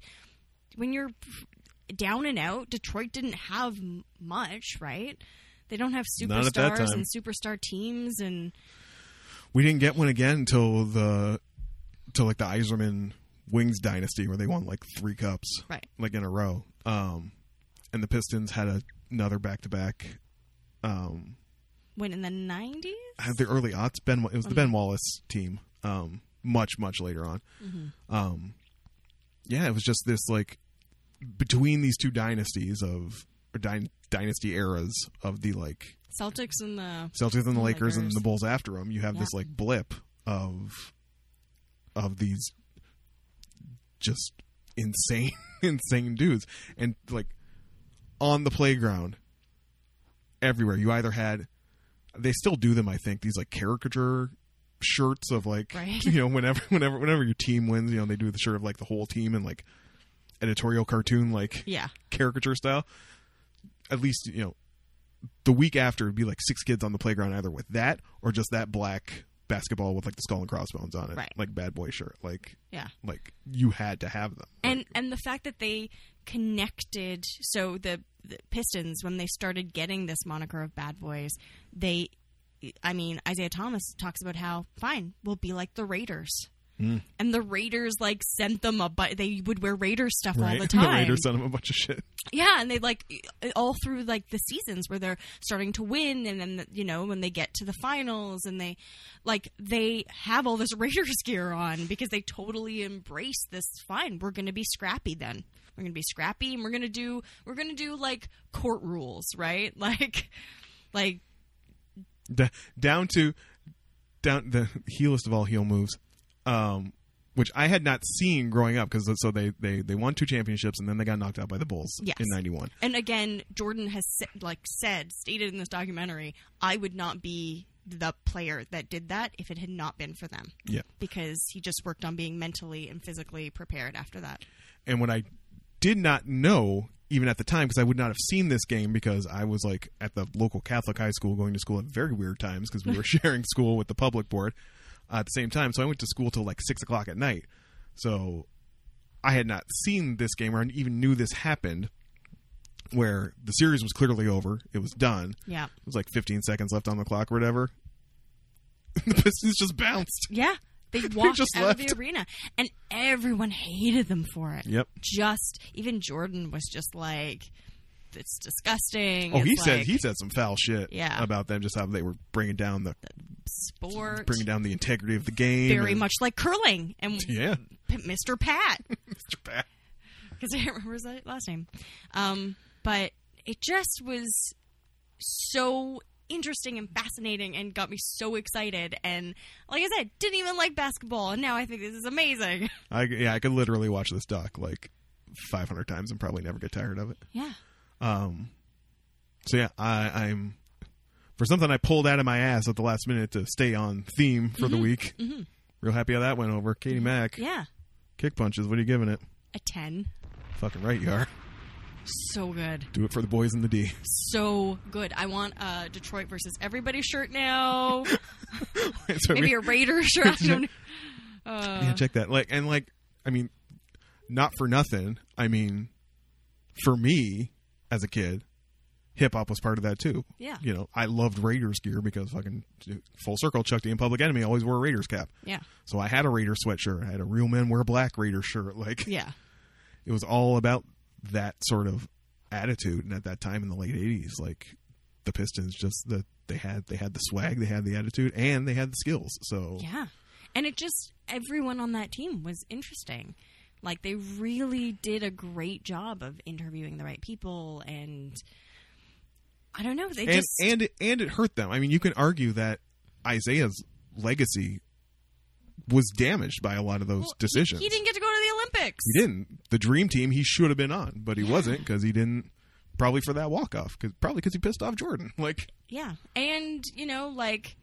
S2: when you're down and out, Detroit didn't have m- much, right? They don't have
S3: Not at that
S2: superstars
S3: time.
S2: and superstar teams, and
S3: We didn't get one again until the, till like the Iserman Wings dynasty where they won like three cups,
S2: Right.
S3: Like in a row. Um, and the Pistons had a, another back to back. Um,
S2: when in the nineties,
S3: had the early aughts. Ben, it was the Ben Wallace team. Um, much much later on. Um, yeah, it was just this like between these two dynasties of or dyn- dynasty eras of the like
S2: Celtics and the
S3: Celtics and the
S2: Oh,
S3: Lakers and
S2: Lakers.
S3: the Bulls after them, you have this
S2: Yeah.
S3: like blip of of these just insane insane dudes and like on the playground everywhere you either had they still do them I think these like caricature shirts of like
S2: Right.
S3: you know whenever whenever whenever your team wins you know they do the shirt of like the whole team and like editorial cartoon like
S2: yeah,
S3: caricature style. At least you know, the week after it'd be like six kids on the playground, either with that or just that black basketball with like the skull and crossbones on it,
S2: Right.
S3: like bad boy shirt. Like
S2: yeah.
S3: like you had to have them.
S2: and and the fact that they connected so the, the pistons when they started getting this moniker of bad boys they i mean isaiah thomas talks about how fine we'll be like the raiders and the raiders like sent them a but they would wear raider stuff all
S3: right?
S2: the
S3: The,
S2: time
S3: Raiders sent them a bunch of shit.
S2: yeah, and they like e, all through like the seasons where they're starting to win, and then you know when they get to the finals, and they like they have all this Raiders gear on because they totally embrace this. Fine, we're going to be scrappy then. We're going to be scrappy, and we're going to do we're going to do like court rules, right? Like, like
S3: D- down to down the heelest of all heel moves, um, which I had not seen growing up because so they, they they won two championships and then they got knocked out by the Bulls
S2: Yes.
S3: in '91.
S2: And again, Jordan has sa- like said, stated in this documentary, I would not be the player that did that if it had not been for them.
S3: Yeah.
S2: Because he just worked on being mentally and physically prepared after that.
S3: and what I did not know even at the time because I would not have seen this game because I was like at the local Catholic high school going to school at very weird times because we were sharing school with the public board uh, at the same time. So I went to school till like six o'clock at night. So I had not seen this game or even knew this happened. Where the series was clearly over, it was done.
S2: Yeah.
S3: It was like 15 seconds left on the clock or whatever. the Pistons just bounced.
S2: Yeah. They walked
S3: just
S2: out of
S3: left.
S2: the arena and everyone hated them for it.
S3: Yep.
S2: Just even Jordan was just like it's disgusting.
S3: Oh,
S2: It's
S3: he said
S2: like
S3: he said some foul shit
S2: Yeah.
S3: about them, just how they were bringing down the
S2: sport
S3: bringing down the integrity of the game.
S2: very
S3: and-
S2: much like curling and
S3: Yeah.
S2: P- Mr. Pat.
S3: Mr. Pat.
S2: because I can't remember his la- last name. Um, but it just was so interesting and fascinating and got me so excited. And like I said, didn't even like basketball, and now I think this is amazing.
S3: I yeah, I could literally watch this doc like 500 times and probably never get tired of it.
S2: Yeah.
S3: So yeah, I, I'm for something I pulled out of my ass at the last minute to stay on theme for the week. Real happy how that went over. Katie Mack,
S2: Mm-hmm. Yeah.
S3: kick punches. What are you giving it?
S2: A 10.
S3: Fucking right, you are.
S2: So good.
S3: Do it for the boys in the D.
S2: So good. I want a Detroit versus everybody shirt now.
S3: That's what
S2: Maybe
S3: we-
S2: a Raider shirt. I don't know. Uh, Uh-huh.
S3: yeah, check that. Like and like, I mean, not for nothing. I mean, for me as a kid, hip hop was part of that too.
S2: Yeah.
S3: you know, I loved Raiders gear because fucking full circle Chuck D and Public Enemy always wore a Raiders cap.
S2: Yeah.
S3: So I had a Raider sweatshirt. I had a real men wear black Raider shirt. Like
S2: Yeah.
S3: it was all about that sort of attitude. And at that time in the late eighties, like the Pistons just that they had they had the swag, they had the attitude, and they had the skills. So
S2: Yeah. And it just, everyone on that team was interesting. Like, they really did a great job of interviewing the right people. And I don't know. They
S3: and
S2: just.
S3: and it, and it hurt them. I mean, you can argue that Isaiah's legacy was damaged by a lot of those
S2: Well, he-
S3: decisions.
S2: He, didn't get to go to the Olympics.
S3: He didn't. The dream team he should have been on, but he wasn't because he didn't. Probably for that walk off, cause, probably because he pissed off Jordan. Like,
S2: Yeah. And, you know, like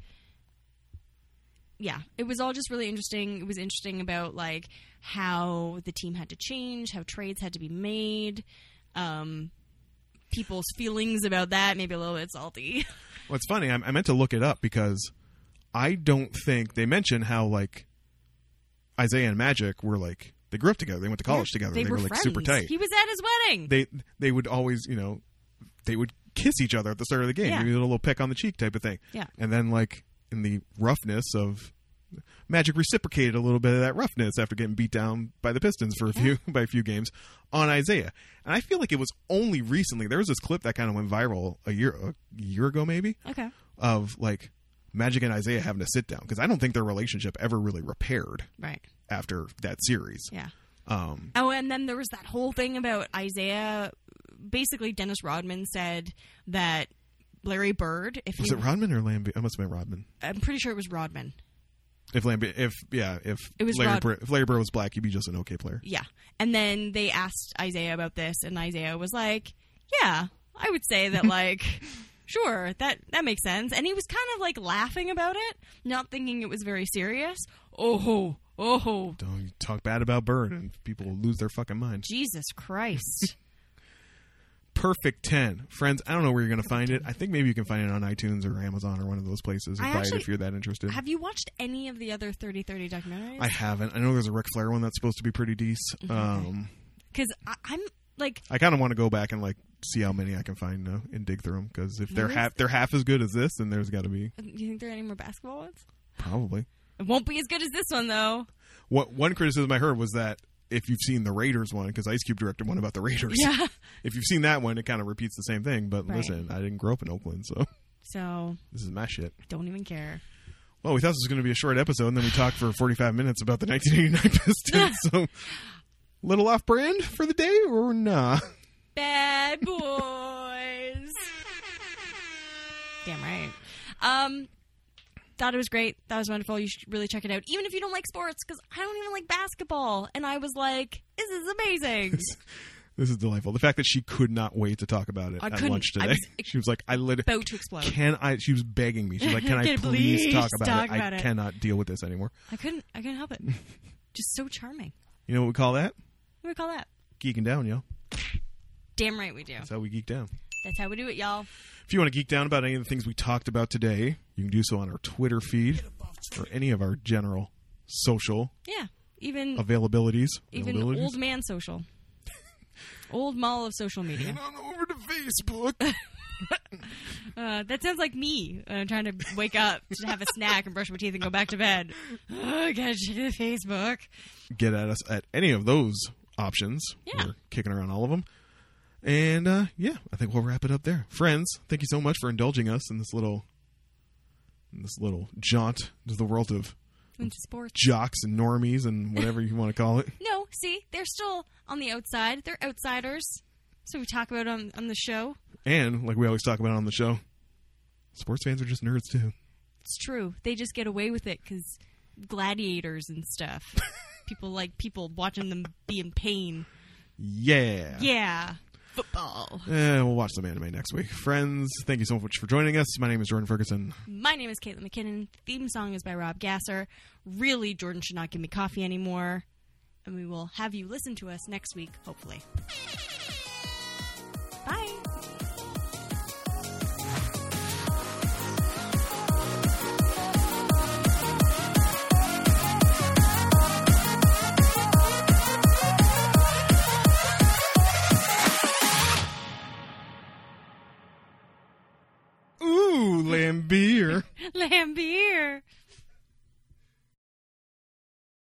S2: yeah, it was all just really interesting. It was interesting about like how the team had to change, how trades had to be made, um people's feelings about that, maybe a little bit salty.
S3: Well, it's funny. I, I meant to look it up because I don't think they mention how like Isaiah and Magic were like they grew up together. They went to college together. They, were, like super
S2: friends.
S3: tight.
S2: He was at his wedding.
S3: they they would always you know they would kiss each other at the start of the game.
S2: Yeah.
S3: Maybe a little peck on the cheek type of thing.
S2: Yeah.
S3: And then like in the roughness of Magic reciprocated a little bit of that roughness after getting beat down by the Pistons for a few by a few games on Isaiah. And I feel like it was only recently there was this clip that kind of went viral a year a year ago maybe
S2: okay.
S3: of like Magic and Isaiah having to sit down because I don't think their relationship ever really repaired
S2: Right.
S3: after that series.
S2: Yeah.
S3: Um,
S2: Oh, and then there was that whole thing about Isaiah basically Dennis Rodman said that Larry Bird, if
S3: was
S2: he,
S3: it Rodman or Lambie? I must have been Rodman.
S2: I'm pretty sure it was Rodman.
S3: If Lambie, if yeah, if
S2: It was
S3: Larry
S2: Rod-
S3: Bird, if Larry Bird was black, he'd be just an okay player.
S2: Yeah. And then they asked Isaiah about this, and Isaiah was like, Yeah, I would say that, like, sure, that, that makes sense. And he was kind of like laughing about it, not thinking it was very serious. Oh, oh,
S3: Don't you talk bad about Bird and people will lose their fucking mind.
S2: Jesus Christ.
S3: Perfect ten, friends. I don't know where you're gonna find it. I think maybe you can find it on iTunes or Amazon or one of those places.
S2: I
S3: buy
S2: actually-
S3: it if you're that interested.
S2: Have you watched any of the other 3030
S3: I
S2: documentaries?
S3: haven't. Mm-hmm. I know there's a Ric Flair one that's supposed to be pretty decent. Um,
S2: Because I'm like,
S3: I kind of want to go back and like see how many I can find now and dig through them because if they're
S2: Nice.
S3: half they're half as good as this, then there's got to be
S2: do you think there are any more basketball ones?
S3: probably.
S2: It won't be as good as this one, though.
S3: What one criticism I heard was that if you've seen the Raiders one, because Ice Cube directed one about the Raiders,
S2: Yeah.
S3: if you've seen that one, it kind of repeats the same thing. But
S2: Right.
S3: listen, I didn't grow up in Oakland, so
S2: So
S3: this is my shit.
S2: don't even care.
S3: Well, we thought this was going to be a short episode, and then we talked for 45 minutes about the 1989 Pistons. so, little off brand for the day, or nah?
S2: Bad boys. Damn right. Um, thought it was great. That was wonderful. You should really check it out, even if you don't like sports, because I don't even like basketball. And I was like, this is amazing.
S3: This is delightful. The fact that she could not wait to talk about it
S2: I
S3: at
S2: couldn't.
S3: lunch
S2: I
S3: today.
S2: was
S3: she was like, I literally
S2: About to explode.
S3: can I. She was begging me. She's like, Can I
S2: Can
S3: please,
S2: please
S3: talk about
S2: talk
S3: it?
S2: about
S3: I
S2: it."
S3: cannot deal with this anymore.
S2: I couldn't. I couldn't help it. Just so charming.
S3: You know what we call that?
S2: What do we call that?
S3: Geeking down, yo.
S2: Damn right we do.
S3: That's how we geek down.
S2: That's how we do it, y'all.
S3: If you want to geek down about any of the things we talked about today, you can do so on our Twitter feed or any of our general social
S2: Yeah. Even
S3: availabilities.
S2: even
S3: Availabilities?
S2: old man social. old mall of social media.
S3: And on over to Facebook.
S2: Uh, that sounds like me. I'm trying to wake up to have a snack and brush my teeth and go back to bed. Oh, gotta check the Facebook.
S3: Get at us at any of those options.
S2: Yeah.
S3: We're kicking around all of them. And uh, yeah, I think we'll wrap it up there. Friends, thank you so much for indulging us in this little in this little jaunt to the world of
S2: Into sports.
S3: jocks and normies and whatever you want to call it.
S2: No, see, they're still on the outside. They're outsiders. So we talk about on on the show.
S3: And like we always talk about on the show, sports fans are just nerds too.
S2: It's true. They just get away with it because gladiators and stuff. people like people watching them be in pain.
S3: Yeah.
S2: Yeah. Football.
S3: Eh, we'll watch some anime next week. Friends, thank you so much for joining us. My name is Jordan Ferguson.
S2: My name is Caitlin McKinnon. Theme song is by Rob Gasser. Really, Jordan should not give me coffee anymore. And we will have you listen to us next week, hopefully.